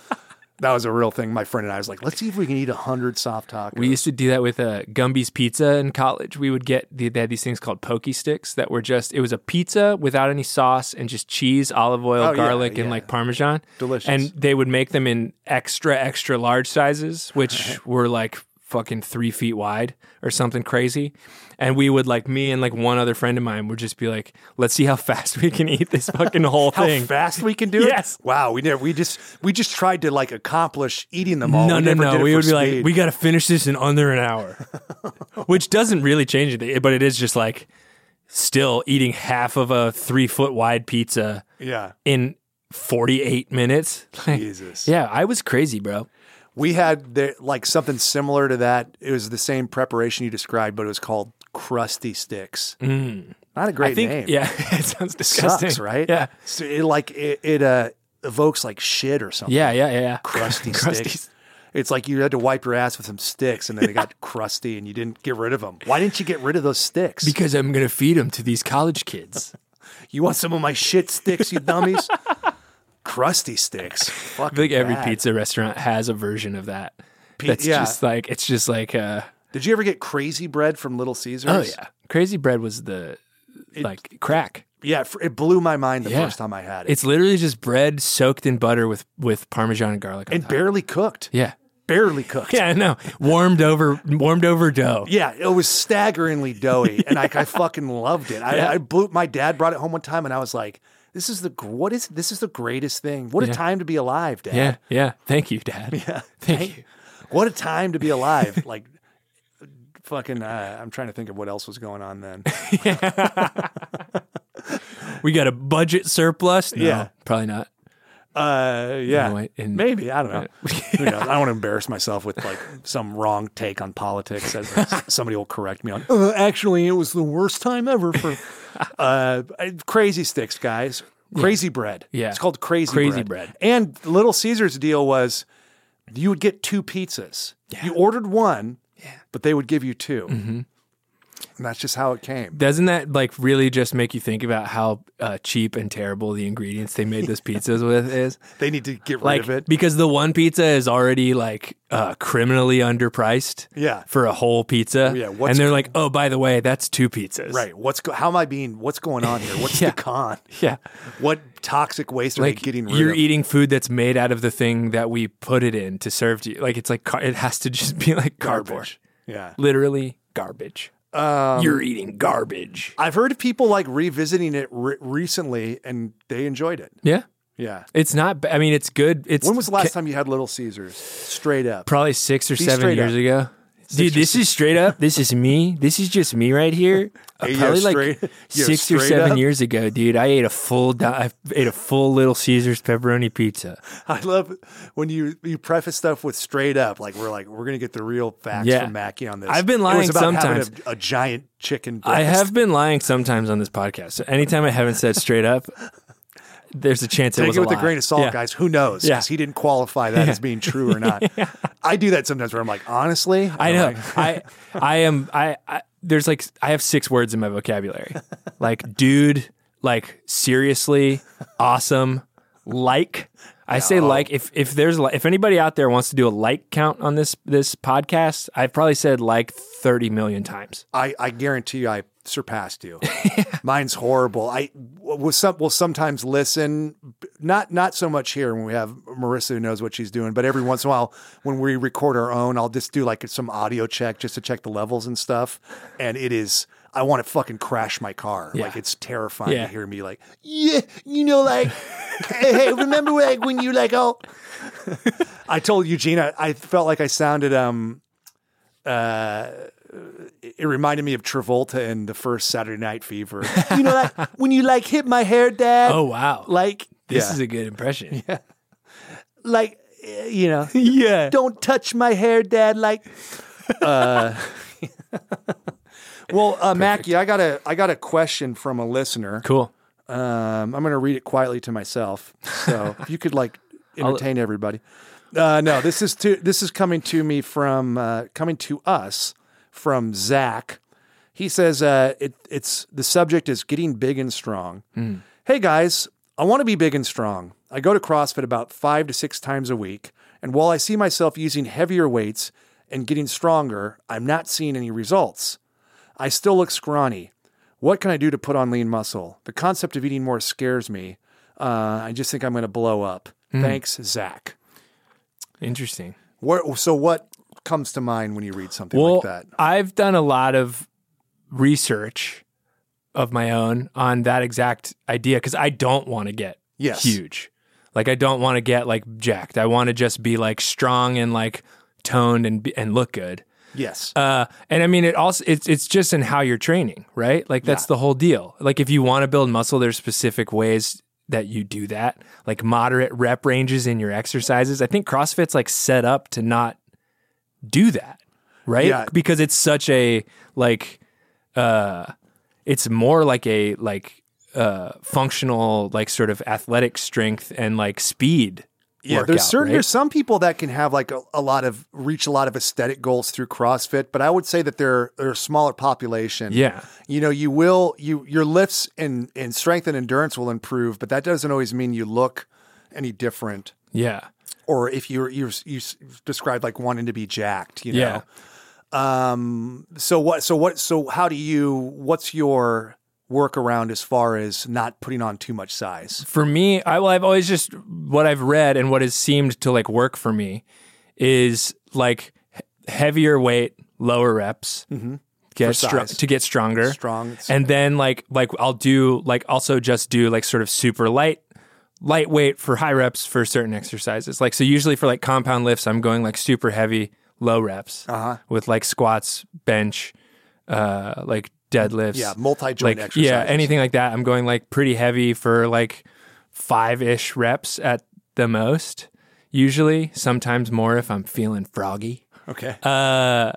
Speaker 2: That was a real thing. My friend and I was like, let's see if we can eat a hundred soft tacos.
Speaker 3: We used to do that with uh, Gumby's Pizza in college. We would get they had these things called pokey sticks that were just it was a pizza without any sauce and just cheese, olive oil,
Speaker 2: Oh, yeah,
Speaker 3: garlic,
Speaker 2: yeah.
Speaker 3: and like parmesan.
Speaker 2: Delicious.
Speaker 3: And they would make them in extra extra large sizes, which were like fucking three feet wide or something crazy. And we would like me and like one other friend of mine would just be like, let's see how fast (laughs) we can eat this fucking whole
Speaker 2: how
Speaker 3: thing.
Speaker 2: fast we can do it?
Speaker 3: Yes.
Speaker 2: Wow. We never. We just we just tried to like accomplish eating them all.
Speaker 3: No,
Speaker 2: we
Speaker 3: no,
Speaker 2: never
Speaker 3: no.
Speaker 2: Did it
Speaker 3: We
Speaker 2: for
Speaker 3: would be
Speaker 2: speed.
Speaker 3: like, we got to finish this in under an hour,
Speaker 2: (laughs)
Speaker 3: which doesn't really change anything, but it is just like still eating half of a three foot wide pizza (laughs)
Speaker 2: yeah.
Speaker 3: in
Speaker 2: (laughs)
Speaker 3: 48 minutes. Like,
Speaker 2: Jesus.
Speaker 3: Yeah, I was crazy, bro.
Speaker 2: We had the, like something similar to that. It was the same preparation you described, but it was called crusty sticks. Not a great
Speaker 3: Mm. I think,
Speaker 2: name.
Speaker 3: yeah, (laughs) it sounds disgusting.
Speaker 2: sucks, right?
Speaker 3: Yeah.
Speaker 2: So it like it, it uh, evokes like shit or something.
Speaker 3: Yeah, yeah, yeah, yeah.
Speaker 2: crusty
Speaker 3: (laughs) Crusty
Speaker 2: sticks. It's like you had to wipe your ass with some sticks, and then they
Speaker 3: (laughs)
Speaker 2: got crusty, and you didn't get rid of them. Why didn't you get rid of those sticks?
Speaker 3: Because I'm going to feed them to these
Speaker 2: (laughs)
Speaker 3: college kids.
Speaker 2: you want some of my shit sticks, you dummies? crusty sticks. Fuck.
Speaker 3: I think every pizza restaurant has a version of that.
Speaker 2: Pe-
Speaker 3: That's
Speaker 2: yeah.
Speaker 3: just like, it's just like, uh,
Speaker 2: Did you ever get crazy bread from Little Caesars?
Speaker 3: oh, yeah. Crazy bread was the like crack.
Speaker 2: Yeah, fr- it blew my mind the
Speaker 3: Yeah.
Speaker 2: first time I had it.
Speaker 3: It's literally just bread soaked in butter with with parmesan and garlic. on
Speaker 2: and
Speaker 3: top.
Speaker 2: barely cooked.
Speaker 3: yeah,
Speaker 2: Barely cooked.
Speaker 3: yeah, I know. Warmed over, warmed over dough.
Speaker 2: Yeah, it was staggeringly
Speaker 3: (laughs)
Speaker 2: doughy, and I, I fucking loved it. I, I blew. My dad brought it home one time, and I was like, "This is the gr- what is this is the greatest thing? What a time to be alive, Dad!
Speaker 3: Yeah, yeah. Thank you, Dad. Yeah, thank you.
Speaker 2: What a time to be alive!" (laughs) like, fucking. Uh, I'm trying to think of what else was going on then.
Speaker 3: We got a budget surplus. No,
Speaker 2: Yeah.
Speaker 3: probably not.
Speaker 2: Uh, yeah,
Speaker 3: No, wait, and-
Speaker 2: maybe I don't know. (laughs) Who knows? I don't want to embarrass myself with like some wrong take on politics. (laughs) As somebody will correct me on. Uh, actually, it was the worst time ever for (laughs) uh, I- crazy sticks, guys. Crazy bread.
Speaker 3: Yeah.
Speaker 2: it's called crazy
Speaker 3: Crazy
Speaker 2: bread.
Speaker 3: bread.
Speaker 2: And Little Caesar's deal was you would get two pizzas. You ordered one, but they would give you 2 and that's just how it came.
Speaker 3: Doesn't that like really just make you think about how uh, cheap and terrible the ingredients they made those pizzas (laughs) with is?
Speaker 2: They need to get rid
Speaker 3: Like
Speaker 2: of it.
Speaker 3: because the one pizza is already like uh, criminally underpriced.
Speaker 2: Yeah.
Speaker 3: for a whole pizza.
Speaker 2: Yeah, what's-
Speaker 3: and they're like, oh, by the way, that's two pizzas.
Speaker 2: Right. What's go- how am I being? What's going on here? (laughs) What's
Speaker 3: Yeah.
Speaker 2: the con?
Speaker 3: Yeah.
Speaker 2: What toxic waste are
Speaker 3: like
Speaker 2: they getting rid
Speaker 3: you're e-
Speaker 2: of?
Speaker 3: eating food that's made out of the thing that we put it in to serve to you. Like it's like car- it has to just be like cardboard,
Speaker 2: Yeah.
Speaker 3: literally garbage.
Speaker 2: Um,
Speaker 3: you're eating garbage.
Speaker 2: I've heard of people like revisiting it re- recently and they enjoyed it.
Speaker 3: yeah,
Speaker 2: Yeah.
Speaker 3: it's not. ba- I mean, it's good. It's
Speaker 2: When was the last
Speaker 3: ca-
Speaker 2: time you had Little Caesars? Straight up.
Speaker 3: Probably six or seven
Speaker 2: straight
Speaker 3: years
Speaker 2: up.
Speaker 3: ago. Dude, this is straight up. This is me. This is just me right here.
Speaker 2: (laughs)
Speaker 3: Uh,
Speaker 2: Hey, yo,
Speaker 3: probably
Speaker 2: straight- yo,
Speaker 3: like six or
Speaker 2: straight
Speaker 3: seven
Speaker 2: up.
Speaker 3: years ago, dude. I ate a full. Di- I ate a full Little Caesars pepperoni pizza.
Speaker 2: (laughs) I love when you you preface stuff with straight up. Like we're like we're gonna get the real facts
Speaker 3: Yeah.
Speaker 2: from Mackie on this.
Speaker 3: I've been
Speaker 2: It was
Speaker 3: lying
Speaker 2: about having
Speaker 3: sometimes.
Speaker 2: A, a giant chicken.
Speaker 3: I
Speaker 2: breast.
Speaker 3: have been lying sometimes on this podcast. So anytime I haven't said straight up, there's a chance it
Speaker 2: Take
Speaker 3: was
Speaker 2: it with
Speaker 3: a,
Speaker 2: a
Speaker 3: lie.
Speaker 2: grain of salt,
Speaker 3: Yeah.
Speaker 2: guys. Who knows?
Speaker 3: Yeah.
Speaker 2: Because he didn't qualify that as being true or
Speaker 3: (laughs)
Speaker 2: not. I do that sometimes where I'm like, honestly,
Speaker 3: I
Speaker 2: I'm
Speaker 3: know.
Speaker 2: like,
Speaker 3: I I am. I, I there's like I have six words in my vocabulary, like dude, like seriously, awesome, like. I say like if if there's li- if anybody out there wants to do a like count on this this podcast, I've probably said like thirty million times.
Speaker 2: I, I guarantee you I surpassed you. Mine's horrible. I will some will sometimes listen, b- not not so much here when we have Marissa who knows what she's doing, but every once in a while when we record our own, I'll just do like some audio check just to check the levels and stuff. And it is I want to fucking crash my car. Like it's terrifying
Speaker 3: Yeah.
Speaker 2: to hear me like, yeah, you know, like, hey, hey, remember like when you like, oh, I told Eugene I, I felt like I sounded um uh it reminded me of Travolta in the first Saturday Night
Speaker 3: (laughs)
Speaker 2: Fever. you know like when you like hit my hair dad
Speaker 3: Oh wow,
Speaker 2: like (laughs)
Speaker 3: this
Speaker 2: Yeah.
Speaker 3: is a good impression. Yeah,
Speaker 2: like uh, you know don't touch my hair dad like
Speaker 3: (laughs)
Speaker 2: uh well uh Mackie I got a I got a question from a listener
Speaker 3: cool.
Speaker 2: Um, I'm going to read it quietly to myself. So if you could like entertain everybody. Uh, no, this is to this is coming to me from uh, coming to us from Zach. He says uh, it, it's the subject is getting big and strong. Hey guys, I want to be big and strong. I go to CrossFit about five to six times a week, and while I see myself using heavier weights and getting stronger, I'm not seeing any results. I still look scrawny. What can I do to put on lean muscle? The concept of eating more scares me. Uh, I just think I'm going to blow up.
Speaker 3: Hmm.
Speaker 2: Thanks, Zach.
Speaker 3: Interesting.
Speaker 2: Where, so, what comes to mind when you read something like that?
Speaker 3: I've done a lot of research of my own on that exact idea because I don't want to get
Speaker 2: Yes.
Speaker 3: huge. Like I don't want to get like jacked. I want to just be like strong and like toned and be- and look good.
Speaker 2: Yes.
Speaker 3: Uh, and I mean, it also it's it's just in how you're training, right? Like that's the whole deal. Like if you want to build muscle, there's specific ways that you do that, like moderate rep ranges in your exercises. I think CrossFit's like set up to not do that, right?
Speaker 2: Yeah.
Speaker 3: Because it's such a like, uh, it's more like a like uh functional like sort of athletic strength and like speed.
Speaker 2: yeah,
Speaker 3: workout,
Speaker 2: there's certain
Speaker 3: right?
Speaker 2: there's some people that can have like a, a lot of reach a lot of aesthetic goals through CrossFit, but I would say that they're they're a smaller population.
Speaker 3: yeah.
Speaker 2: You know, you will you your lifts and and strength and endurance will improve, but that doesn't always mean you look any different.
Speaker 3: Yeah.
Speaker 2: Or if you're you you s- described like wanting to be jacked, you know.
Speaker 3: Yeah.
Speaker 2: So what? So what? So how do you? What's your workaround as far as not putting on too much size?
Speaker 3: for me, I well, I've always just what I've read and what has seemed to like work for me is like he- heavier weight, lower reps, mm-hmm.
Speaker 2: For
Speaker 3: get str-
Speaker 2: size.
Speaker 3: to get stronger,
Speaker 2: Strong.
Speaker 3: and then like like I'll do like also just do like sort of super light lightweight for high reps for certain exercises. Like so usually for like compound lifts I'm going like super heavy low reps
Speaker 2: Uh-huh.
Speaker 3: with like squats, bench, uh like deadlifts.
Speaker 2: Yeah, multi-joint
Speaker 3: like
Speaker 2: exercises.
Speaker 3: yeah, anything like that. I'm going like pretty heavy for like 5ish reps at the most. Usually, sometimes more if I'm feeling froggy
Speaker 2: Okay.
Speaker 3: uh,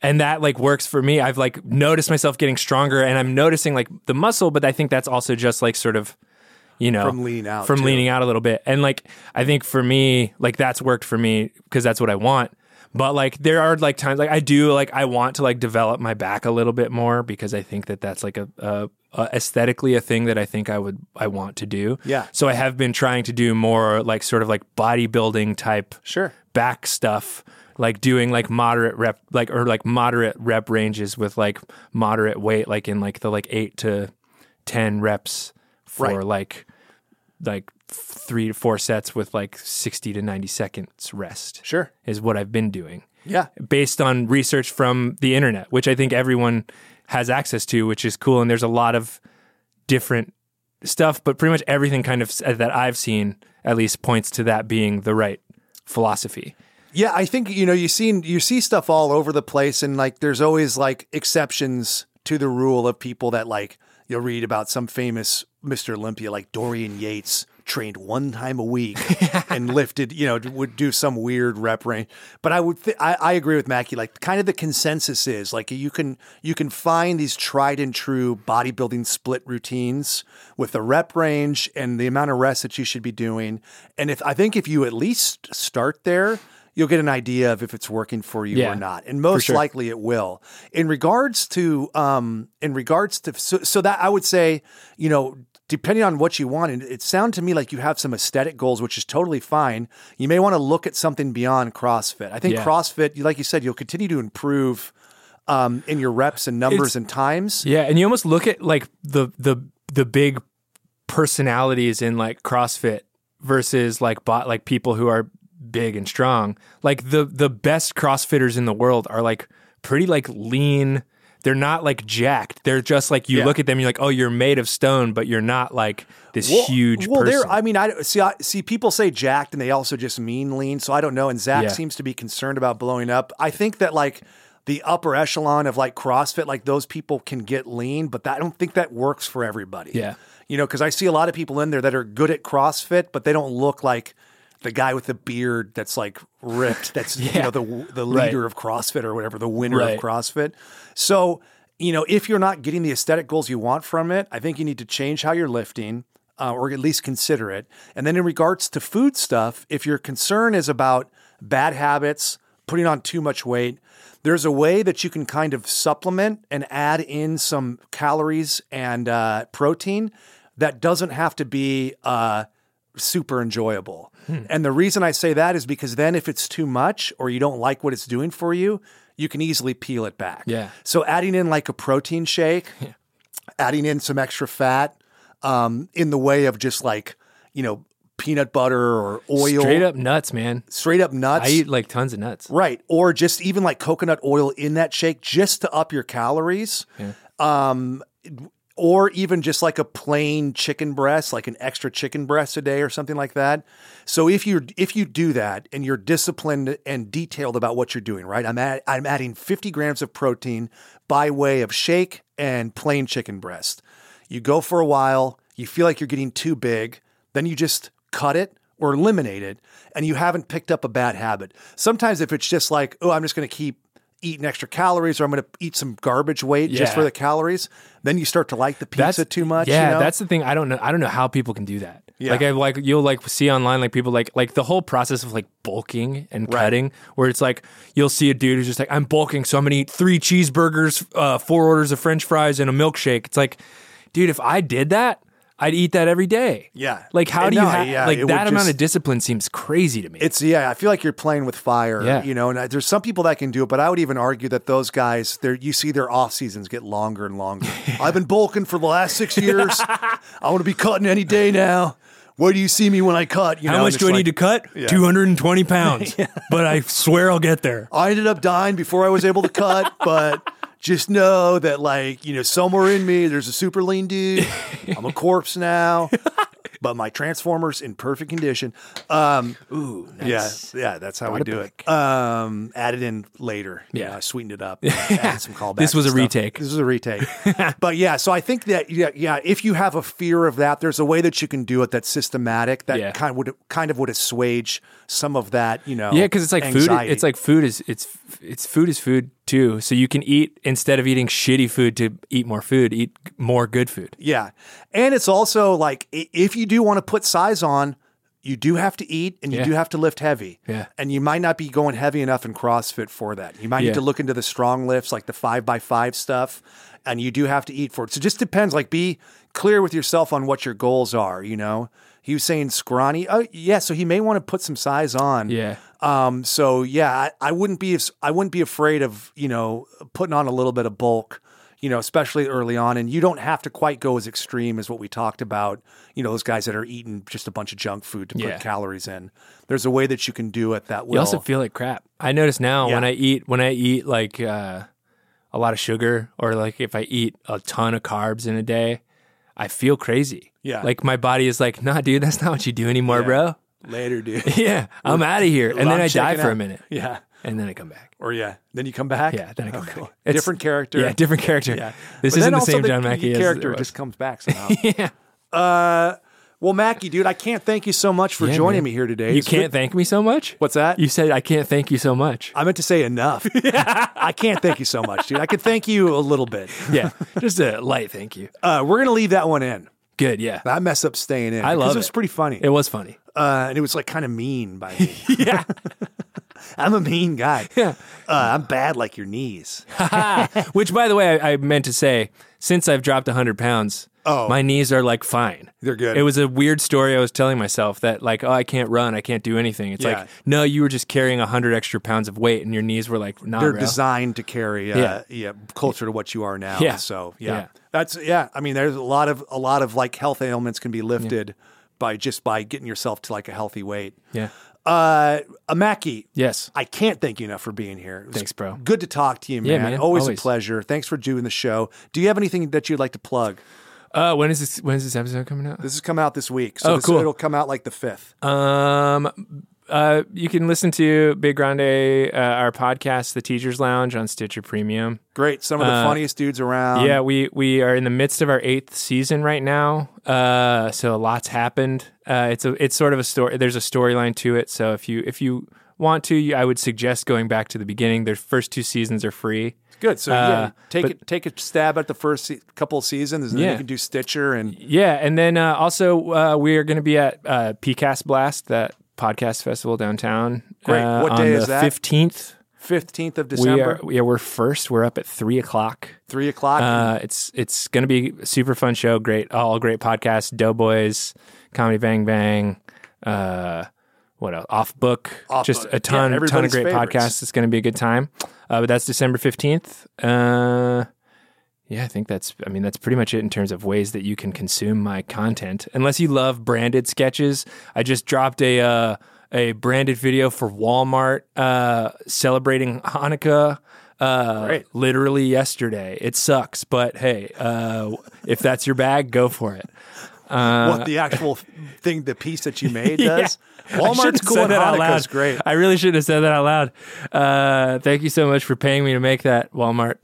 Speaker 3: and that like works for me. I've like noticed myself getting stronger, and I'm noticing like the muscle, but I think that's also just like sort of, you know,
Speaker 2: From leaning out,
Speaker 3: from
Speaker 2: too.
Speaker 3: leaning out a little bit. And like I think for me, like that's worked for me because that's what I want. But like there are like times like I do like I want to like develop my back a little bit more because I think that that's like a, a, a aesthetically a thing that I think I would I want to do.
Speaker 2: Yeah.
Speaker 3: So I have been trying to do more like sort of like bodybuilding type
Speaker 2: Sure.
Speaker 3: back stuff like doing like moderate rep like or like moderate rep ranges with like moderate weight like in like the like 8 to 10 reps for
Speaker 2: Right.
Speaker 3: like like 3 to 4 sets with like 60 to 90 seconds rest
Speaker 2: Sure.
Speaker 3: is what I've been doing
Speaker 2: Yeah.
Speaker 3: based on research from the internet which I think everyone has access to which is cool and there's a lot of different stuff but pretty much everything kind of s- that I've seen at least points to that being the right philosophy
Speaker 2: Yeah, I think you know you seen you see stuff all over the place, and like there's always like exceptions to the rule of people that like you'll read about some famous Mr. Olympia like Dorian Yates trained one time a week and lifted you know would do some weird rep range but i would th- I, I agree with mackie like kind of the consensus is like you can you can find these tried and true bodybuilding split routines with the rep range and the amount of rest that you should be doing and if i think if you at least start there you'll get an idea of if it's working for you
Speaker 3: Yeah,
Speaker 2: or not and most
Speaker 3: sure.
Speaker 2: likely it will in regards to um in regards to so, so that i would say you know depending on what you want and it sound to me like you have some aesthetic goals which is totally fine you may want to look at something beyond crossfit i think
Speaker 3: Yeah.
Speaker 2: crossfit you- like you said you'll continue to improve um, in your reps and numbers and times
Speaker 3: Yeah, and you almost look at like the the the big personalities in like CrossFit versus like bot like people who are big and strong. Like the the best CrossFitters in the world are like pretty like lean. They're not like jacked. They're just like you
Speaker 2: Yeah.
Speaker 3: look at them. You're like, oh, you're made of stone, but you're not like this huge
Speaker 2: Well,
Speaker 3: person.
Speaker 2: there. I mean, I see. I, see, people say jacked, and they also just mean lean. So I don't know. And Zach
Speaker 3: Yeah.
Speaker 2: seems to be concerned about blowing up. I think that like the upper echelon of like CrossFit, like those people can get lean, but that, I don't think that works for everybody.
Speaker 3: Yeah.
Speaker 2: you know, because I see a lot of people in there that are good at CrossFit, but they don't look like. The guy with the beard that's like
Speaker 3: (laughs)
Speaker 2: ripped, that's you know the the leader
Speaker 3: Right.
Speaker 2: of CrossFit or whatever, the winner
Speaker 3: Right.
Speaker 2: of CrossFit. So you know, if you're not getting the aesthetic goals you want from it, I think you need to change how you're lifting uh, or at least consider it. And then in regards to food stuff, if your concern is about bad habits, putting on too much weight, there's a way that you can kind of supplement and add in some calories and uh, protein that doesn't have to be uh, super enjoyable.
Speaker 3: Hmm.
Speaker 2: And the reason I say that is because then if it's too much or you don't like what it's doing for you, you can easily peel it back.
Speaker 3: Yeah.
Speaker 2: So adding in like a protein
Speaker 3: (laughs)
Speaker 2: shake, adding in some extra fat um, in the way of just like, you know, peanut butter or oil,
Speaker 3: Straight up nuts, man.
Speaker 2: straight up nuts.
Speaker 3: I eat like tons of nuts.
Speaker 2: Right. Or just even like coconut oil in that shake just to up your calories. Um, or even just like a plain chicken breast, like an extra chicken breast a day or something like that. So if you if you do that and you're disciplined and detailed about what you're doing, right? I'm add, I'm adding 50 grams of protein by way of shake and plain chicken breast. You go for a while, you feel like you're getting too big, then you just cut it or eliminate it, and you haven't picked up a bad habit. Sometimes, if it's just like, oh, I'm just going to keep eating extra calories or I'm going to eat some garbage weight just
Speaker 3: Yeah.
Speaker 2: for the calories, then you start to like the pizza too much.
Speaker 3: Yeah,
Speaker 2: you know?
Speaker 3: that's the thing. I don't know. I don't know how people can do that.
Speaker 2: Yeah.
Speaker 3: Like I like you'll like see online like people like like the whole process of like bulking and cutting where it's like you'll see a dude who's just like I'm bulking so I'm gonna eat three cheeseburgers, uh, four orders of French fries, and a milkshake. It's like, dude, if I did that, I'd eat that every day.
Speaker 2: Yeah.
Speaker 3: Like how
Speaker 2: And
Speaker 3: do you
Speaker 2: no,
Speaker 3: have
Speaker 2: yeah,
Speaker 3: like
Speaker 2: it
Speaker 3: that
Speaker 2: would
Speaker 3: amount
Speaker 2: just-
Speaker 3: of discipline seems crazy to me.
Speaker 2: It's yeah, I feel like you're playing with fire.
Speaker 3: Yeah.
Speaker 2: You know, and I, there's some people that can do it, but I would even argue that those guys, they're you see their off seasons get longer and
Speaker 3: (laughs)
Speaker 2: longer. I've been bulking for the last six years. I want to be cutting any day now. Where do you see me when I cut? You
Speaker 3: how
Speaker 2: know,
Speaker 3: much do I need to cut?
Speaker 2: Yeah. (laughs)
Speaker 3: 220 pounds. But I swear I'll get there.
Speaker 2: I ended up dying before I was able to cut, (laughs) but just know that like, you know, somewhere in me there's a super lean dude. I'm a corpse
Speaker 3: (laughs)
Speaker 2: now. But my transformers in perfect condition. Um,
Speaker 3: Ooh,
Speaker 2: Yeah, yeah, that's how we do it. Um, added in later. you
Speaker 3: Yeah.
Speaker 2: know, I sweetened it
Speaker 3: (laughs)
Speaker 2: up. added some callbacks.
Speaker 3: This was
Speaker 2: and
Speaker 3: a
Speaker 2: stuff.
Speaker 3: retake.
Speaker 2: This was a
Speaker 3: (laughs)
Speaker 2: retake. but yeah, so I think that yeah, yeah, if you have a fear of that, there's a way that you can do it that's systematic. That
Speaker 3: Yeah.
Speaker 2: kind of would kind of would assuage some of that. You know,
Speaker 3: Yeah, because it's like
Speaker 2: Oh, anxiety.
Speaker 3: food. It's like food is it's it's food is food too. So you can eat instead of eating shitty food to eat more food. Eat more good food.
Speaker 2: Yeah. And it's also like i- if you do want to put size on, you do have to eat and you
Speaker 3: Yeah.
Speaker 2: do have to lift heavy.
Speaker 3: Yeah.
Speaker 2: And you might not be going heavy enough in CrossFit for that. You might
Speaker 3: Yeah.
Speaker 2: need to look into the strong lifts, like the five by five stuff, and you do have to eat for it. So it just depends. Like be clear with yourself on what your goals are, you know? He was saying scrawny. Oh, yeah. So he may want to put some size on.
Speaker 3: Yeah.
Speaker 2: Um, so yeah, I, I wouldn't be I wouldn't be afraid of you know putting on a little bit of bulk, you know, especially early on. And you don't have to quite go as extreme as what we talked about. You know, those guys that are eating just a bunch of junk food to
Speaker 3: Yeah.
Speaker 2: put calories in. There's a way that you can do it that will.
Speaker 3: You also feel like crap. I notice now when
Speaker 2: Yeah.
Speaker 3: I eat when I eat like uh, a lot of sugar or like if I eat a ton of carbs in a day, I feel crazy.
Speaker 2: Yeah.
Speaker 3: like my body is like, nah, dude, that's not what you do anymore, bro.
Speaker 2: (laughs) later, dude.
Speaker 3: Yeah, I'm out of here, and
Speaker 2: I'm
Speaker 3: then I die
Speaker 2: checking
Speaker 3: for a
Speaker 2: out.
Speaker 3: minute,
Speaker 2: yeah.
Speaker 3: and then I come back.
Speaker 2: Or yeah. Then you come back.
Speaker 3: Yeah, then I
Speaker 2: (laughs)
Speaker 3: come
Speaker 2: Okay.
Speaker 3: back. It's-
Speaker 2: different character.
Speaker 3: Yeah, different character.
Speaker 2: Yeah.
Speaker 3: (laughs) This
Speaker 2: But then
Speaker 3: isn't the
Speaker 2: also
Speaker 3: same John Mackey. as it
Speaker 2: character
Speaker 3: was.
Speaker 2: just comes
Speaker 3: (laughs)
Speaker 2: back somehow. yeah. Uh, well, Mackey, dude, I can't thank you so much for
Speaker 3: Yeah,
Speaker 2: joining
Speaker 3: man.
Speaker 2: me here today.
Speaker 3: You
Speaker 2: It's good-
Speaker 3: can't thank me so much.
Speaker 2: What's that?
Speaker 3: You said I can't thank you
Speaker 2: (laughs)
Speaker 3: so much.
Speaker 2: I meant to say
Speaker 3: (laughs)
Speaker 2: enough. I can't thank you so much, dude. I could thank you a little bit.
Speaker 3: Yeah, just a light thank you.
Speaker 2: Uh, we're gonna leave that one in.
Speaker 3: Good. Yeah,
Speaker 2: I mess up staying in.
Speaker 3: I love
Speaker 2: it. was
Speaker 3: it.
Speaker 2: pretty funny,
Speaker 3: it was
Speaker 2: (laughs)
Speaker 3: funny.
Speaker 2: uh, and it was like kind of mean by me.
Speaker 3: (laughs)
Speaker 2: yeah, (laughs) I'm a mean guy.
Speaker 3: Yeah. Oh,
Speaker 2: uh, I'm bad like your knees.
Speaker 3: Which, by the way, I, I meant to say since I've dropped hundred pounds,
Speaker 2: Oh.
Speaker 3: my knees are like fine.
Speaker 2: They're good.
Speaker 3: It was a weird story I was telling myself that like, oh, I can't run, I can't do anything. It's
Speaker 2: Yeah.
Speaker 3: like, no, you were just carrying hundred extra pounds of weight, and your knees were like, nah,
Speaker 2: They're
Speaker 3: bro.
Speaker 2: designed to carry, uh, yeah.
Speaker 3: Yeah.
Speaker 2: closer to what you are now.
Speaker 3: Yeah.
Speaker 2: So yeah.
Speaker 3: Yeah.
Speaker 2: that's yeah. I mean, there's a lot of a lot of like health ailments can be lifted by just by getting yourself to like a healthy weight.
Speaker 3: Yeah.
Speaker 2: Uh, a Mackey.
Speaker 3: Yes.
Speaker 2: I can't thank you enough for being here. It was
Speaker 3: Thanks, bro.
Speaker 2: Good to talk to you, man.
Speaker 3: Yeah, man.
Speaker 2: Always,
Speaker 3: Always.
Speaker 2: a pleasure. Thanks for doing the show. Do you have anything that you'd like to plug?
Speaker 3: Uh, when is this? When is this episode coming out?
Speaker 2: This has come out this week, so
Speaker 3: Oh,
Speaker 2: this,
Speaker 3: cool. Uh,
Speaker 2: it'll come out like the fifth.
Speaker 3: Um, uh, you can listen to Big Grande, uh, our podcast, The Teachers Lounge, on Stitcher Premium.
Speaker 2: Great. Some of the funniest dudes around.
Speaker 3: uh, yeah, we we are in the midst of our eighth season right now. Uh, so a lot's happened. Uh, it's a it's sort of a story. There's a storyline to it. So if you if you want to, you- I would suggest going back to the beginning. Their first two seasons are free.
Speaker 2: Good. So yeah,
Speaker 3: Uh,
Speaker 2: take
Speaker 3: but-
Speaker 2: it, take a stab at the first se- couple of seasons, and then
Speaker 3: Yeah.
Speaker 2: you can do Stitcher and
Speaker 3: Yeah, and then uh, also uh, we are going to be at uh, PCAST Blast, that podcast festival downtown.
Speaker 2: Great.
Speaker 3: uh,
Speaker 2: What
Speaker 3: on
Speaker 2: day
Speaker 3: the
Speaker 2: is that?
Speaker 3: Fifteenth.
Speaker 2: fifteenth of
Speaker 3: We
Speaker 2: December,
Speaker 3: are yeah we're first. We're up at three o'clock.
Speaker 2: three o'clock.
Speaker 3: Uh, it's it's going to be a super fun show. Great, all great podcasts. Doughboys, comedy, bang bang. Uh, what else? Off book.
Speaker 2: Off
Speaker 3: Just
Speaker 2: Book.
Speaker 3: a ton,
Speaker 2: Yeah,
Speaker 3: ton of
Speaker 2: everybody's
Speaker 3: great
Speaker 2: favorites.
Speaker 3: podcasts. It's going to be a good time. Uh, but that's December fifteenth. Uh, yeah, I think that's. I mean, that's pretty much it in terms of ways that you can consume my content. Unless you love branded sketches, I just dropped a uh, a branded video for Walmart uh, celebrating Hanukkah. Uh,
Speaker 2: Great.
Speaker 3: literally yesterday. It sucks, but hey, uh, if that's your bag, go for it.
Speaker 2: what the actual (laughs) thing, the piece that you
Speaker 3: (laughs)
Speaker 2: made does.
Speaker 3: I shouldn't
Speaker 2: Walmart's
Speaker 3: have
Speaker 2: cool
Speaker 3: said
Speaker 2: and
Speaker 3: that out
Speaker 2: Hanukkah's
Speaker 3: loud. Uh,
Speaker 2: great.
Speaker 3: I really should have said that out loud. Uh, thank you so much for paying me to make that, Walmart.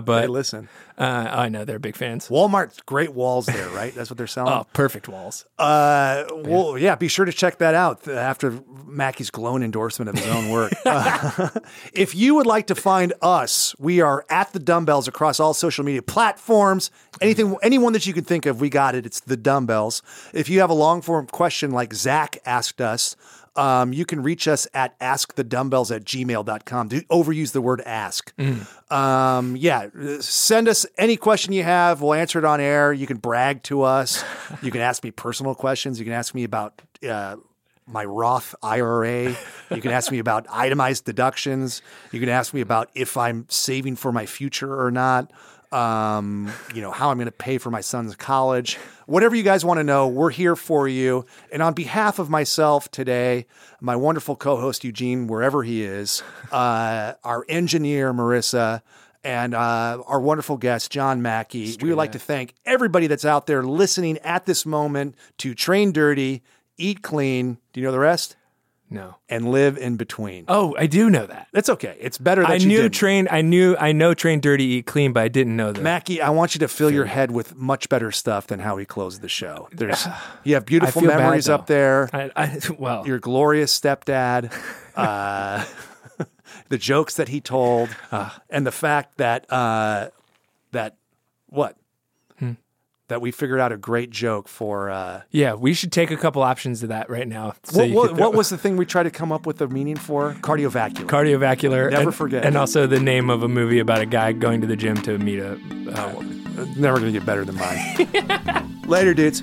Speaker 2: Hey,
Speaker 3: but uh,
Speaker 2: listen,
Speaker 3: I know they're big fans.
Speaker 2: Walmart's great walls there, right? That's what they're selling.
Speaker 3: (laughs) Oh, perfect walls.
Speaker 2: Uh, well, yeah, be sure to check that out uh, after Mackey's glowing endorsement of his own work. (laughs) Uh, if you would like to find us, we are at the dumbbells across all social media platforms. Anything, anyone that you can think of, we got it. It's the dumbbells. If you have a long form question like Zach asked us, um, you can reach us at askthedumbbells at gmail.com. Do overuse the word ask. Um, yeah, send us any question you have. We'll answer it on air. You can brag to us. You can ask me personal questions. You can ask me about uh, my Roth IRA. You can ask me about itemized deductions. You can ask me about if I'm saving for my future or not. Um, you know, how I'm going to pay for my son's college. Whatever you guys want to know, we're here for you. And on behalf of myself today, my wonderful co host, Eugene, wherever he is, uh, our engineer, Marissa, and uh, our wonderful guest, John Mackey. we would like to thank everybody that's out there listening at this moment to Train Dirty, Eat Clean, do you know the rest?
Speaker 3: No.
Speaker 2: And live in between.
Speaker 3: Oh, I do know that.
Speaker 2: That's okay. It's better that
Speaker 3: I
Speaker 2: you
Speaker 3: knew
Speaker 2: did.
Speaker 3: train. I knew. I know train dirty, eat clean, but I didn't know that.
Speaker 2: Mackie, I want you to fill your head with much better stuff than how he closed the show. (sighs) There's, you have beautiful
Speaker 3: feel bad,
Speaker 2: memories up
Speaker 3: though.
Speaker 2: there.
Speaker 3: I, I, (laughs) well,
Speaker 2: your glorious
Speaker 3: (laughs)
Speaker 2: stepdad, uh, (laughs) the jokes that he told,
Speaker 3: Ah.
Speaker 2: and the fact that uh, that what
Speaker 3: Hmm.
Speaker 2: that we figured out a great joke for. Uh,
Speaker 3: yeah, we should take a couple options of that right now. So
Speaker 2: what
Speaker 3: you
Speaker 2: what,
Speaker 3: can throw-
Speaker 2: what was the thing we tried to come up with a meaning for? Cardiovascular.
Speaker 3: (laughs) cardiovascular?
Speaker 2: Never
Speaker 3: and-
Speaker 2: forget.
Speaker 3: and also the name of a movie about a guy going to the gym to meet a. Uh,
Speaker 2: Never gonna get better than mine.
Speaker 3: (laughs)
Speaker 2: Later, dudes.